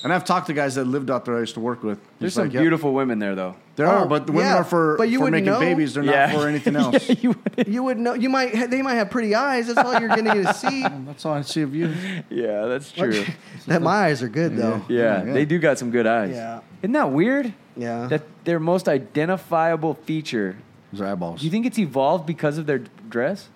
[SPEAKER 2] And I've talked to guys that lived out there I used to work with.
[SPEAKER 3] There's
[SPEAKER 2] He's
[SPEAKER 3] some
[SPEAKER 2] like, yep,
[SPEAKER 3] beautiful women there, though.
[SPEAKER 2] There
[SPEAKER 5] Oh,
[SPEAKER 2] are, but the women
[SPEAKER 5] yeah,
[SPEAKER 2] are for,
[SPEAKER 5] but you
[SPEAKER 2] for
[SPEAKER 5] wouldn't
[SPEAKER 2] making
[SPEAKER 5] know.
[SPEAKER 2] babies. They're
[SPEAKER 3] yeah.
[SPEAKER 2] not for anything
[SPEAKER 3] Yeah,
[SPEAKER 2] else.
[SPEAKER 3] you wouldn't-
[SPEAKER 5] You would know. You might. They might have pretty eyes. That's all you're gonna get to see.
[SPEAKER 2] That's all I see of you.
[SPEAKER 3] yeah, that's true.
[SPEAKER 5] that Oh my eyes are good though.
[SPEAKER 3] Yeah,
[SPEAKER 2] Yeah.
[SPEAKER 3] they do got some good eyes.
[SPEAKER 5] Yeah.
[SPEAKER 3] Isn't that weird?
[SPEAKER 5] Yeah.
[SPEAKER 3] That their most identifiable feature.
[SPEAKER 2] Those are eyeballs.
[SPEAKER 3] Do you think it's evolved because of their dress?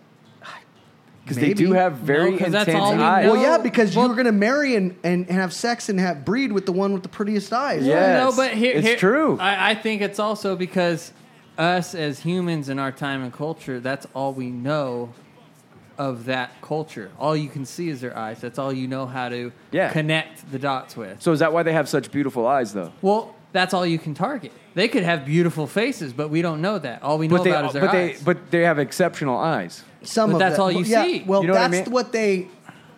[SPEAKER 3] Because they do
[SPEAKER 5] Maybe.
[SPEAKER 3] have very
[SPEAKER 6] No, 'cause
[SPEAKER 3] intense
[SPEAKER 6] that's all we
[SPEAKER 3] eyes.
[SPEAKER 6] know.
[SPEAKER 5] Well, yeah, because
[SPEAKER 6] Well-
[SPEAKER 5] you were gonna marry and, and, and have sex and have breed with the one with the prettiest eyes.
[SPEAKER 3] Yeah.
[SPEAKER 6] No,
[SPEAKER 3] Yes,
[SPEAKER 6] but here,
[SPEAKER 3] it's
[SPEAKER 6] here-
[SPEAKER 3] true.
[SPEAKER 6] I, I think it's also because us as humans in our time and culture, that's all we know of that culture. All you can see is their eyes. That's all you know how to
[SPEAKER 3] Yeah.
[SPEAKER 6] connect the dots with.
[SPEAKER 3] So is that why they have such beautiful eyes, though?
[SPEAKER 6] Well, that's all you can target. They could have beautiful faces, but we don't know that. All we know
[SPEAKER 3] they,
[SPEAKER 6] about is their
[SPEAKER 3] but
[SPEAKER 6] eyes.
[SPEAKER 3] they, but they have exceptional eyes.
[SPEAKER 5] Some
[SPEAKER 6] But
[SPEAKER 5] of
[SPEAKER 6] that's
[SPEAKER 5] that.
[SPEAKER 6] all you
[SPEAKER 5] Well, yeah,
[SPEAKER 6] see.
[SPEAKER 5] Well,
[SPEAKER 3] You know what I
[SPEAKER 5] that's
[SPEAKER 3] mean?
[SPEAKER 5] what they.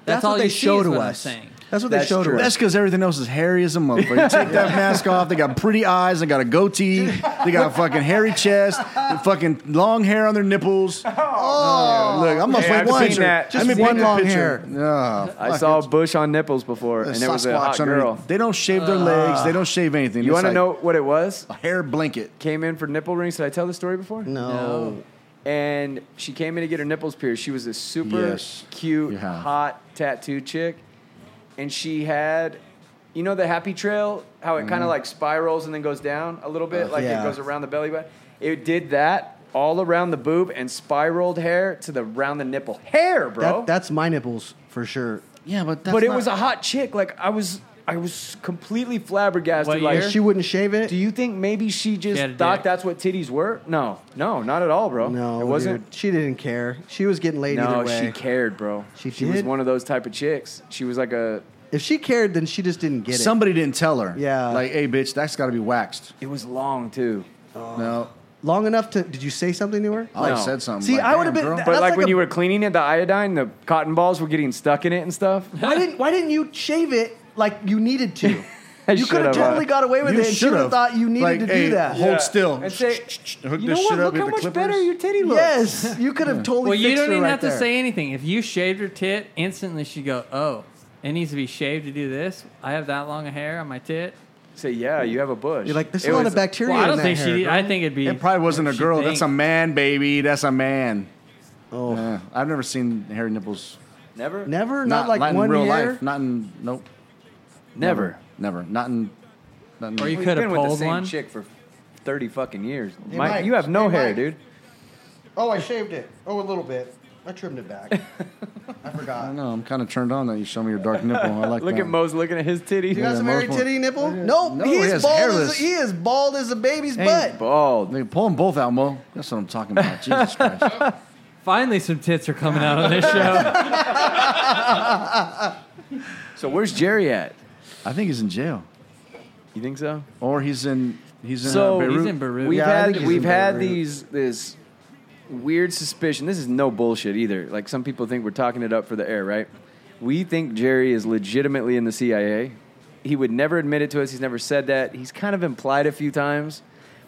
[SPEAKER 5] That's,
[SPEAKER 6] all
[SPEAKER 5] what they
[SPEAKER 6] you see
[SPEAKER 5] show
[SPEAKER 6] is
[SPEAKER 5] to
[SPEAKER 6] what I'm
[SPEAKER 5] us.
[SPEAKER 6] saying.
[SPEAKER 5] That's what they
[SPEAKER 3] That's
[SPEAKER 5] show
[SPEAKER 3] true.
[SPEAKER 5] to us.
[SPEAKER 2] That's because everything else is hairy as a motherfucker. You take that mask off. They got pretty eyes. They got a goatee. They got a fucking hairy chest. and Fucking long hair on their nipples. Oh, look, I must
[SPEAKER 3] Hey,
[SPEAKER 2] make
[SPEAKER 3] I've
[SPEAKER 2] one
[SPEAKER 3] seen
[SPEAKER 2] picture.
[SPEAKER 3] that.
[SPEAKER 2] Let
[SPEAKER 5] Just
[SPEAKER 2] me
[SPEAKER 5] one
[SPEAKER 2] paint that
[SPEAKER 5] long
[SPEAKER 2] picture.
[SPEAKER 5] hair.
[SPEAKER 2] Yeah.
[SPEAKER 3] I saw a bush on nipples before, and it was a hot
[SPEAKER 2] Sasquatch underneath.
[SPEAKER 3] girl.
[SPEAKER 2] They don't shave their legs. They don't shave anything.
[SPEAKER 3] You
[SPEAKER 2] It's
[SPEAKER 3] want to
[SPEAKER 2] like
[SPEAKER 3] know what it was?
[SPEAKER 2] a hair blanket?
[SPEAKER 3] Came in for nipple rings. Did I tell the story before?
[SPEAKER 5] No.
[SPEAKER 3] And she came in to get her nipples pierced. She was a super
[SPEAKER 2] Yes,
[SPEAKER 3] cute,
[SPEAKER 2] you have.
[SPEAKER 3] hot tattoo chick, and she had, you know, the happy trail, how it kind of like spirals and then goes down a little bit, like
[SPEAKER 5] Mm-hmm. Uh, yeah.
[SPEAKER 3] it goes around the belly button. It did that all around the boob and spiraled hair to the round the nipple hair, bro.
[SPEAKER 5] That, that's my nipples for sure.
[SPEAKER 2] Yeah, but that's
[SPEAKER 3] but it
[SPEAKER 2] not-
[SPEAKER 3] was a hot chick. Like I was, I was completely flabbergasted.
[SPEAKER 6] What
[SPEAKER 3] like
[SPEAKER 6] year?
[SPEAKER 5] She wouldn't shave it.
[SPEAKER 3] do you think maybe she just
[SPEAKER 6] had a
[SPEAKER 3] thought
[SPEAKER 6] dick.
[SPEAKER 3] that's what titties were? No, no, not at all, bro.
[SPEAKER 5] no,
[SPEAKER 3] it wasn't.
[SPEAKER 5] dude. She didn't care. She was getting laid
[SPEAKER 3] No,
[SPEAKER 5] either way.
[SPEAKER 3] she cared, bro.
[SPEAKER 5] She
[SPEAKER 3] was
[SPEAKER 5] did?
[SPEAKER 3] one of those type of chicks. She was like a.
[SPEAKER 5] if she cared, then she just didn't get it.
[SPEAKER 2] Somebody didn't tell her.
[SPEAKER 5] Yeah.
[SPEAKER 2] Like, hey, bitch, that's got to be waxed.
[SPEAKER 3] It was long too.
[SPEAKER 2] No,
[SPEAKER 5] long enough to. Did you say something to her?
[SPEAKER 2] I
[SPEAKER 3] No.
[SPEAKER 2] said something.
[SPEAKER 5] See,
[SPEAKER 2] like,
[SPEAKER 5] I would've
[SPEAKER 2] "Damn,
[SPEAKER 5] been-
[SPEAKER 2] girl."
[SPEAKER 3] But
[SPEAKER 5] That's
[SPEAKER 3] like,
[SPEAKER 5] like
[SPEAKER 3] when
[SPEAKER 5] a-
[SPEAKER 3] you were cleaning it, the iodine, the cotton balls were getting stuck in it and stuff.
[SPEAKER 5] Why didn't Why didn't you shave it like you needed to?
[SPEAKER 3] I
[SPEAKER 5] you could
[SPEAKER 3] should've,
[SPEAKER 5] have totally
[SPEAKER 3] uh,
[SPEAKER 5] got away with
[SPEAKER 2] You
[SPEAKER 5] it. And she would
[SPEAKER 2] should've.
[SPEAKER 5] have thought you needed
[SPEAKER 2] Like,
[SPEAKER 5] to do
[SPEAKER 2] hey,
[SPEAKER 5] that.
[SPEAKER 2] Hold still.
[SPEAKER 3] And say,
[SPEAKER 2] hook
[SPEAKER 3] you
[SPEAKER 2] this
[SPEAKER 3] know what?
[SPEAKER 2] shit up,
[SPEAKER 3] Look
[SPEAKER 2] hit
[SPEAKER 3] how
[SPEAKER 2] the
[SPEAKER 3] much
[SPEAKER 2] clippers."
[SPEAKER 3] better your titty looks.
[SPEAKER 5] Yes, you could have totally.
[SPEAKER 6] well, you
[SPEAKER 5] fixed
[SPEAKER 6] don't
[SPEAKER 5] her
[SPEAKER 6] even
[SPEAKER 5] right
[SPEAKER 6] have
[SPEAKER 5] there.
[SPEAKER 6] to say anything. If you shaved her tit, instantly she go, "Oh, it needs to be shaved to do this. I have that long of hair on my tit."
[SPEAKER 3] Say yeah, you have a bush.
[SPEAKER 5] You're like, there's
[SPEAKER 3] It
[SPEAKER 5] a lot
[SPEAKER 3] was-
[SPEAKER 5] of bacteria
[SPEAKER 6] Well, I
[SPEAKER 5] in
[SPEAKER 6] don't
[SPEAKER 5] that
[SPEAKER 6] think
[SPEAKER 5] hair.
[SPEAKER 6] she.
[SPEAKER 5] bro.
[SPEAKER 6] I think it'd be.
[SPEAKER 2] It probably wasn't a
[SPEAKER 6] she
[SPEAKER 2] girl. That's
[SPEAKER 6] thinks.
[SPEAKER 2] a man, baby. That's a man.
[SPEAKER 5] Oh.
[SPEAKER 2] Yeah. I've never seen hairy nipples.
[SPEAKER 3] never,
[SPEAKER 5] Never, not, like
[SPEAKER 2] in
[SPEAKER 5] one
[SPEAKER 2] real
[SPEAKER 5] year.
[SPEAKER 2] life. Not in nope.
[SPEAKER 3] never.
[SPEAKER 2] Never. Not in. Not in
[SPEAKER 6] Or you
[SPEAKER 3] We've
[SPEAKER 6] could
[SPEAKER 3] been
[SPEAKER 6] have
[SPEAKER 3] with the
[SPEAKER 6] pulled
[SPEAKER 3] same
[SPEAKER 6] one.
[SPEAKER 3] chick for thirty fucking years.
[SPEAKER 5] Hey,
[SPEAKER 3] Mike,
[SPEAKER 5] Mike.
[SPEAKER 3] you have no
[SPEAKER 5] Hey,
[SPEAKER 3] hair,
[SPEAKER 5] Mike.
[SPEAKER 3] dude.
[SPEAKER 5] Oh, I shaved it. Oh, a little bit. I trimmed it back. I
[SPEAKER 2] I
[SPEAKER 5] forgot.
[SPEAKER 2] don't know. I'm kind of turned on that you show me your dark nipple. I like
[SPEAKER 3] Look
[SPEAKER 2] that.
[SPEAKER 3] at Mo's looking at his titty.
[SPEAKER 5] You got some hairy
[SPEAKER 2] most of-
[SPEAKER 5] titty nipple? No,
[SPEAKER 2] No, he
[SPEAKER 5] he's
[SPEAKER 2] has
[SPEAKER 5] bald.
[SPEAKER 2] hairless.
[SPEAKER 5] As, he is bald as a baby's butt.
[SPEAKER 3] Bald.
[SPEAKER 2] They pull them both out, Mo. That's what I'm talking about. Jesus Christ.
[SPEAKER 6] Finally, some tits are coming out on this show.
[SPEAKER 3] So where's Jerry at?
[SPEAKER 2] I think he's in jail,
[SPEAKER 3] You think so?
[SPEAKER 2] or he's in he's in
[SPEAKER 3] So-
[SPEAKER 2] uh,
[SPEAKER 3] He's
[SPEAKER 2] Beirut.
[SPEAKER 6] in Beirut.
[SPEAKER 3] We've
[SPEAKER 2] Yeah, I think
[SPEAKER 3] had
[SPEAKER 2] he's
[SPEAKER 3] we've
[SPEAKER 2] in
[SPEAKER 3] had
[SPEAKER 2] Beirut.
[SPEAKER 3] these this weird suspicion. This is no bullshit either. Like some people think we're talking it up for the air, right? We think Jerry is legitimately in the CIA. He would never admit it to us. He's never said that. He's kind of implied a few times,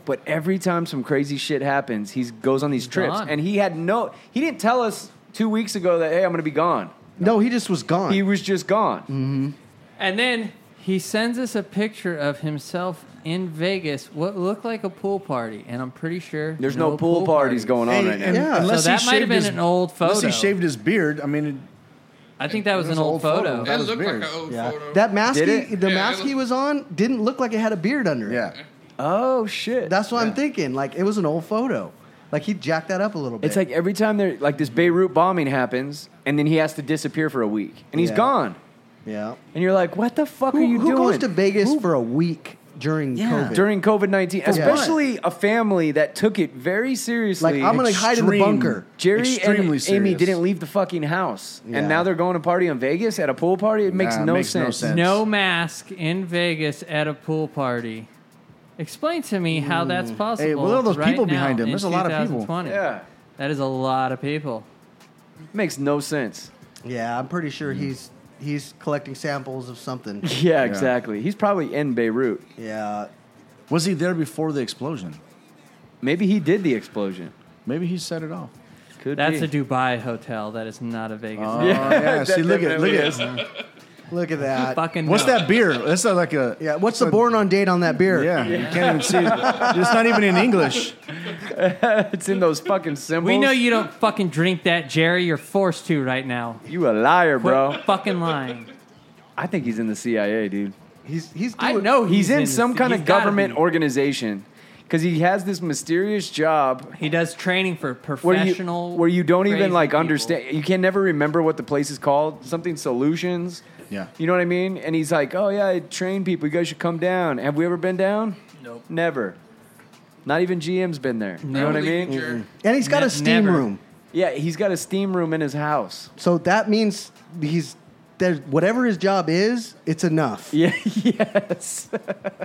[SPEAKER 3] but every time some crazy shit happens, he goes on these trips.
[SPEAKER 6] gone.
[SPEAKER 3] And he had no. He didn't tell us two weeks ago that hey, I'm going to be gone.
[SPEAKER 5] No, he just was gone.
[SPEAKER 3] He was just gone.
[SPEAKER 2] Mm.
[SPEAKER 6] and then he sends us a picture of himself in Vegas, what looked like a pool party, and I'm pretty sure
[SPEAKER 3] There's no, pool, parties going on
[SPEAKER 2] Hey,
[SPEAKER 3] right now.
[SPEAKER 2] and
[SPEAKER 5] Yeah.
[SPEAKER 2] unless
[SPEAKER 6] so that
[SPEAKER 2] he
[SPEAKER 6] might
[SPEAKER 2] shaved
[SPEAKER 6] have been
[SPEAKER 2] his-
[SPEAKER 6] an old photo.
[SPEAKER 2] Unless he shaved his beard. I mean, it,
[SPEAKER 6] I think that was,
[SPEAKER 2] It was
[SPEAKER 6] an old photo.
[SPEAKER 2] That
[SPEAKER 7] It
[SPEAKER 2] was
[SPEAKER 7] looked like
[SPEAKER 2] weird.
[SPEAKER 7] an old
[SPEAKER 5] yeah.
[SPEAKER 7] photo.
[SPEAKER 5] That mask,
[SPEAKER 3] Did
[SPEAKER 5] he,
[SPEAKER 3] it?
[SPEAKER 5] the
[SPEAKER 7] Yeah,
[SPEAKER 5] mask
[SPEAKER 7] it
[SPEAKER 5] he was on didn't look like it had a beard under it.
[SPEAKER 2] yeah.
[SPEAKER 3] Oh shit.
[SPEAKER 5] That's what I'm thinking. Like it was an old photo. Like he jacked that up a little bit.
[SPEAKER 3] It's like every time there, like this Beirut bombing happens, and then he has to disappear for a week, and he's
[SPEAKER 5] Yeah.
[SPEAKER 3] gone,
[SPEAKER 5] yeah.
[SPEAKER 3] and you're like, "What the fuck are
[SPEAKER 5] Who,
[SPEAKER 3] you
[SPEAKER 5] who
[SPEAKER 3] doing?"
[SPEAKER 5] goes to Vegas for a week during COVID?
[SPEAKER 3] during COVID nineteen,
[SPEAKER 5] what?
[SPEAKER 3] especially a family that took it very
[SPEAKER 5] like
[SPEAKER 3] seriously.
[SPEAKER 5] I'm gonna hide in the
[SPEAKER 2] Extreme.
[SPEAKER 5] bunker.
[SPEAKER 3] Jerry
[SPEAKER 2] Extremely
[SPEAKER 3] and Amy
[SPEAKER 2] serious.
[SPEAKER 3] didn't leave the fucking house,
[SPEAKER 5] Yeah.
[SPEAKER 3] and now they're going to party in Vegas at a pool party. It makes,
[SPEAKER 2] Nah, it
[SPEAKER 3] no,
[SPEAKER 2] makes no
[SPEAKER 3] sense.
[SPEAKER 2] sense.
[SPEAKER 6] No mask in Vegas at a pool party. Explain to me how that's possible.
[SPEAKER 2] Hey, well, all those
[SPEAKER 6] right
[SPEAKER 2] people
[SPEAKER 6] now
[SPEAKER 2] behind him.
[SPEAKER 6] in
[SPEAKER 2] There's a lot of people.
[SPEAKER 6] 2020.
[SPEAKER 3] Yeah,
[SPEAKER 6] That is a lot of people.
[SPEAKER 3] makes no sense.
[SPEAKER 5] Yeah, I'm pretty sure he's he's collecting samples of something.
[SPEAKER 3] Yeah, exactly. He's probably in Beirut.
[SPEAKER 5] yeah.
[SPEAKER 2] Was he there before the explosion?
[SPEAKER 3] Maybe he did the explosion.
[SPEAKER 2] Maybe he set it off.
[SPEAKER 3] Could
[SPEAKER 6] That's
[SPEAKER 3] be.
[SPEAKER 6] a Dubai hotel. That is not a Vegas.
[SPEAKER 2] Oh, yeah. See, look at look at
[SPEAKER 5] Look at that.
[SPEAKER 6] Fucking
[SPEAKER 2] what's
[SPEAKER 6] no.
[SPEAKER 2] that beer? That's not like a
[SPEAKER 5] yeah, what's
[SPEAKER 2] that's
[SPEAKER 5] the
[SPEAKER 2] a-
[SPEAKER 5] born on date on that beer?
[SPEAKER 2] Yeah, you can't even see. it. It's not even in English.
[SPEAKER 3] It's in those fucking symbols.
[SPEAKER 6] We know you don't fucking drink that, Jerry. You're forced to right now.
[SPEAKER 3] You a liar,
[SPEAKER 6] Quit
[SPEAKER 3] bro.
[SPEAKER 6] fucking lying.
[SPEAKER 3] I think he's in the CIA, dude.
[SPEAKER 5] He's he's doing
[SPEAKER 6] I know
[SPEAKER 3] Oh, He's,
[SPEAKER 6] he's,
[SPEAKER 3] in,
[SPEAKER 6] this-
[SPEAKER 3] some kind
[SPEAKER 6] he's
[SPEAKER 3] of
[SPEAKER 6] gotta
[SPEAKER 3] government
[SPEAKER 6] be.
[SPEAKER 3] organization because he has this mysterious job
[SPEAKER 6] He does training for
[SPEAKER 3] where you,
[SPEAKER 6] professional.
[SPEAKER 3] where you don't even
[SPEAKER 6] crazy
[SPEAKER 3] like
[SPEAKER 6] people.
[SPEAKER 3] understand. You can never remember what the place is called. Something solutions.
[SPEAKER 2] Yeah.
[SPEAKER 3] You know what I mean? And he's like, "Oh yeah, I train people. You guys should come down." Have we ever been down?
[SPEAKER 6] Nope.
[SPEAKER 3] Never. Not even GM's been there. You know what I
[SPEAKER 7] Leave
[SPEAKER 3] mean?
[SPEAKER 7] Jerry.
[SPEAKER 5] and he's got
[SPEAKER 6] Ne-
[SPEAKER 5] a steam
[SPEAKER 6] never.
[SPEAKER 5] room.
[SPEAKER 3] Yeah, he's got a steam room in his house.
[SPEAKER 5] So that means he's there. Whatever his job is, it's enough.
[SPEAKER 3] Yeah, yes.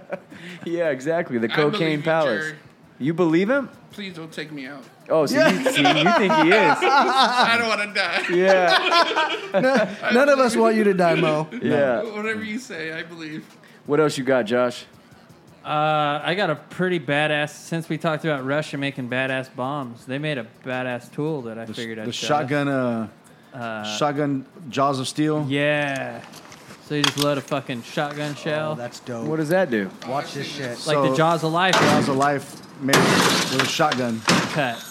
[SPEAKER 3] yeah, exactly. The
[SPEAKER 7] I
[SPEAKER 3] cocaine
[SPEAKER 7] believe you,
[SPEAKER 3] palace.
[SPEAKER 7] Jerry.
[SPEAKER 3] You believe him?
[SPEAKER 7] Please don't take me out.
[SPEAKER 3] Oh, so you, see, you think he is?
[SPEAKER 7] I don't want to die.
[SPEAKER 3] Yeah,
[SPEAKER 5] None of us want you to die, Mo.
[SPEAKER 3] yeah.
[SPEAKER 7] Whatever you say, I believe.
[SPEAKER 3] What else you got, Josh?
[SPEAKER 6] Uh, I got a pretty badass. Since we talked about Russia making badass bombs, they made a badass tool that I figured I'd
[SPEAKER 2] the
[SPEAKER 6] show you.
[SPEAKER 2] shotgun, uh, shotgun jaws of steel.
[SPEAKER 6] Yeah. So you just load a fucking shotgun shell,
[SPEAKER 5] Oh, that's dope.
[SPEAKER 3] What does that do?
[SPEAKER 5] Watch this shit.
[SPEAKER 6] like
[SPEAKER 2] so-
[SPEAKER 6] the jaws of life.
[SPEAKER 2] Jaws of life made with a shotgun.
[SPEAKER 6] cut.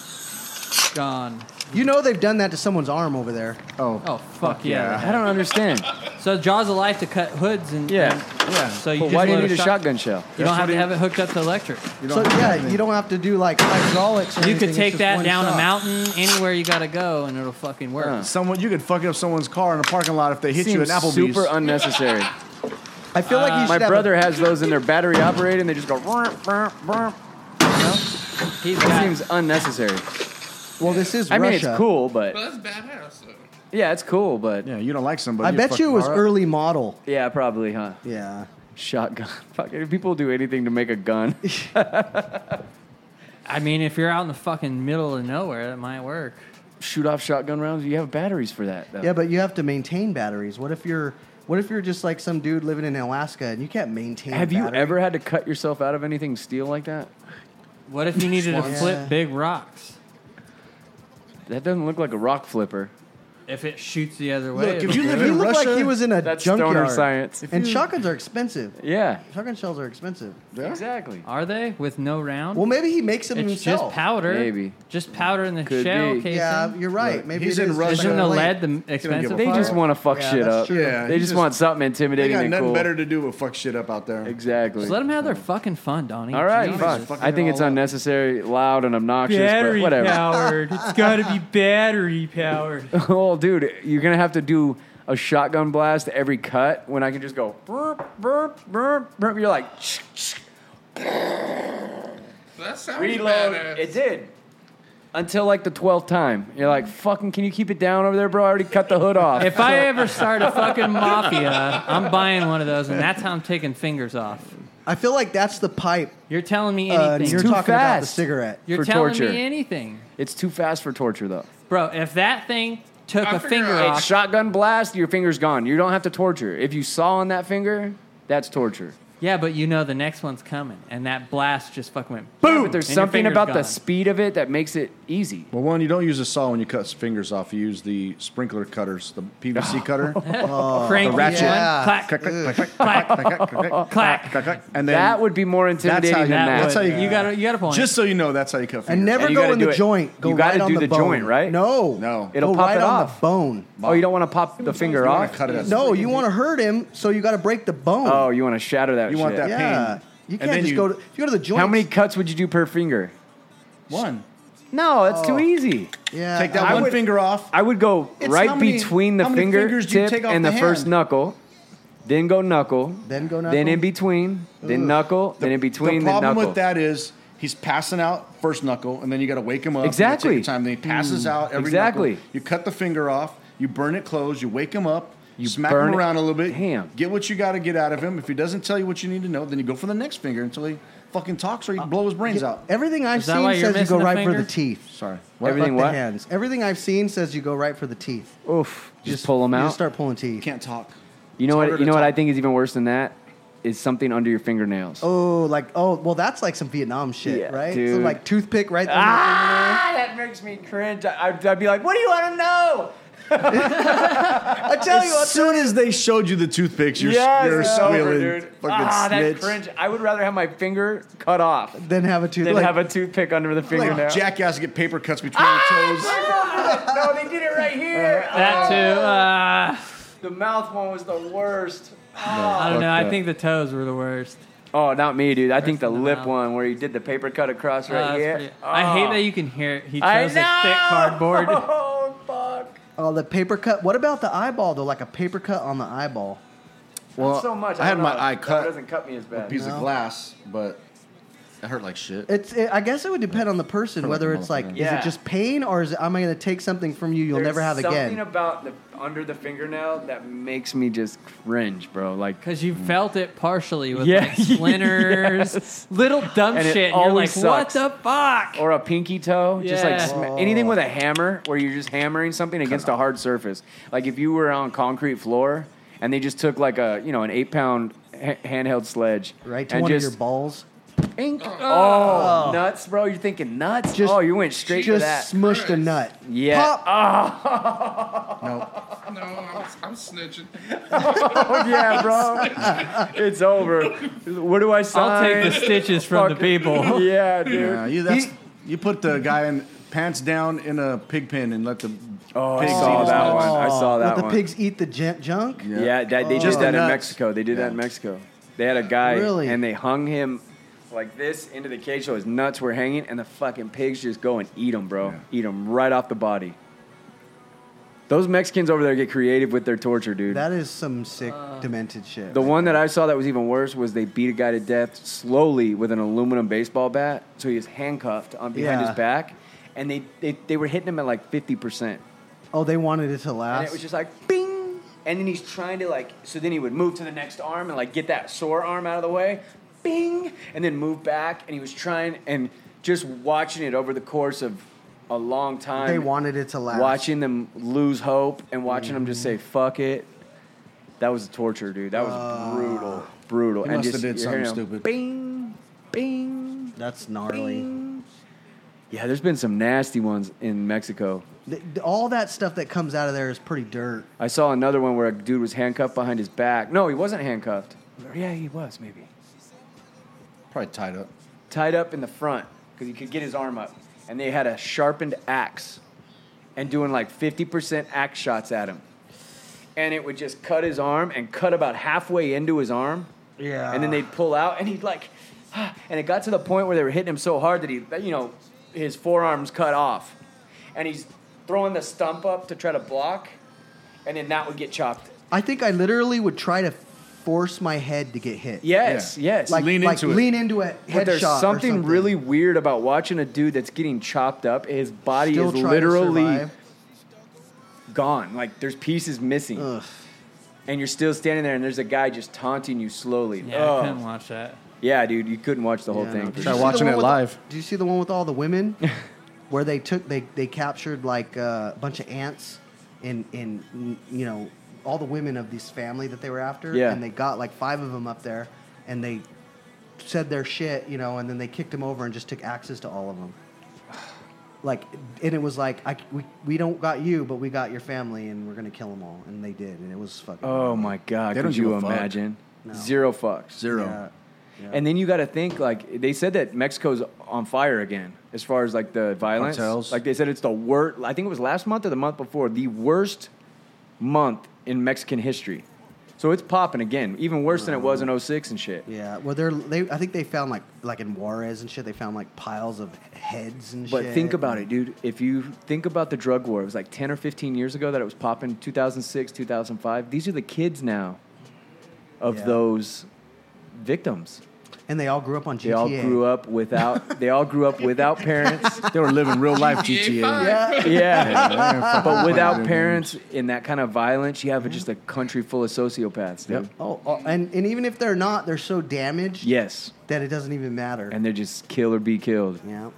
[SPEAKER 6] Gone.
[SPEAKER 5] You know they've done that to someone's arm over there.
[SPEAKER 2] Oh,
[SPEAKER 6] Oh fuck, yeah.
[SPEAKER 3] I don't understand.
[SPEAKER 6] So jaws of life to cut hoods and
[SPEAKER 3] Yeah.
[SPEAKER 6] and-
[SPEAKER 2] Yeah.
[SPEAKER 6] So you
[SPEAKER 3] But
[SPEAKER 6] just
[SPEAKER 3] why do you
[SPEAKER 6] load
[SPEAKER 3] need a
[SPEAKER 6] shot-
[SPEAKER 3] shotgun shell?
[SPEAKER 6] You don't have to have it hooked up to electric.
[SPEAKER 2] you
[SPEAKER 5] So
[SPEAKER 2] don't have
[SPEAKER 5] yeah,
[SPEAKER 2] anything.
[SPEAKER 5] you don't have to do like hydraulics. Or
[SPEAKER 6] You
[SPEAKER 5] anything.
[SPEAKER 6] could
[SPEAKER 5] It's
[SPEAKER 6] take
[SPEAKER 5] just
[SPEAKER 6] that
[SPEAKER 5] one
[SPEAKER 6] down
[SPEAKER 5] shot.
[SPEAKER 6] a mountain, anywhere you gotta go, and it'll fucking work.
[SPEAKER 3] Huh.
[SPEAKER 2] Someone you could fuck up someone's car in a parking lot if they hit you
[SPEAKER 3] Seems
[SPEAKER 2] at Applebee's.
[SPEAKER 3] super unnecessary.
[SPEAKER 5] I feel like you should
[SPEAKER 3] My
[SPEAKER 5] have a-
[SPEAKER 3] brother has those in their battery operated, and they just go. "Rump, rump, rump."
[SPEAKER 6] He's
[SPEAKER 3] That
[SPEAKER 6] got-
[SPEAKER 3] seems unnecessary.
[SPEAKER 5] well, this is
[SPEAKER 3] I mean,
[SPEAKER 5] Russia.
[SPEAKER 3] it's cool, but
[SPEAKER 7] But that's badass, though.
[SPEAKER 3] yeah, it's cool, but
[SPEAKER 2] yeah, you don't like somebody.
[SPEAKER 5] I
[SPEAKER 2] you
[SPEAKER 5] bet
[SPEAKER 2] fuck
[SPEAKER 5] you it was
[SPEAKER 2] her up.
[SPEAKER 5] early model.
[SPEAKER 3] yeah, probably, huh?
[SPEAKER 5] Yeah.
[SPEAKER 3] Shotgun. Fuck, people do anything to make a gun.
[SPEAKER 6] I mean, if you're out in the fucking middle of nowhere, that might work.
[SPEAKER 3] Shoot off shotgun rounds. You have batteries for that, though.
[SPEAKER 5] Yeah, but you have to maintain batteries. What if you're what if you're just like some dude living in Alaska and you can't maintain
[SPEAKER 3] Have you
[SPEAKER 5] battery?
[SPEAKER 3] ever had to cut yourself out of anything steel like that?
[SPEAKER 6] What if you needed to
[SPEAKER 5] Swans. Yeah.
[SPEAKER 6] flip big rocks?
[SPEAKER 3] That doesn't look like a rock flipper.
[SPEAKER 6] If it shoots the other way,
[SPEAKER 2] Look,
[SPEAKER 6] it'll
[SPEAKER 2] if you
[SPEAKER 6] do
[SPEAKER 2] live
[SPEAKER 6] it.
[SPEAKER 5] He
[SPEAKER 2] in
[SPEAKER 5] looked
[SPEAKER 2] Russia,
[SPEAKER 5] like he was in a
[SPEAKER 3] That's stoner
[SPEAKER 5] junkyard.
[SPEAKER 3] science.
[SPEAKER 5] And shotguns are expensive.
[SPEAKER 3] Yeah,
[SPEAKER 5] Shotgun shells are expensive.
[SPEAKER 3] exactly.
[SPEAKER 6] are they with no round?
[SPEAKER 5] Well, maybe he makes them
[SPEAKER 6] it's
[SPEAKER 5] himself.
[SPEAKER 6] just powder.
[SPEAKER 3] Maybe.
[SPEAKER 6] just powder in the
[SPEAKER 3] Could
[SPEAKER 6] shell
[SPEAKER 3] be.
[SPEAKER 6] casing.
[SPEAKER 5] Yeah, you're right. maybe
[SPEAKER 2] he's
[SPEAKER 5] it
[SPEAKER 2] in
[SPEAKER 5] is just
[SPEAKER 2] Russia.
[SPEAKER 5] like
[SPEAKER 6] Isn't
[SPEAKER 5] a
[SPEAKER 6] the
[SPEAKER 5] plate.
[SPEAKER 6] lead the
[SPEAKER 2] give a
[SPEAKER 6] expensive?
[SPEAKER 3] They
[SPEAKER 6] part?
[SPEAKER 3] just want to fuck
[SPEAKER 5] Yeah,
[SPEAKER 3] shit
[SPEAKER 5] that's
[SPEAKER 3] up.
[SPEAKER 5] true.
[SPEAKER 2] Yeah,
[SPEAKER 3] they
[SPEAKER 2] you
[SPEAKER 3] just,
[SPEAKER 2] just-
[SPEAKER 3] want something
[SPEAKER 2] They
[SPEAKER 3] intimidating
[SPEAKER 2] got
[SPEAKER 3] and
[SPEAKER 2] nothing
[SPEAKER 3] cool.
[SPEAKER 2] better to do but fuck shit up out there.
[SPEAKER 3] Exactly.
[SPEAKER 6] Just let them have their fucking fun, Donnie.
[SPEAKER 3] All right,
[SPEAKER 6] Jesus.
[SPEAKER 3] fine.
[SPEAKER 2] fucking
[SPEAKER 3] I think
[SPEAKER 2] it
[SPEAKER 3] it's
[SPEAKER 2] all up.
[SPEAKER 3] unnecessary, loud, and obnoxious,
[SPEAKER 6] Battery
[SPEAKER 3] but whatever.
[SPEAKER 6] powered. It's got to be battery powered.
[SPEAKER 3] oh, dude, you're gonna have to do a shotgun blast every cut when I can just go. Burp, burp, burp, burp. You're like "Shh, shh,
[SPEAKER 7] That sounds
[SPEAKER 3] reload.
[SPEAKER 7] badass.
[SPEAKER 3] It did until like the twelfth time. You're like, fucking, can you keep it down over there, bro? I already cut the hood off.
[SPEAKER 6] If I ever start a fucking mafia, I'm buying one of those, and that's how I'm taking fingers off.
[SPEAKER 5] I feel like that's the pipe.
[SPEAKER 6] You're telling me
[SPEAKER 5] Uh,
[SPEAKER 6] anything.
[SPEAKER 5] you're
[SPEAKER 3] too
[SPEAKER 5] talking about the
[SPEAKER 3] fast.
[SPEAKER 5] cigarette.
[SPEAKER 6] You're
[SPEAKER 3] for
[SPEAKER 6] telling
[SPEAKER 3] torture.
[SPEAKER 6] me anything,
[SPEAKER 3] it's too fast for torture, though.
[SPEAKER 6] bro. If that thing took
[SPEAKER 7] I
[SPEAKER 6] a
[SPEAKER 7] figure
[SPEAKER 6] finger
[SPEAKER 7] out-
[SPEAKER 6] off,
[SPEAKER 3] Shotgun blast, your finger's gone. You don't have to torture. If you saw on that finger, that's torture.
[SPEAKER 6] yeah, but you know the next one's coming, and that blast just fucking went
[SPEAKER 3] Boom!
[SPEAKER 6] boom.
[SPEAKER 3] but there's
[SPEAKER 6] and your
[SPEAKER 3] something
[SPEAKER 6] finger's
[SPEAKER 3] about the
[SPEAKER 6] gone.
[SPEAKER 3] speed of it that makes it easy.
[SPEAKER 2] Well, one, you don't use a saw when you cut fingers off. You use the sprinkler cutters, the
[SPEAKER 3] Oh.
[SPEAKER 2] PVC cutter.
[SPEAKER 6] crank
[SPEAKER 2] the ratchet.
[SPEAKER 6] one,
[SPEAKER 5] Yeah.
[SPEAKER 6] Oh, clack,
[SPEAKER 2] Click, click, click, click,
[SPEAKER 6] clack, clack,
[SPEAKER 2] click, click, click,
[SPEAKER 6] clack.
[SPEAKER 2] click, click, and then
[SPEAKER 3] that would be more intimidating
[SPEAKER 2] how you-
[SPEAKER 3] than that.
[SPEAKER 6] That
[SPEAKER 2] That's how
[SPEAKER 6] would,
[SPEAKER 2] you-
[SPEAKER 6] you got a, you got a point.
[SPEAKER 2] just so you know, that's how you cut fingers.
[SPEAKER 5] And never
[SPEAKER 3] And you
[SPEAKER 5] go
[SPEAKER 3] gotta
[SPEAKER 5] in
[SPEAKER 3] do
[SPEAKER 5] the
[SPEAKER 3] it-
[SPEAKER 5] joint. Go
[SPEAKER 3] you gotta
[SPEAKER 5] right on
[SPEAKER 3] do
[SPEAKER 5] the,
[SPEAKER 3] the
[SPEAKER 5] bone.
[SPEAKER 3] joint, right?
[SPEAKER 5] No,
[SPEAKER 2] No.
[SPEAKER 3] It'll
[SPEAKER 5] go
[SPEAKER 3] pop
[SPEAKER 5] right
[SPEAKER 3] it
[SPEAKER 5] on
[SPEAKER 3] off.
[SPEAKER 5] the bone.
[SPEAKER 3] Oh, you don't want to pop the finger
[SPEAKER 2] You wanna
[SPEAKER 3] off?
[SPEAKER 2] cut it as-
[SPEAKER 5] No, you want to hurt him, so you got to break the bone.
[SPEAKER 3] Oh, you want to shatter that
[SPEAKER 2] You want
[SPEAKER 3] shit.
[SPEAKER 2] that
[SPEAKER 5] yeah.
[SPEAKER 2] pain.
[SPEAKER 5] You
[SPEAKER 2] And
[SPEAKER 5] can't
[SPEAKER 2] then
[SPEAKER 5] just
[SPEAKER 2] you-
[SPEAKER 5] go to if you go to the joint.
[SPEAKER 3] How many cuts would you do per finger?
[SPEAKER 2] one.
[SPEAKER 3] No, that's too
[SPEAKER 2] Oh.
[SPEAKER 3] easy.
[SPEAKER 5] Yeah,
[SPEAKER 2] Take that
[SPEAKER 5] I
[SPEAKER 2] one
[SPEAKER 5] would-
[SPEAKER 2] finger off.
[SPEAKER 3] I would go
[SPEAKER 2] It's
[SPEAKER 3] right
[SPEAKER 2] how many-
[SPEAKER 3] between the
[SPEAKER 2] how many
[SPEAKER 3] finger
[SPEAKER 2] fingers do you
[SPEAKER 3] tip
[SPEAKER 2] take off
[SPEAKER 3] and the,
[SPEAKER 2] the
[SPEAKER 3] first
[SPEAKER 2] hand?
[SPEAKER 3] knuckle, then go knuckle,
[SPEAKER 5] Then go
[SPEAKER 3] then
[SPEAKER 5] knuckle?
[SPEAKER 3] in between, then
[SPEAKER 5] Ugh.
[SPEAKER 3] knuckle, then in between,
[SPEAKER 2] The
[SPEAKER 3] then
[SPEAKER 2] problem
[SPEAKER 3] knuckle.
[SPEAKER 2] with that is he's passing out first knuckle, and then you got to wake him up. you gotta
[SPEAKER 3] Exactly.
[SPEAKER 2] Take your time. Then he passes out every
[SPEAKER 3] Exactly.
[SPEAKER 2] knuckle. You cut the finger off. You burn it closed. You wake him up.
[SPEAKER 3] You
[SPEAKER 2] smack
[SPEAKER 3] burn
[SPEAKER 2] him
[SPEAKER 3] it-
[SPEAKER 2] around a little bit.
[SPEAKER 3] Damn.
[SPEAKER 2] Get what you got to get out of him. If he doesn't tell you what you need to know, then you go for the next finger until he fucking talks or
[SPEAKER 3] Uh,
[SPEAKER 2] you blow his brains out.
[SPEAKER 5] Everything I've
[SPEAKER 6] Is that
[SPEAKER 5] seen
[SPEAKER 6] why you're
[SPEAKER 5] says you
[SPEAKER 6] missing
[SPEAKER 5] go
[SPEAKER 6] a
[SPEAKER 5] right for
[SPEAKER 6] finger?
[SPEAKER 5] the teeth.
[SPEAKER 2] Sorry.
[SPEAKER 3] Everything
[SPEAKER 5] Fuck the
[SPEAKER 3] what?
[SPEAKER 5] hands. Everything I've seen says you go right for the teeth.
[SPEAKER 3] Oof. Just, pull them
[SPEAKER 5] You
[SPEAKER 3] out.
[SPEAKER 5] just start pulling teeth.
[SPEAKER 2] Can't talk.
[SPEAKER 3] you know
[SPEAKER 2] harder
[SPEAKER 3] what?
[SPEAKER 2] to
[SPEAKER 3] You know what I
[SPEAKER 2] talk.
[SPEAKER 3] think is even worse than that is something under your fingernails.
[SPEAKER 5] Oh, like oh, well, that's like some Vietnam shit,
[SPEAKER 3] Yeah,
[SPEAKER 5] right? So
[SPEAKER 3] dude.
[SPEAKER 5] like toothpick right there.
[SPEAKER 3] Ah, that makes me cringe. I- I'd, I'd be like, "What do you want to know?"
[SPEAKER 5] I tell you,
[SPEAKER 2] As soon as they showed you the toothpicks, you're,
[SPEAKER 3] Yes,
[SPEAKER 2] you're
[SPEAKER 3] it's
[SPEAKER 2] squealing.
[SPEAKER 3] over, dude.
[SPEAKER 2] Fucking
[SPEAKER 3] Ah,
[SPEAKER 2] snitch.
[SPEAKER 3] that cringe. I would rather have my finger cut off
[SPEAKER 5] then have a toothpick.
[SPEAKER 3] than have a toothpick under the
[SPEAKER 2] Like
[SPEAKER 3] fingernail.
[SPEAKER 2] jackass get paper cuts between
[SPEAKER 3] Ah,
[SPEAKER 2] your toes.
[SPEAKER 3] no, they did it right here.
[SPEAKER 2] Uh-huh.
[SPEAKER 6] that too. Uh,
[SPEAKER 3] The mouth one was the worst.
[SPEAKER 6] I don't know.
[SPEAKER 2] Fuck
[SPEAKER 6] I
[SPEAKER 2] that.
[SPEAKER 6] think the toes were the worst. Uh,
[SPEAKER 3] Oh, not me, dude. I think the
[SPEAKER 6] in the
[SPEAKER 3] lip
[SPEAKER 6] mouth.
[SPEAKER 3] one where he did the paper cut across
[SPEAKER 6] Uh,
[SPEAKER 3] right
[SPEAKER 6] that's
[SPEAKER 3] here.
[SPEAKER 6] pretty- I hate
[SPEAKER 3] Oh.
[SPEAKER 6] that you can hear it. He
[SPEAKER 3] I
[SPEAKER 6] chose a thick
[SPEAKER 3] know!
[SPEAKER 6] cardboard.
[SPEAKER 3] Oh fuck.
[SPEAKER 5] oh, the paper cut. What about the eyeball though? Like a paper cut on the eyeball.
[SPEAKER 2] Well,
[SPEAKER 3] so much.
[SPEAKER 2] I had
[SPEAKER 3] don't
[SPEAKER 2] my
[SPEAKER 3] know.
[SPEAKER 2] eye
[SPEAKER 3] That
[SPEAKER 2] cut.
[SPEAKER 3] doesn't cut me as bad.
[SPEAKER 2] piece of glass, but That hurt like shit.
[SPEAKER 5] It's. It, I guess it would depend on the person whether it's like,
[SPEAKER 3] Yeah.
[SPEAKER 5] is it just pain or is it, am I going to take something from you you'll never have
[SPEAKER 3] Something
[SPEAKER 5] again?
[SPEAKER 3] about the under the fingernail that makes me just cringe, bro. Like
[SPEAKER 6] Because you felt it partially with
[SPEAKER 3] Yeah.
[SPEAKER 6] like splinters,
[SPEAKER 3] Yes.
[SPEAKER 6] little dumb
[SPEAKER 3] And it
[SPEAKER 6] shit. And you're like,
[SPEAKER 3] always
[SPEAKER 6] what
[SPEAKER 3] sucks.
[SPEAKER 6] the fuck?
[SPEAKER 3] or a pinky toe, just like
[SPEAKER 6] Yeah.
[SPEAKER 3] sma- anything with a hammer, where you're just hammering something against a hard surface. Like if you were on concrete floor and they just took like a you know an eight pound ha- handheld sledge,
[SPEAKER 5] right to
[SPEAKER 3] and
[SPEAKER 5] one
[SPEAKER 3] just
[SPEAKER 5] of your balls.
[SPEAKER 3] pink. Oh, nuts, bro! You're thinking nuts.
[SPEAKER 5] Just-
[SPEAKER 3] oh, you went straight to
[SPEAKER 5] Just
[SPEAKER 3] that.
[SPEAKER 5] smushed a nut.
[SPEAKER 3] yeah.
[SPEAKER 5] Pop.
[SPEAKER 7] No, I'm, I'm snitching.
[SPEAKER 3] Oh, yeah, bro. it's over. What do I
[SPEAKER 6] I'll
[SPEAKER 3] sign?
[SPEAKER 6] take the stitches from the
[SPEAKER 3] Fuck.
[SPEAKER 6] people.
[SPEAKER 3] Yeah, dude.
[SPEAKER 2] Yeah, you, that's,
[SPEAKER 3] He-
[SPEAKER 2] you put the guy in pants down in a pig pen and let the
[SPEAKER 3] oh, I
[SPEAKER 2] pigs
[SPEAKER 3] saw
[SPEAKER 2] eat
[SPEAKER 3] that
[SPEAKER 2] his
[SPEAKER 3] one.
[SPEAKER 2] nuts.
[SPEAKER 3] I saw that
[SPEAKER 5] Let the
[SPEAKER 3] one.
[SPEAKER 5] pigs eat the j- junk.
[SPEAKER 3] Yeah, that, they
[SPEAKER 2] Just
[SPEAKER 3] did
[SPEAKER 2] the
[SPEAKER 3] that in
[SPEAKER 2] nuts.
[SPEAKER 3] Mexico. They did that in Mexico. They had a guy
[SPEAKER 5] Really?
[SPEAKER 3] and they hung him like this into the cage so his nuts were hanging, and the fucking pigs just go and eat him, bro. Eat him right off the body. Those Mexicans over there get creative with their torture, dude.
[SPEAKER 5] That is some sick, demented shit.
[SPEAKER 3] The one that I saw that was even worse was they beat a guy to death slowly with an aluminum baseball bat, so he was handcuffed on behind
[SPEAKER 5] Yeah.
[SPEAKER 3] his back, and they, they they were hitting him at like fifty percent,
[SPEAKER 5] oh, they wanted it to
[SPEAKER 3] and
[SPEAKER 5] last.
[SPEAKER 3] it was just like bing, and then he's trying to like so then he would move to the next arm and like get that sore arm out of the way, bing, and then move back, and he was trying and just watching it over the course of a long time.
[SPEAKER 5] they wanted it to last.
[SPEAKER 3] watching them lose hope and watching them just say
[SPEAKER 2] Mm-hmm.
[SPEAKER 3] fuck it. That was torture, dude. That was brutal, brutal.
[SPEAKER 2] Uh, He
[SPEAKER 3] and
[SPEAKER 2] must
[SPEAKER 3] just
[SPEAKER 2] have did
[SPEAKER 3] you're hearing
[SPEAKER 2] something
[SPEAKER 3] them,
[SPEAKER 2] stupid.
[SPEAKER 3] Bing, bing,
[SPEAKER 5] That's gnarly.
[SPEAKER 3] bing. Yeah, there's been some nasty ones in Mexico.
[SPEAKER 5] Th- th- all that stuff that comes out of there is pretty dirt.
[SPEAKER 3] I saw another one where a dude was handcuffed behind his back. No, he wasn't handcuffed. Yeah, he was maybe
[SPEAKER 2] Probably tied up.
[SPEAKER 3] tied up in the front because he could get his arm up, and they had a sharpened axe and doing like 50% axe shots at him. And it would just cut his arm and cut about halfway into his arm.
[SPEAKER 5] Yeah.
[SPEAKER 3] And then they'd pull out and he'd like, and it got to the point where they were hitting him so hard that he, that, you know, his forearm's cut off. And he's throwing the stump up to try to block, and then that would get chopped.
[SPEAKER 5] I think I literally would try to force my head to get hit.
[SPEAKER 3] Yes,
[SPEAKER 2] Yeah.
[SPEAKER 3] yes.
[SPEAKER 5] Like
[SPEAKER 2] Lean
[SPEAKER 5] like
[SPEAKER 2] into it.
[SPEAKER 5] lean into a headshot.
[SPEAKER 3] But there's
[SPEAKER 5] or
[SPEAKER 3] something, really weird about watching a dude that's getting chopped up. His body
[SPEAKER 5] Still
[SPEAKER 3] is
[SPEAKER 5] trying to
[SPEAKER 3] literally
[SPEAKER 5] survive.
[SPEAKER 3] gone. Like there's pieces missing,
[SPEAKER 5] Ugh.
[SPEAKER 3] and you're still standing there, and there's a guy just taunting you slowly.
[SPEAKER 6] Yeah, I couldn't
[SPEAKER 3] oh.
[SPEAKER 6] watch that.
[SPEAKER 3] yeah dude, you couldn't watch the whole
[SPEAKER 5] Yeah,
[SPEAKER 3] thing.
[SPEAKER 5] no.
[SPEAKER 3] for
[SPEAKER 5] Did
[SPEAKER 2] Try
[SPEAKER 5] you
[SPEAKER 3] sure.
[SPEAKER 5] see
[SPEAKER 2] watching
[SPEAKER 5] the one
[SPEAKER 2] it
[SPEAKER 5] with the-
[SPEAKER 2] live.
[SPEAKER 5] Do you see the one with all the women, where they took they they captured like uh, a bunch of ants, and and mm, you know all the women of this family that they were after,
[SPEAKER 3] Yeah.
[SPEAKER 5] and they got like five of them up there, and they said their shit, you know, and then they kicked them over and just took axes to all of them. Like, and it was like, I, we, we don't got you, but we got your family, and we're gonna kill them all. And they did, and it was fucking.
[SPEAKER 3] Oh my god,
[SPEAKER 2] They don't
[SPEAKER 3] could
[SPEAKER 2] give
[SPEAKER 3] you
[SPEAKER 2] a fuck.
[SPEAKER 3] imagine?
[SPEAKER 5] No.
[SPEAKER 3] Zero fucks.
[SPEAKER 2] Zero.
[SPEAKER 5] Yeah.
[SPEAKER 3] And then you got to think like they said that Mexico's on fire again as far as like the violence.
[SPEAKER 2] Cartels.
[SPEAKER 3] Like they said it's the worst. I think it was last month or the month before the worst month in Mexican history. So it's popping again, even worse than it was in 06 and shit.
[SPEAKER 5] Yeah, well, they're they. I think they found like like in Juarez and shit. They found like piles of heads and
[SPEAKER 3] But
[SPEAKER 5] shit.
[SPEAKER 3] think about it, dude. If you think about the drug war, it was like 10 or 15 years ago that it was popping 2006, 2005. These are the kids now of
[SPEAKER 5] Yeah.
[SPEAKER 3] those victims.
[SPEAKER 5] And they all grew up on GTA.
[SPEAKER 3] They all grew up without they all grew up without parents.
[SPEAKER 2] They were living real life
[SPEAKER 7] GTA.
[SPEAKER 2] GTA.
[SPEAKER 3] Yeah.
[SPEAKER 2] They're fucking
[SPEAKER 3] But
[SPEAKER 2] playing
[SPEAKER 3] without
[SPEAKER 2] video games.
[SPEAKER 3] parents in that kind of violence, you have just a country full of sociopaths, dude.
[SPEAKER 2] Yep.
[SPEAKER 5] Oh, oh, and and even if they're not, they're so damaged
[SPEAKER 3] Yes.
[SPEAKER 5] that it doesn't even matter.
[SPEAKER 3] And they're just kill or be killed.
[SPEAKER 5] yeah,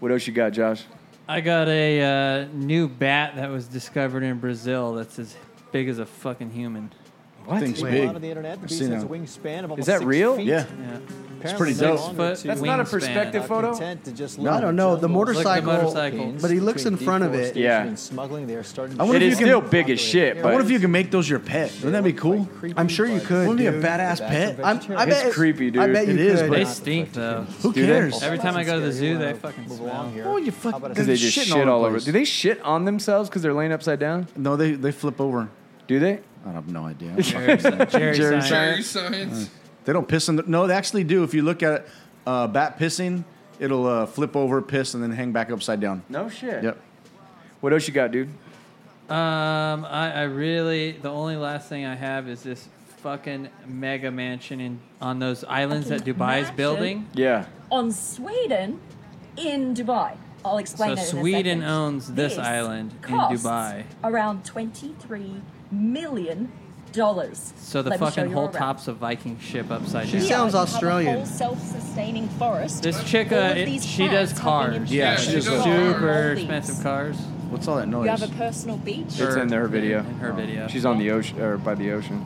[SPEAKER 3] What else you got, Josh?
[SPEAKER 6] I got a uh, new bat that was discovered in Brazil that's as big as a fucking human.
[SPEAKER 3] What?
[SPEAKER 2] Thing's
[SPEAKER 5] Wait.
[SPEAKER 2] big.
[SPEAKER 8] on the internet. The
[SPEAKER 2] I've
[SPEAKER 8] beast
[SPEAKER 2] seen
[SPEAKER 8] has a
[SPEAKER 2] that.
[SPEAKER 8] wingspan of almost
[SPEAKER 3] that
[SPEAKER 8] six
[SPEAKER 3] real?
[SPEAKER 8] Feet.
[SPEAKER 2] Yeah.
[SPEAKER 6] Yeah.
[SPEAKER 2] It's pretty dope.
[SPEAKER 8] Apparently
[SPEAKER 6] Six
[SPEAKER 8] longer
[SPEAKER 6] foot
[SPEAKER 8] too.
[SPEAKER 3] That's not a
[SPEAKER 6] wingspan.
[SPEAKER 3] perspective
[SPEAKER 8] Not
[SPEAKER 3] photo?
[SPEAKER 8] content to just
[SPEAKER 2] No.
[SPEAKER 8] live
[SPEAKER 5] I don't know.
[SPEAKER 8] in
[SPEAKER 5] The
[SPEAKER 8] jungle
[SPEAKER 5] motorcycle-
[SPEAKER 6] motorcycle.
[SPEAKER 5] but he looks in
[SPEAKER 8] between
[SPEAKER 5] front of it.
[SPEAKER 8] deforestation
[SPEAKER 3] Yeah.
[SPEAKER 8] And smuggling, they are starting. to
[SPEAKER 2] I wonder
[SPEAKER 3] It
[SPEAKER 2] if
[SPEAKER 3] is
[SPEAKER 2] you can-
[SPEAKER 3] still big as shit,
[SPEAKER 8] I
[SPEAKER 2] I
[SPEAKER 3] but
[SPEAKER 2] wonder if you can make those your pet. Wouldn't that be cool?
[SPEAKER 8] Creepy,
[SPEAKER 5] I'm sure you
[SPEAKER 8] but
[SPEAKER 5] could.
[SPEAKER 2] Wouldn't it be a
[SPEAKER 5] dude.
[SPEAKER 2] badass
[SPEAKER 8] back
[SPEAKER 2] pet?
[SPEAKER 8] of
[SPEAKER 5] I'm, I
[SPEAKER 8] vegetarian.
[SPEAKER 5] bet
[SPEAKER 3] It's creepy, dude.
[SPEAKER 5] I bet you
[SPEAKER 2] It is,
[SPEAKER 5] could.
[SPEAKER 6] They
[SPEAKER 2] but-
[SPEAKER 6] stink though.
[SPEAKER 2] Who
[SPEAKER 3] Do they?
[SPEAKER 2] cares?
[SPEAKER 6] Every time I go to the
[SPEAKER 8] Scary
[SPEAKER 6] zoo,
[SPEAKER 8] when
[SPEAKER 6] they
[SPEAKER 8] I
[SPEAKER 6] fucking
[SPEAKER 8] move
[SPEAKER 6] smell.
[SPEAKER 8] along here.
[SPEAKER 2] Oh, you fuck-
[SPEAKER 8] How about
[SPEAKER 2] Dude,
[SPEAKER 3] do
[SPEAKER 8] a-
[SPEAKER 3] they just
[SPEAKER 2] shitting
[SPEAKER 3] shit
[SPEAKER 2] all
[SPEAKER 3] all
[SPEAKER 2] over
[SPEAKER 3] over?
[SPEAKER 2] the place.
[SPEAKER 3] Do they shit on themselves because they're laying upside down?
[SPEAKER 2] No, they they flip over.
[SPEAKER 3] Do they?
[SPEAKER 2] I have no idea.
[SPEAKER 6] Jerry,
[SPEAKER 3] Jerry
[SPEAKER 6] Seinfeld.
[SPEAKER 7] Jerry science.
[SPEAKER 2] they don't piss in. The, no, they actually do. If you look at it, uh, bat pissing, it'll uh, flip over, piss, and then hang back upside down.
[SPEAKER 3] No shit.
[SPEAKER 2] Yep.
[SPEAKER 3] What else you got, dude?
[SPEAKER 6] Um, I, I really the only last thing I have is this fucking mega mansion in on those islands that Dubai's building.
[SPEAKER 3] Yeah.
[SPEAKER 8] on Sweden in Dubai. I'll explain
[SPEAKER 6] So
[SPEAKER 8] that in a
[SPEAKER 6] Sweden
[SPEAKER 8] second.
[SPEAKER 6] owns this island in
[SPEAKER 8] costs
[SPEAKER 6] Dubai.
[SPEAKER 8] Around $23 million.
[SPEAKER 6] So the fucking whole top's a Viking ship upside down.
[SPEAKER 5] She sounds
[SPEAKER 8] Have a
[SPEAKER 5] Australian.
[SPEAKER 8] whole self-sustaining forest.
[SPEAKER 6] This chick,
[SPEAKER 8] All
[SPEAKER 6] uh,
[SPEAKER 8] of
[SPEAKER 6] it-
[SPEAKER 8] these
[SPEAKER 6] she does
[SPEAKER 8] plants have been
[SPEAKER 6] cars.
[SPEAKER 2] Yeah,
[SPEAKER 8] introduced
[SPEAKER 2] she
[SPEAKER 8] to
[SPEAKER 2] does
[SPEAKER 8] Dubai.
[SPEAKER 6] Super
[SPEAKER 8] All these.
[SPEAKER 6] expensive cars.
[SPEAKER 2] What's all that noise?
[SPEAKER 8] You have a personal beach.
[SPEAKER 3] It's in her video.
[SPEAKER 6] In her video.
[SPEAKER 3] She's on the ocean or by the ocean.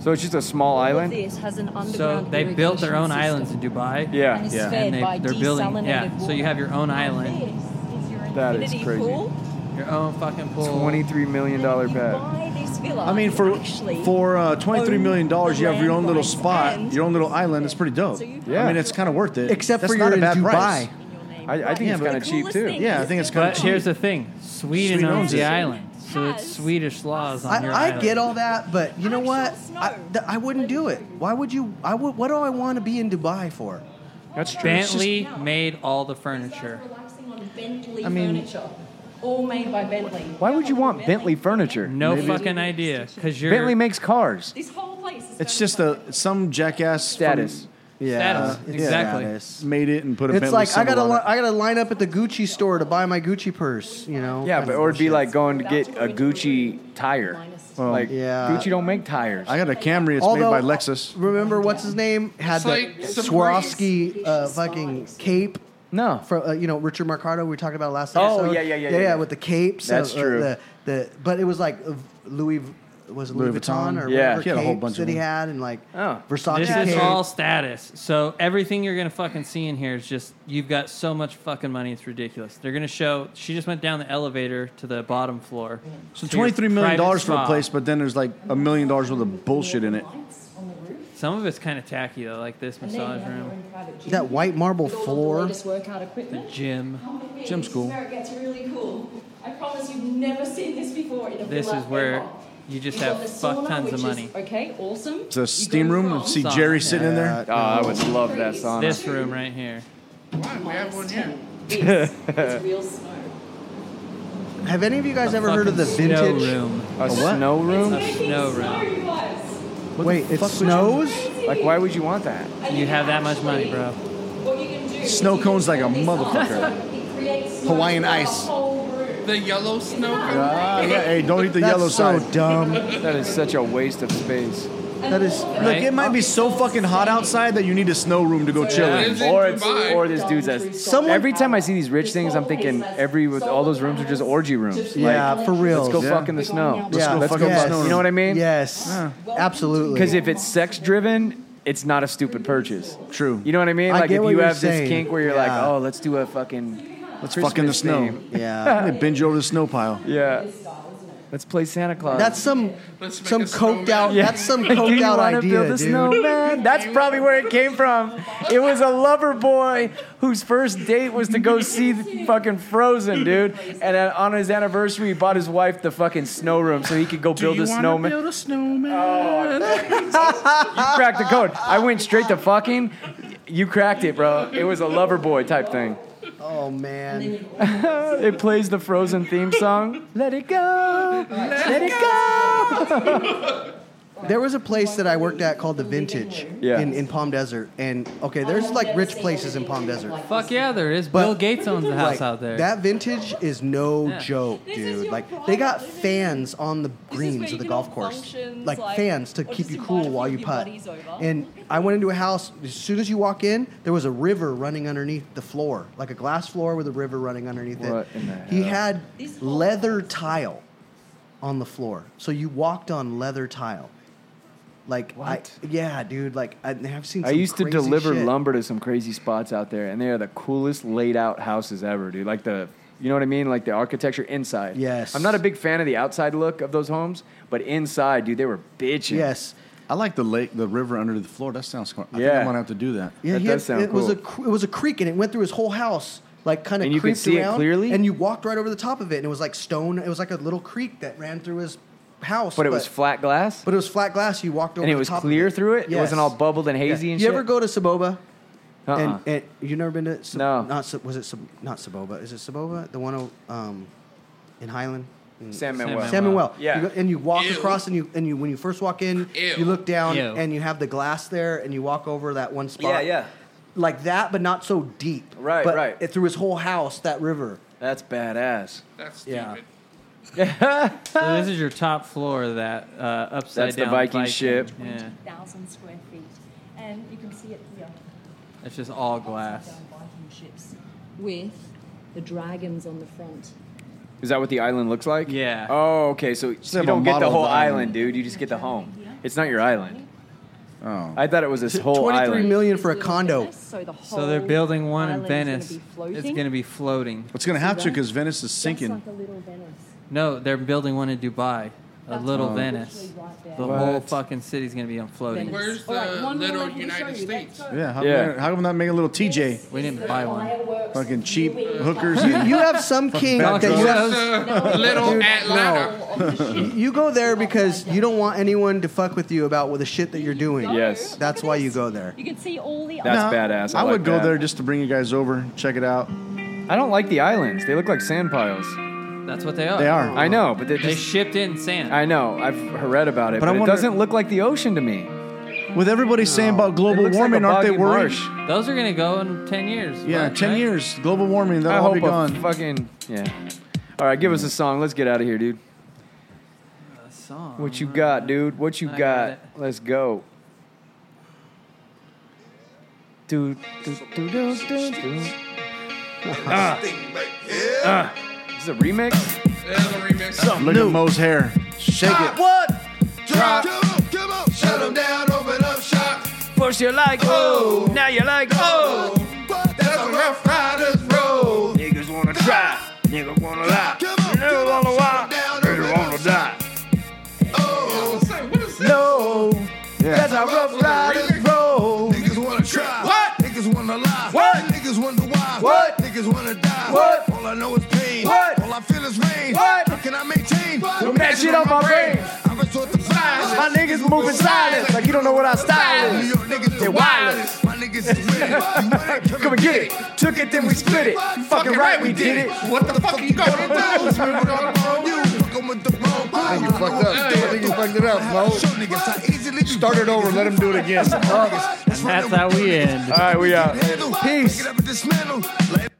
[SPEAKER 3] So it's just a small
[SPEAKER 8] All of
[SPEAKER 3] island.
[SPEAKER 8] This has an
[SPEAKER 6] So
[SPEAKER 8] underground
[SPEAKER 6] they built their own
[SPEAKER 8] irrigation
[SPEAKER 6] islands in
[SPEAKER 8] system.
[SPEAKER 6] Dubai.
[SPEAKER 3] Yeah,
[SPEAKER 8] And it's
[SPEAKER 3] yeah.
[SPEAKER 8] fed
[SPEAKER 6] And
[SPEAKER 8] by
[SPEAKER 6] they, they're building.
[SPEAKER 8] desalinated
[SPEAKER 6] Yeah. So you have your own
[SPEAKER 8] water.
[SPEAKER 6] island,
[SPEAKER 8] This is your
[SPEAKER 3] That is
[SPEAKER 8] infinity
[SPEAKER 3] crazy.
[SPEAKER 8] pool.
[SPEAKER 6] your own fucking pool.
[SPEAKER 3] Twenty-three million dollar
[SPEAKER 8] You
[SPEAKER 3] pad.
[SPEAKER 8] buy this villa,
[SPEAKER 2] I mean, for
[SPEAKER 8] you actually
[SPEAKER 2] for uh, twenty three million dollars, you have your own little
[SPEAKER 8] landmines
[SPEAKER 2] spot,
[SPEAKER 8] and-
[SPEAKER 2] your own little island. It's pretty dope.
[SPEAKER 8] So you-
[SPEAKER 3] Yeah.
[SPEAKER 2] I mean, it's kind of worth it.
[SPEAKER 5] Except
[SPEAKER 2] That's
[SPEAKER 5] for
[SPEAKER 2] not
[SPEAKER 5] you're
[SPEAKER 2] a
[SPEAKER 5] in
[SPEAKER 2] bad
[SPEAKER 5] Dubai.
[SPEAKER 2] price.
[SPEAKER 3] I, I think
[SPEAKER 2] Yeah,
[SPEAKER 3] it's
[SPEAKER 2] but
[SPEAKER 3] kind of
[SPEAKER 8] the
[SPEAKER 3] cheap
[SPEAKER 8] coolest
[SPEAKER 3] too.
[SPEAKER 8] thing
[SPEAKER 2] Yeah,
[SPEAKER 8] is
[SPEAKER 2] I think it's
[SPEAKER 8] that
[SPEAKER 2] kinda
[SPEAKER 6] But
[SPEAKER 2] cheap.
[SPEAKER 6] here's the thing: Sweden,
[SPEAKER 2] Sweden
[SPEAKER 6] owns
[SPEAKER 2] owns
[SPEAKER 6] the
[SPEAKER 2] it.
[SPEAKER 6] island, so it's
[SPEAKER 8] Has-
[SPEAKER 6] Swedish laws on your
[SPEAKER 5] I, I
[SPEAKER 6] island.
[SPEAKER 5] get all that, but you know what?
[SPEAKER 8] Actual
[SPEAKER 5] I,
[SPEAKER 8] snow.
[SPEAKER 5] th- I wouldn't do it. Why would you? I would. What do I want to be in Dubai for?
[SPEAKER 3] That's true.
[SPEAKER 6] Bentley
[SPEAKER 8] just-
[SPEAKER 6] made all the furniture.
[SPEAKER 8] relaxing on Bentley
[SPEAKER 5] I mean-
[SPEAKER 8] furniture, all made by Bentley.
[SPEAKER 3] Why would you want Bentley furniture?
[SPEAKER 6] No fucking idea, because you're
[SPEAKER 3] Bentley makes cars.
[SPEAKER 8] This whole place is
[SPEAKER 2] It's just a some jackass from-
[SPEAKER 3] Status.
[SPEAKER 6] Status,
[SPEAKER 5] it's
[SPEAKER 6] exactly.
[SPEAKER 5] status.
[SPEAKER 2] made it and put a.
[SPEAKER 5] It's
[SPEAKER 2] Bentley
[SPEAKER 5] like I
[SPEAKER 2] symbol
[SPEAKER 5] gotta
[SPEAKER 2] on
[SPEAKER 5] li-
[SPEAKER 2] it.
[SPEAKER 5] I gotta line up at the Gucci store to buy my Gucci purse. You know.
[SPEAKER 3] Yeah,
[SPEAKER 5] Kind
[SPEAKER 3] but
[SPEAKER 5] of
[SPEAKER 3] or it'd be
[SPEAKER 5] bullshit.
[SPEAKER 3] like going to get a Gucci tire. like
[SPEAKER 5] Yeah.
[SPEAKER 3] Gucci don't make tires.
[SPEAKER 2] I got a Camry. It's
[SPEAKER 5] Although, uh,
[SPEAKER 2] made by Lexus.
[SPEAKER 5] Remember what's his name had
[SPEAKER 7] It's
[SPEAKER 5] the
[SPEAKER 7] like some
[SPEAKER 5] Swarovski uh, fucking cape.
[SPEAKER 3] no.
[SPEAKER 5] From uh, you know Richard Mercado, we talked about last.
[SPEAKER 3] Oh,
[SPEAKER 5] episode.
[SPEAKER 3] yeah, yeah, yeah,
[SPEAKER 5] yeah,
[SPEAKER 3] yeah, yeah.
[SPEAKER 5] with the capes.
[SPEAKER 3] That's
[SPEAKER 5] uh, uh,
[SPEAKER 3] true.
[SPEAKER 5] The, the but it was like uh, Louis was it Louis,
[SPEAKER 2] Louis
[SPEAKER 5] Vuitton,
[SPEAKER 2] Vuitton.
[SPEAKER 5] or
[SPEAKER 3] Yeah.
[SPEAKER 5] whatever
[SPEAKER 3] He
[SPEAKER 2] had a whole
[SPEAKER 5] capes
[SPEAKER 2] bunch of
[SPEAKER 5] that he
[SPEAKER 2] them.
[SPEAKER 5] had and like
[SPEAKER 3] Oh.
[SPEAKER 5] Versace
[SPEAKER 6] This
[SPEAKER 5] cape.
[SPEAKER 6] is all status. So everything you're gonna fucking see in here is just you've got so much fucking money. It's ridiculous. They're gonna show. She just went down the elevator to the bottom floor.
[SPEAKER 2] So
[SPEAKER 6] to your
[SPEAKER 2] twenty three million dollars
[SPEAKER 6] private
[SPEAKER 2] for a
[SPEAKER 6] spa.
[SPEAKER 2] place, but then there's like a million dollars worth of bullshit in it.
[SPEAKER 6] Some of it's kind of tacky though, like this massage room,
[SPEAKER 5] that white marble floor.
[SPEAKER 8] workout equipment.
[SPEAKER 6] gym.
[SPEAKER 2] Gym school.
[SPEAKER 8] It gets really cool. I promise you've never seen this before in a
[SPEAKER 6] This
[SPEAKER 8] villa
[SPEAKER 6] is where
[SPEAKER 8] ever.
[SPEAKER 6] you just
[SPEAKER 8] You've got
[SPEAKER 6] have
[SPEAKER 8] the
[SPEAKER 6] fuck
[SPEAKER 8] sauna,
[SPEAKER 6] tons of
[SPEAKER 8] which
[SPEAKER 6] money.
[SPEAKER 8] Is, okay, awesome.
[SPEAKER 2] It's a steam room. You see
[SPEAKER 6] Sauna.
[SPEAKER 2] Jerry sitting in there.
[SPEAKER 3] oh, I would love that sauna.
[SPEAKER 6] This room right here.
[SPEAKER 7] Why? We have one here.
[SPEAKER 8] This is real snow.
[SPEAKER 5] Have any of you guys ever heard of the
[SPEAKER 6] Fucking snow
[SPEAKER 5] vintage?
[SPEAKER 6] room?
[SPEAKER 3] a snow room?
[SPEAKER 8] Making
[SPEAKER 6] snow
[SPEAKER 8] snow,
[SPEAKER 6] room.
[SPEAKER 8] you guys.
[SPEAKER 5] Wait, it snows.
[SPEAKER 3] Like, why would you want that?
[SPEAKER 8] And
[SPEAKER 6] You have that much money,
[SPEAKER 8] actually-
[SPEAKER 6] bro.
[SPEAKER 8] What you can do is
[SPEAKER 2] Snow
[SPEAKER 8] you
[SPEAKER 2] cones
[SPEAKER 8] can
[SPEAKER 2] like a
[SPEAKER 8] put this on.
[SPEAKER 2] motherfucker.
[SPEAKER 8] It creates snow
[SPEAKER 2] Hawaiian
[SPEAKER 8] for the
[SPEAKER 2] ice.
[SPEAKER 8] whole room.
[SPEAKER 7] The yellow snow. cone.
[SPEAKER 2] Ah, yeah, hey, don't eat the
[SPEAKER 5] That's
[SPEAKER 2] yellow
[SPEAKER 5] so
[SPEAKER 2] side.
[SPEAKER 5] dumb.
[SPEAKER 3] That is such a waste of space.
[SPEAKER 8] And
[SPEAKER 5] That is-
[SPEAKER 8] all of
[SPEAKER 2] Look,
[SPEAKER 6] Right?
[SPEAKER 2] it might be so fucking hot outside that you need a snow room to go chill
[SPEAKER 7] Yeah.
[SPEAKER 2] in.
[SPEAKER 7] Is it
[SPEAKER 3] Or it's
[SPEAKER 7] Dubai?
[SPEAKER 3] or this dude's as
[SPEAKER 5] Someone-
[SPEAKER 3] every time I see these rich things, I'm thinking every with all those rooms are just orgy rooms.
[SPEAKER 5] Yeah,
[SPEAKER 3] like,
[SPEAKER 5] for real.
[SPEAKER 3] Let's go
[SPEAKER 5] yeah.
[SPEAKER 3] fuck in the snow.
[SPEAKER 5] Yeah,
[SPEAKER 2] go
[SPEAKER 5] let's
[SPEAKER 2] fuck in the
[SPEAKER 5] yes.
[SPEAKER 2] snow.
[SPEAKER 3] You know what I mean?
[SPEAKER 5] Yes, absolutely.
[SPEAKER 3] Because if it's sex driven, it's not a stupid purchase.
[SPEAKER 2] True.
[SPEAKER 3] You know what I mean?
[SPEAKER 5] I
[SPEAKER 3] Like
[SPEAKER 5] get
[SPEAKER 3] if
[SPEAKER 5] what
[SPEAKER 3] you
[SPEAKER 5] you're
[SPEAKER 3] have this
[SPEAKER 5] saying.
[SPEAKER 3] kink where you're like,
[SPEAKER 5] Yeah.
[SPEAKER 3] oh, let's do a fucking
[SPEAKER 2] Let's fuck in the
[SPEAKER 3] Christmas
[SPEAKER 2] snow.
[SPEAKER 3] theme.
[SPEAKER 5] yeah,
[SPEAKER 2] They bend you over the snow pile.
[SPEAKER 3] Yeah. Let's play Santa Claus.
[SPEAKER 5] that's some
[SPEAKER 7] Let's make
[SPEAKER 5] some
[SPEAKER 7] a
[SPEAKER 5] coked
[SPEAKER 7] snowman.
[SPEAKER 5] out.
[SPEAKER 3] Yeah.
[SPEAKER 5] That's some
[SPEAKER 3] Do you
[SPEAKER 5] coked out
[SPEAKER 3] wanna
[SPEAKER 5] idea,
[SPEAKER 3] build a
[SPEAKER 5] dude.
[SPEAKER 3] snowman? That's probably where it came from. It was a lover boy whose first date was to go see the fucking Frozen, dude. And then on his anniversary, he bought his wife the fucking snow room so he could go build
[SPEAKER 7] you
[SPEAKER 3] a
[SPEAKER 7] wanna
[SPEAKER 3] snowman. Oh,
[SPEAKER 7] Build a snowman.
[SPEAKER 3] You cracked the code. I went straight to fucking. You cracked it, bro. It was a lover boy type thing.
[SPEAKER 5] Oh man,
[SPEAKER 3] It plays the Frozen theme song. Let it go. Let it go.
[SPEAKER 5] there was a place that I worked at called the Vintage
[SPEAKER 3] Yeah.
[SPEAKER 5] in in Palm Desert, and okay, there's like rich places in Palm Desert.
[SPEAKER 6] Fuck yeah, there is.
[SPEAKER 5] But-
[SPEAKER 6] Bill Gates owns the house
[SPEAKER 5] Like,
[SPEAKER 6] out there.
[SPEAKER 5] That vintage is no
[SPEAKER 6] Yeah.
[SPEAKER 5] joke,
[SPEAKER 8] This is
[SPEAKER 5] dude.
[SPEAKER 8] your
[SPEAKER 5] Like
[SPEAKER 8] private
[SPEAKER 5] they got
[SPEAKER 8] living
[SPEAKER 5] fans on the
[SPEAKER 8] is where
[SPEAKER 5] greens
[SPEAKER 8] you
[SPEAKER 5] of the
[SPEAKER 8] can
[SPEAKER 5] golf
[SPEAKER 8] hold
[SPEAKER 5] course,
[SPEAKER 8] functions,
[SPEAKER 5] like,
[SPEAKER 8] like-
[SPEAKER 5] fans to
[SPEAKER 8] or
[SPEAKER 5] keep
[SPEAKER 8] just
[SPEAKER 5] you
[SPEAKER 8] invite
[SPEAKER 5] cool
[SPEAKER 8] a
[SPEAKER 5] while you
[SPEAKER 8] few of your
[SPEAKER 5] putt.
[SPEAKER 8] buddies over.
[SPEAKER 5] And I went into a house. As soon as you walk in, there was a river running underneath the floor, like a glass floor with a river running underneath
[SPEAKER 3] What
[SPEAKER 5] it.
[SPEAKER 3] in the
[SPEAKER 5] He
[SPEAKER 3] hell?
[SPEAKER 5] had
[SPEAKER 8] These floors-
[SPEAKER 5] leather tile on the floor, so you walked on leather tile. Like
[SPEAKER 3] What?
[SPEAKER 5] I, yeah, dude. Like I, have seen.
[SPEAKER 3] I
[SPEAKER 5] some
[SPEAKER 3] used to
[SPEAKER 5] crazy
[SPEAKER 3] deliver
[SPEAKER 5] shit.
[SPEAKER 3] lumber to some crazy spots out there, and they are the coolest laid out houses ever, dude. Like the, you know what I mean? Like the architecture inside.
[SPEAKER 5] Yes.
[SPEAKER 3] I'm not a big fan of the outside look of those homes, but inside, dude, they were bitching.
[SPEAKER 5] Yes.
[SPEAKER 2] I like the lake, the river under the floor. That sounds cool. I think
[SPEAKER 3] Yeah.
[SPEAKER 2] I'm gonna have to do that.
[SPEAKER 5] Yeah,
[SPEAKER 3] That
[SPEAKER 5] he
[SPEAKER 3] does
[SPEAKER 5] had-
[SPEAKER 3] sound
[SPEAKER 5] it was
[SPEAKER 3] cool.
[SPEAKER 5] a cr- it was a creek and it went through his whole house, like kind of
[SPEAKER 3] And you could
[SPEAKER 5] creeped
[SPEAKER 3] see it
[SPEAKER 5] around,
[SPEAKER 3] clearly?
[SPEAKER 5] And you walked right over the top of it, and it was like stone. It was like a little creek that ran through his house.
[SPEAKER 3] But it was flat glass,
[SPEAKER 5] But it was flat glass. You walked over,
[SPEAKER 3] and it
[SPEAKER 5] the
[SPEAKER 3] was
[SPEAKER 5] top of
[SPEAKER 3] clear through it. It
[SPEAKER 5] Yes.
[SPEAKER 3] wasn't all bubbled and
[SPEAKER 5] Yeah.
[SPEAKER 3] hazy and
[SPEAKER 5] you
[SPEAKER 3] shit.
[SPEAKER 5] ever go to Saboba?
[SPEAKER 3] Uh-uh.
[SPEAKER 5] And, and you never been to Sab-
[SPEAKER 3] No.
[SPEAKER 5] Not Sab- was it Sab- not Saboba? Is it Saboba? The one o- um, in Highland.
[SPEAKER 3] San Manuel.
[SPEAKER 6] Manuel.
[SPEAKER 5] San Manuel.
[SPEAKER 3] Yeah.
[SPEAKER 5] You go- and you walk
[SPEAKER 7] Ew.
[SPEAKER 5] across, and you and you when you first walk in,
[SPEAKER 7] Ew.
[SPEAKER 5] you look down,
[SPEAKER 6] Ew.
[SPEAKER 5] and you have the glass there, and you walk over that one spot.
[SPEAKER 3] Yeah, yeah.
[SPEAKER 5] Like that, but not so deep.
[SPEAKER 3] Right,
[SPEAKER 5] but
[SPEAKER 3] right.
[SPEAKER 5] It through his whole house, that river.
[SPEAKER 3] That's badass.
[SPEAKER 7] That's stupid.
[SPEAKER 5] Yeah.
[SPEAKER 6] So this is your top floor of that uh, upside
[SPEAKER 3] That's the
[SPEAKER 6] down
[SPEAKER 3] Viking ship.
[SPEAKER 6] Yeah,
[SPEAKER 8] 20,000 square feet. And you can see it here.
[SPEAKER 6] it's just all glass.
[SPEAKER 8] upside-down Viking ships with the dragons on the front.
[SPEAKER 3] Is that what the island looks like?
[SPEAKER 6] Yeah.
[SPEAKER 3] Oh, okay. So
[SPEAKER 2] have
[SPEAKER 3] you
[SPEAKER 2] a
[SPEAKER 3] don't get the
[SPEAKER 2] model of
[SPEAKER 3] whole
[SPEAKER 2] the
[SPEAKER 3] island.
[SPEAKER 2] island.
[SPEAKER 3] dude. You just get the home. It's not your island.
[SPEAKER 2] Oh.
[SPEAKER 3] I thought it was this whole
[SPEAKER 5] Twenty-three
[SPEAKER 3] island.
[SPEAKER 5] million
[SPEAKER 8] This
[SPEAKER 5] for a
[SPEAKER 8] little
[SPEAKER 5] condo.
[SPEAKER 8] Venice, So, the whole
[SPEAKER 6] So they're building one in
[SPEAKER 8] island is gonna
[SPEAKER 6] Venice.
[SPEAKER 8] be
[SPEAKER 6] it's
[SPEAKER 8] floating,
[SPEAKER 6] going to be floating.
[SPEAKER 2] It's gonna have to
[SPEAKER 8] that?
[SPEAKER 2] because Venice is sinking.
[SPEAKER 8] Just like a little Venice.
[SPEAKER 6] No, they're building one in Dubai. A
[SPEAKER 8] That's
[SPEAKER 6] little
[SPEAKER 8] right.
[SPEAKER 6] Venice.
[SPEAKER 8] Literally right there.
[SPEAKER 6] The whole
[SPEAKER 3] What?
[SPEAKER 6] fucking city's going to be on floating.
[SPEAKER 7] Where's
[SPEAKER 8] Venice. All right,
[SPEAKER 7] the
[SPEAKER 8] one more
[SPEAKER 7] little
[SPEAKER 8] I can
[SPEAKER 7] United
[SPEAKER 8] show you. Let's
[SPEAKER 7] States?
[SPEAKER 8] go.
[SPEAKER 2] yeah, how,
[SPEAKER 3] Yeah.
[SPEAKER 2] Come, how come not make a little TJ?
[SPEAKER 6] We didn't buy one.
[SPEAKER 8] Fireworks,
[SPEAKER 2] Fucking cheap
[SPEAKER 8] Louis
[SPEAKER 2] hookers.
[SPEAKER 5] You,
[SPEAKER 2] and-
[SPEAKER 5] you have some king that you
[SPEAKER 6] Broncos.
[SPEAKER 5] have
[SPEAKER 7] Uh, little
[SPEAKER 5] Dude,
[SPEAKER 7] Atlanta.
[SPEAKER 5] You go there because you don't want anyone to fuck with you about with the shit that you're doing.
[SPEAKER 8] Go.
[SPEAKER 3] Yes.
[SPEAKER 8] Look
[SPEAKER 5] That's
[SPEAKER 8] at
[SPEAKER 5] why
[SPEAKER 8] this.
[SPEAKER 5] you go there.
[SPEAKER 8] You can see all the
[SPEAKER 3] That's
[SPEAKER 2] No,
[SPEAKER 3] badass. I
[SPEAKER 2] I, would
[SPEAKER 3] like
[SPEAKER 2] go
[SPEAKER 3] that.
[SPEAKER 2] there just to bring you guys over, check it out.
[SPEAKER 3] I don't like the islands. They look like sand piles.
[SPEAKER 6] That's what they are.
[SPEAKER 2] They are.
[SPEAKER 3] I know, but they
[SPEAKER 6] They
[SPEAKER 3] just.
[SPEAKER 6] shipped in sand.
[SPEAKER 3] I know. I've read about it,
[SPEAKER 2] But
[SPEAKER 3] but,
[SPEAKER 2] I
[SPEAKER 3] it
[SPEAKER 2] wonder-
[SPEAKER 3] doesn't look like the ocean to me.
[SPEAKER 2] With everybody saying about
[SPEAKER 3] It
[SPEAKER 2] global
[SPEAKER 3] looks like
[SPEAKER 2] warming,
[SPEAKER 3] a
[SPEAKER 2] aren't they
[SPEAKER 3] boggy
[SPEAKER 2] worried?
[SPEAKER 3] marsh.
[SPEAKER 6] Those are going to go in 10 years.
[SPEAKER 2] Yeah,
[SPEAKER 6] right?
[SPEAKER 2] ten
[SPEAKER 6] Right?
[SPEAKER 2] years. Global warming, they'll
[SPEAKER 3] I
[SPEAKER 2] all
[SPEAKER 3] hope
[SPEAKER 2] be
[SPEAKER 3] a
[SPEAKER 2] gone.
[SPEAKER 3] fucking yeah. All right, give us a song. Let's get out of here, dude.
[SPEAKER 6] Song.
[SPEAKER 3] What you got, dude? What you
[SPEAKER 6] I
[SPEAKER 3] got?
[SPEAKER 6] got it.
[SPEAKER 3] Let's go. Do, do, do, do, do, do. Ah. Ah. Is it a remix?
[SPEAKER 7] There's a remix.
[SPEAKER 2] Look at Mo's hair. Shake it.
[SPEAKER 3] What?
[SPEAKER 7] Drop. Shut 'em down, open up shop.
[SPEAKER 3] First you like oh, now you like oh.
[SPEAKER 7] That's a rough rider's road.
[SPEAKER 3] Niggas wanna try, niggas wanna lie, niggas wanna why, niggas wanna die.
[SPEAKER 7] Oh, say, what is this?
[SPEAKER 3] No, that's how rough riders roll.
[SPEAKER 9] Niggas wanna try.
[SPEAKER 3] What?
[SPEAKER 9] Niggas wanna lie.
[SPEAKER 3] What?
[SPEAKER 9] Niggas wonder why.
[SPEAKER 3] What?
[SPEAKER 9] Niggas wanna die.
[SPEAKER 3] What?
[SPEAKER 9] All I know is pain.
[SPEAKER 3] What?
[SPEAKER 9] All I feel is rain.
[SPEAKER 3] What?
[SPEAKER 9] How can I maintain? What?
[SPEAKER 3] Don't that shit on my brain.
[SPEAKER 9] I resort to violence.
[SPEAKER 3] My niggas moving silence, like you don't know what our style
[SPEAKER 9] New
[SPEAKER 3] is.
[SPEAKER 9] York niggas
[SPEAKER 3] They're
[SPEAKER 9] are wireless.
[SPEAKER 3] wireless.
[SPEAKER 9] My niggas is winning. You want it?
[SPEAKER 3] Come and get it. Took it, then we split it. You fucking right, we did it.
[SPEAKER 7] What the fuck are you going to do?
[SPEAKER 9] You fucking with the wrong I
[SPEAKER 10] think you fucked up. I think you fucked it up, Mo.
[SPEAKER 9] Show niggas how easily you
[SPEAKER 10] Start it over. Let him do it again.
[SPEAKER 6] That's how we end.
[SPEAKER 3] All right, we out.
[SPEAKER 9] Handle. Pick
[SPEAKER 3] Peace.
[SPEAKER 9] it up and dismantle. Like-